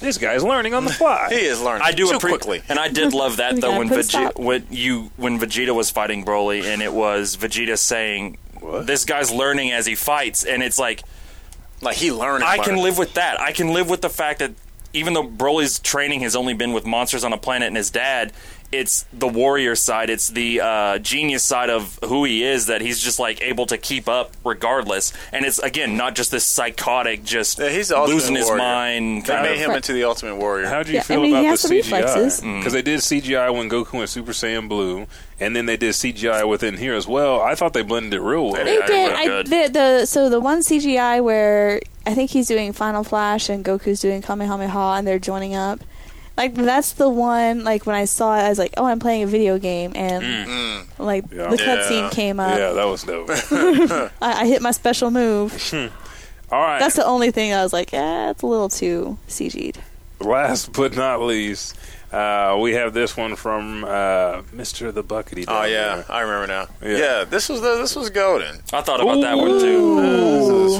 "This guy's learning on the fly." he is learning I do too appre- quickly. and I did love that We though gotta when put a Vegeta stop. when you when Vegeta was fighting Broly and it was Vegeta saying this guy's learning as he fights and it's like Like he learned. I can live with that. I can live with the fact that even though Broly's training has only been with monsters on a planet and his dad, it's the warrior side, it's the uh, genius side of who he is that he's just like able to keep up regardless. And it's again not just this psychotic, just Yeah, he's the ultimate losing his warrior. mind. They kind made him of- into the Ultimate Warrior. How do you Yeah, I feel mean, he about has the the CGI? reflexes. Because they did CGI when Goku and Super Saiyan Blue, and then they did CGI within here as well. I thought they blended it real well. They Yeah, did. we're I, good. the, the so the one CGI where I think he's doing Final Flash and Goku's doing Kamehameha and they're joining up, Like that's the one. Like when I saw it, I was like, "Oh, I'm playing a video game," and Mm. like Yeah. the Yeah. cutscene came up. yeah, that was dope. I, I hit my special move. All right. That's the only thing I was like, "Yeah, it's a little too CG'd." Last but not least, uh, we have this one from uh, Mr. the Buckety. Oh down yeah, there. I remember now. Yeah. Yeah, this was the, this was golden. I thought about that one too.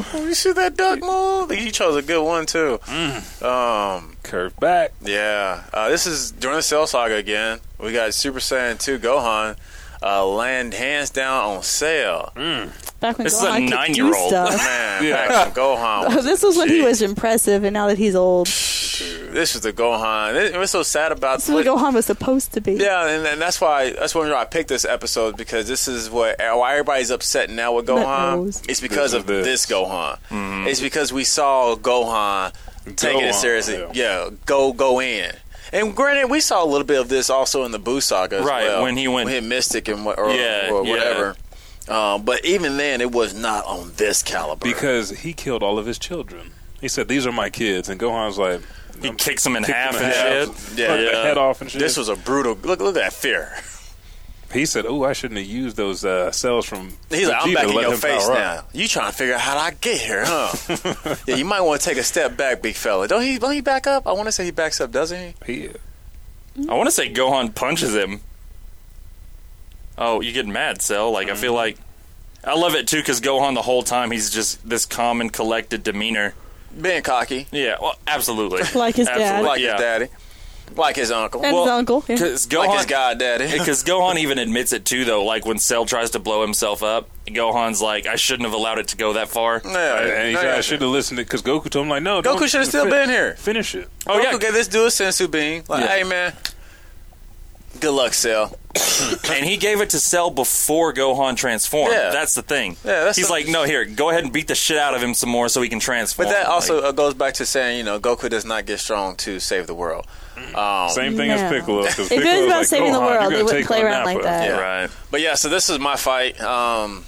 This is- you see that duck move? You chose a good one too. Mm. Um, Curved back. yeah. Uh, this is during the Cell Saga again. We got Super Saiyan 2 Gohan uh, land hands down on sale. Back when This is a Gohan could do nine-year-old. stuff. Man, Yeah. back when Gohan. Was this was when he Jeez. was impressive, and now that he's old, this This was the Gohan. It it was so sad about is what Gohan was supposed to be. Yeah, and, and that's why that's when I picked this episode because this is what why everybody's upset now with nose. Gohan. It's because This is of this. this, Gohan. It's because we saw Gohan taking Gohan, it seriously. yeah. Yeah. go go in. And granted, we saw a little bit of this also in the Boo saga, as Right, well, when he went- hit Mystic and what, or, Yeah, or yeah. whatever. Um, but even then, it was not on this caliber. Because he killed all of his children. He said, These are my kids. And Gohan's like, He kicks him in Kicked half him in and half. shit. Yeah, cut the yeah. head off and shit. this was a brutal look. Look at that fear. he said, Oh, I shouldn't have used those uh, cells from. He's like, I'm Vegeta. back in Let your him face power now. up." You trying to figure out how did I get here, huh? yeah, you might want to take a step back, big fella. Don't he? Don't he back up? I want to say he backs up, doesn't he? He, I want to say Gohan punches him. Oh, you get mad, Cell. Like, I feel Mm-hmm. like. I love it too because Gohan the whole time he's just this calm and collected demeanor. Being cocky, Yeah, well, absolutely. Like his dad. Absolutely, like yeah. his daddy, like his uncle, and his uncle. yeah. Because like Gohan, his god daddy. because Gohan even admits it too, though. Like when Cell tries to blow himself up, Gohan's like, "I shouldn't have allowed it to go that far." Yeah, and he's yeah. like, I should have listened to because Goku told him, like, No, Goku don't- should have still fin- been here. Finish it. Oh Goku yeah, gave this dude a sensu bean. Like, Yeah. hey man, good luck, Cell. and he gave it to Cell before Gohan transformed. Yeah. That's the thing. Yeah, that's he's the- like, "No, here, go ahead and beat the shit out of him some more, so he can transform." But that Oh, Like, also uh, goes back to saying, you know, Goku does not get strong to save the world. Um, Same thing as No. Piccolo. 'cause it Piccolo's was about like, saving the "Gohan, you're world, gonna they wouldn't take play on around like Nappa." that. Yeah. right. But yeah, so this is my fight. Um,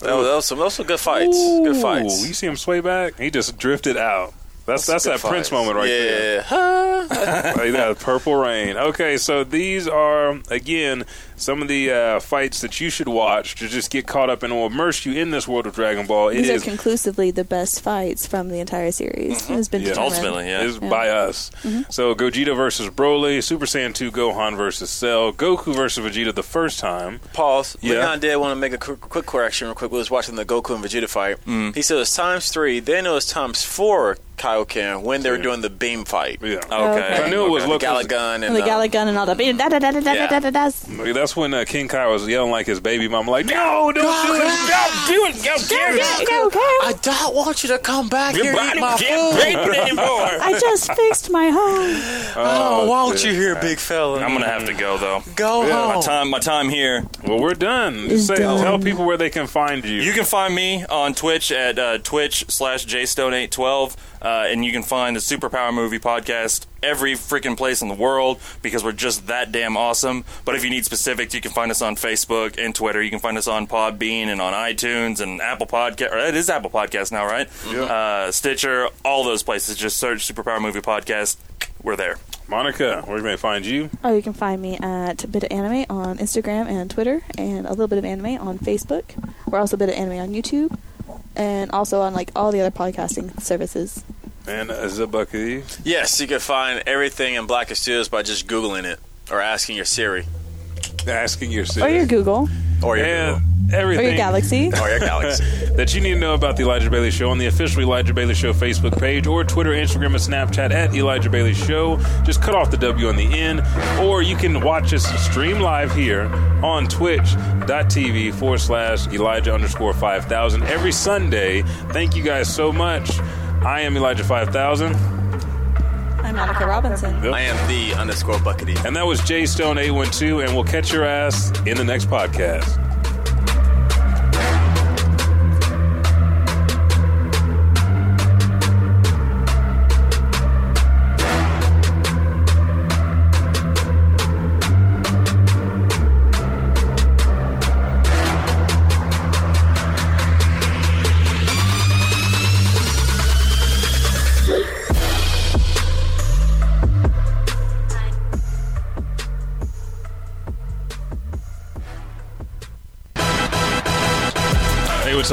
that was, that was some, those were good fights. good Ooh, fights. You see him sway back? He just drifted out. That's that's, Good that Prince fights. moment right yeah. there. Like that Purple Rain. Okay, so these are again some of the uh, fights that you should watch to just get caught up and will immerse you in this world of Dragon Ball. It These is are conclusively the best fights from the entire series. It's been Yeah. determined. Ultimately, yeah. is by us. So Gogeta versus Broly, Super Saiyan 2 Gohan versus Cell, Goku versus Vegeta the first time. Pause. Yeah. Leon did want to make a quick, quick correction real quick. We was watching the Goku and Vegeta fight. Mm. He said it was times three, then it was times four Kaioken when they were doing the beam fight. Yeah. Okay. I knew it was The local. Galagun and, And the uh, Galagun and all that. Da, da, da, da, da, Yeah. da, da, da. That's when uh, King Kai was yelling like his baby mom, like, "No, don't do it! Stop doing it! Don't do it!" Go, go, go. I don't want you to come back here and eat my can't food. breathe anymore. I just fixed my home. I don't want shit. Oh, you here, big fella. I'm gonna have to go though. go My home. time, my time here. Well, we're done. Just Say, done. Tell people where they can find you. You can find me on Twitch at uh, Twitch slash JStone812, uh, and you can find the Superpower Movie Podcast every freaking place in the world because we're just that damn awesome. But if you need specifics, you can find us on Facebook and Twitter. You can find us on Podbean and on iTunes and Apple Podcast. Or it is Apple Podcast now, right? Uh, Stitcher, all those places. Just search Superpower Movie Podcast. We're there. Monica, where can they find you? Oh, you can find me at Bit of Anime on Instagram and Twitter, and a little bit of anime on Facebook. We're also Bit of Anime on YouTube, and also on like all the other podcasting services. And uh, Zabucky. Yes, you can find everything in Black Studios by just Googling it or asking your Siri Asking your Or your Google, or your And Google. or everything. your Galaxy. or your Galaxy. that you need to know about the Elijah Bailey Show on the official Elijah Bailey Show Facebook page or Twitter, Instagram, and Snapchat at Elijah Bailey Show. Just cut off the W on the end. Or you can watch us stream live here on twitch.tv forward slash Elijah underscore 5000 every Sunday. Thank you guys so much. I am Elijah 5000. I'm Monica Robinson. I am the underscore buckety. And that was Jay Stone 812, and we'll catch your ass in the next podcast. What's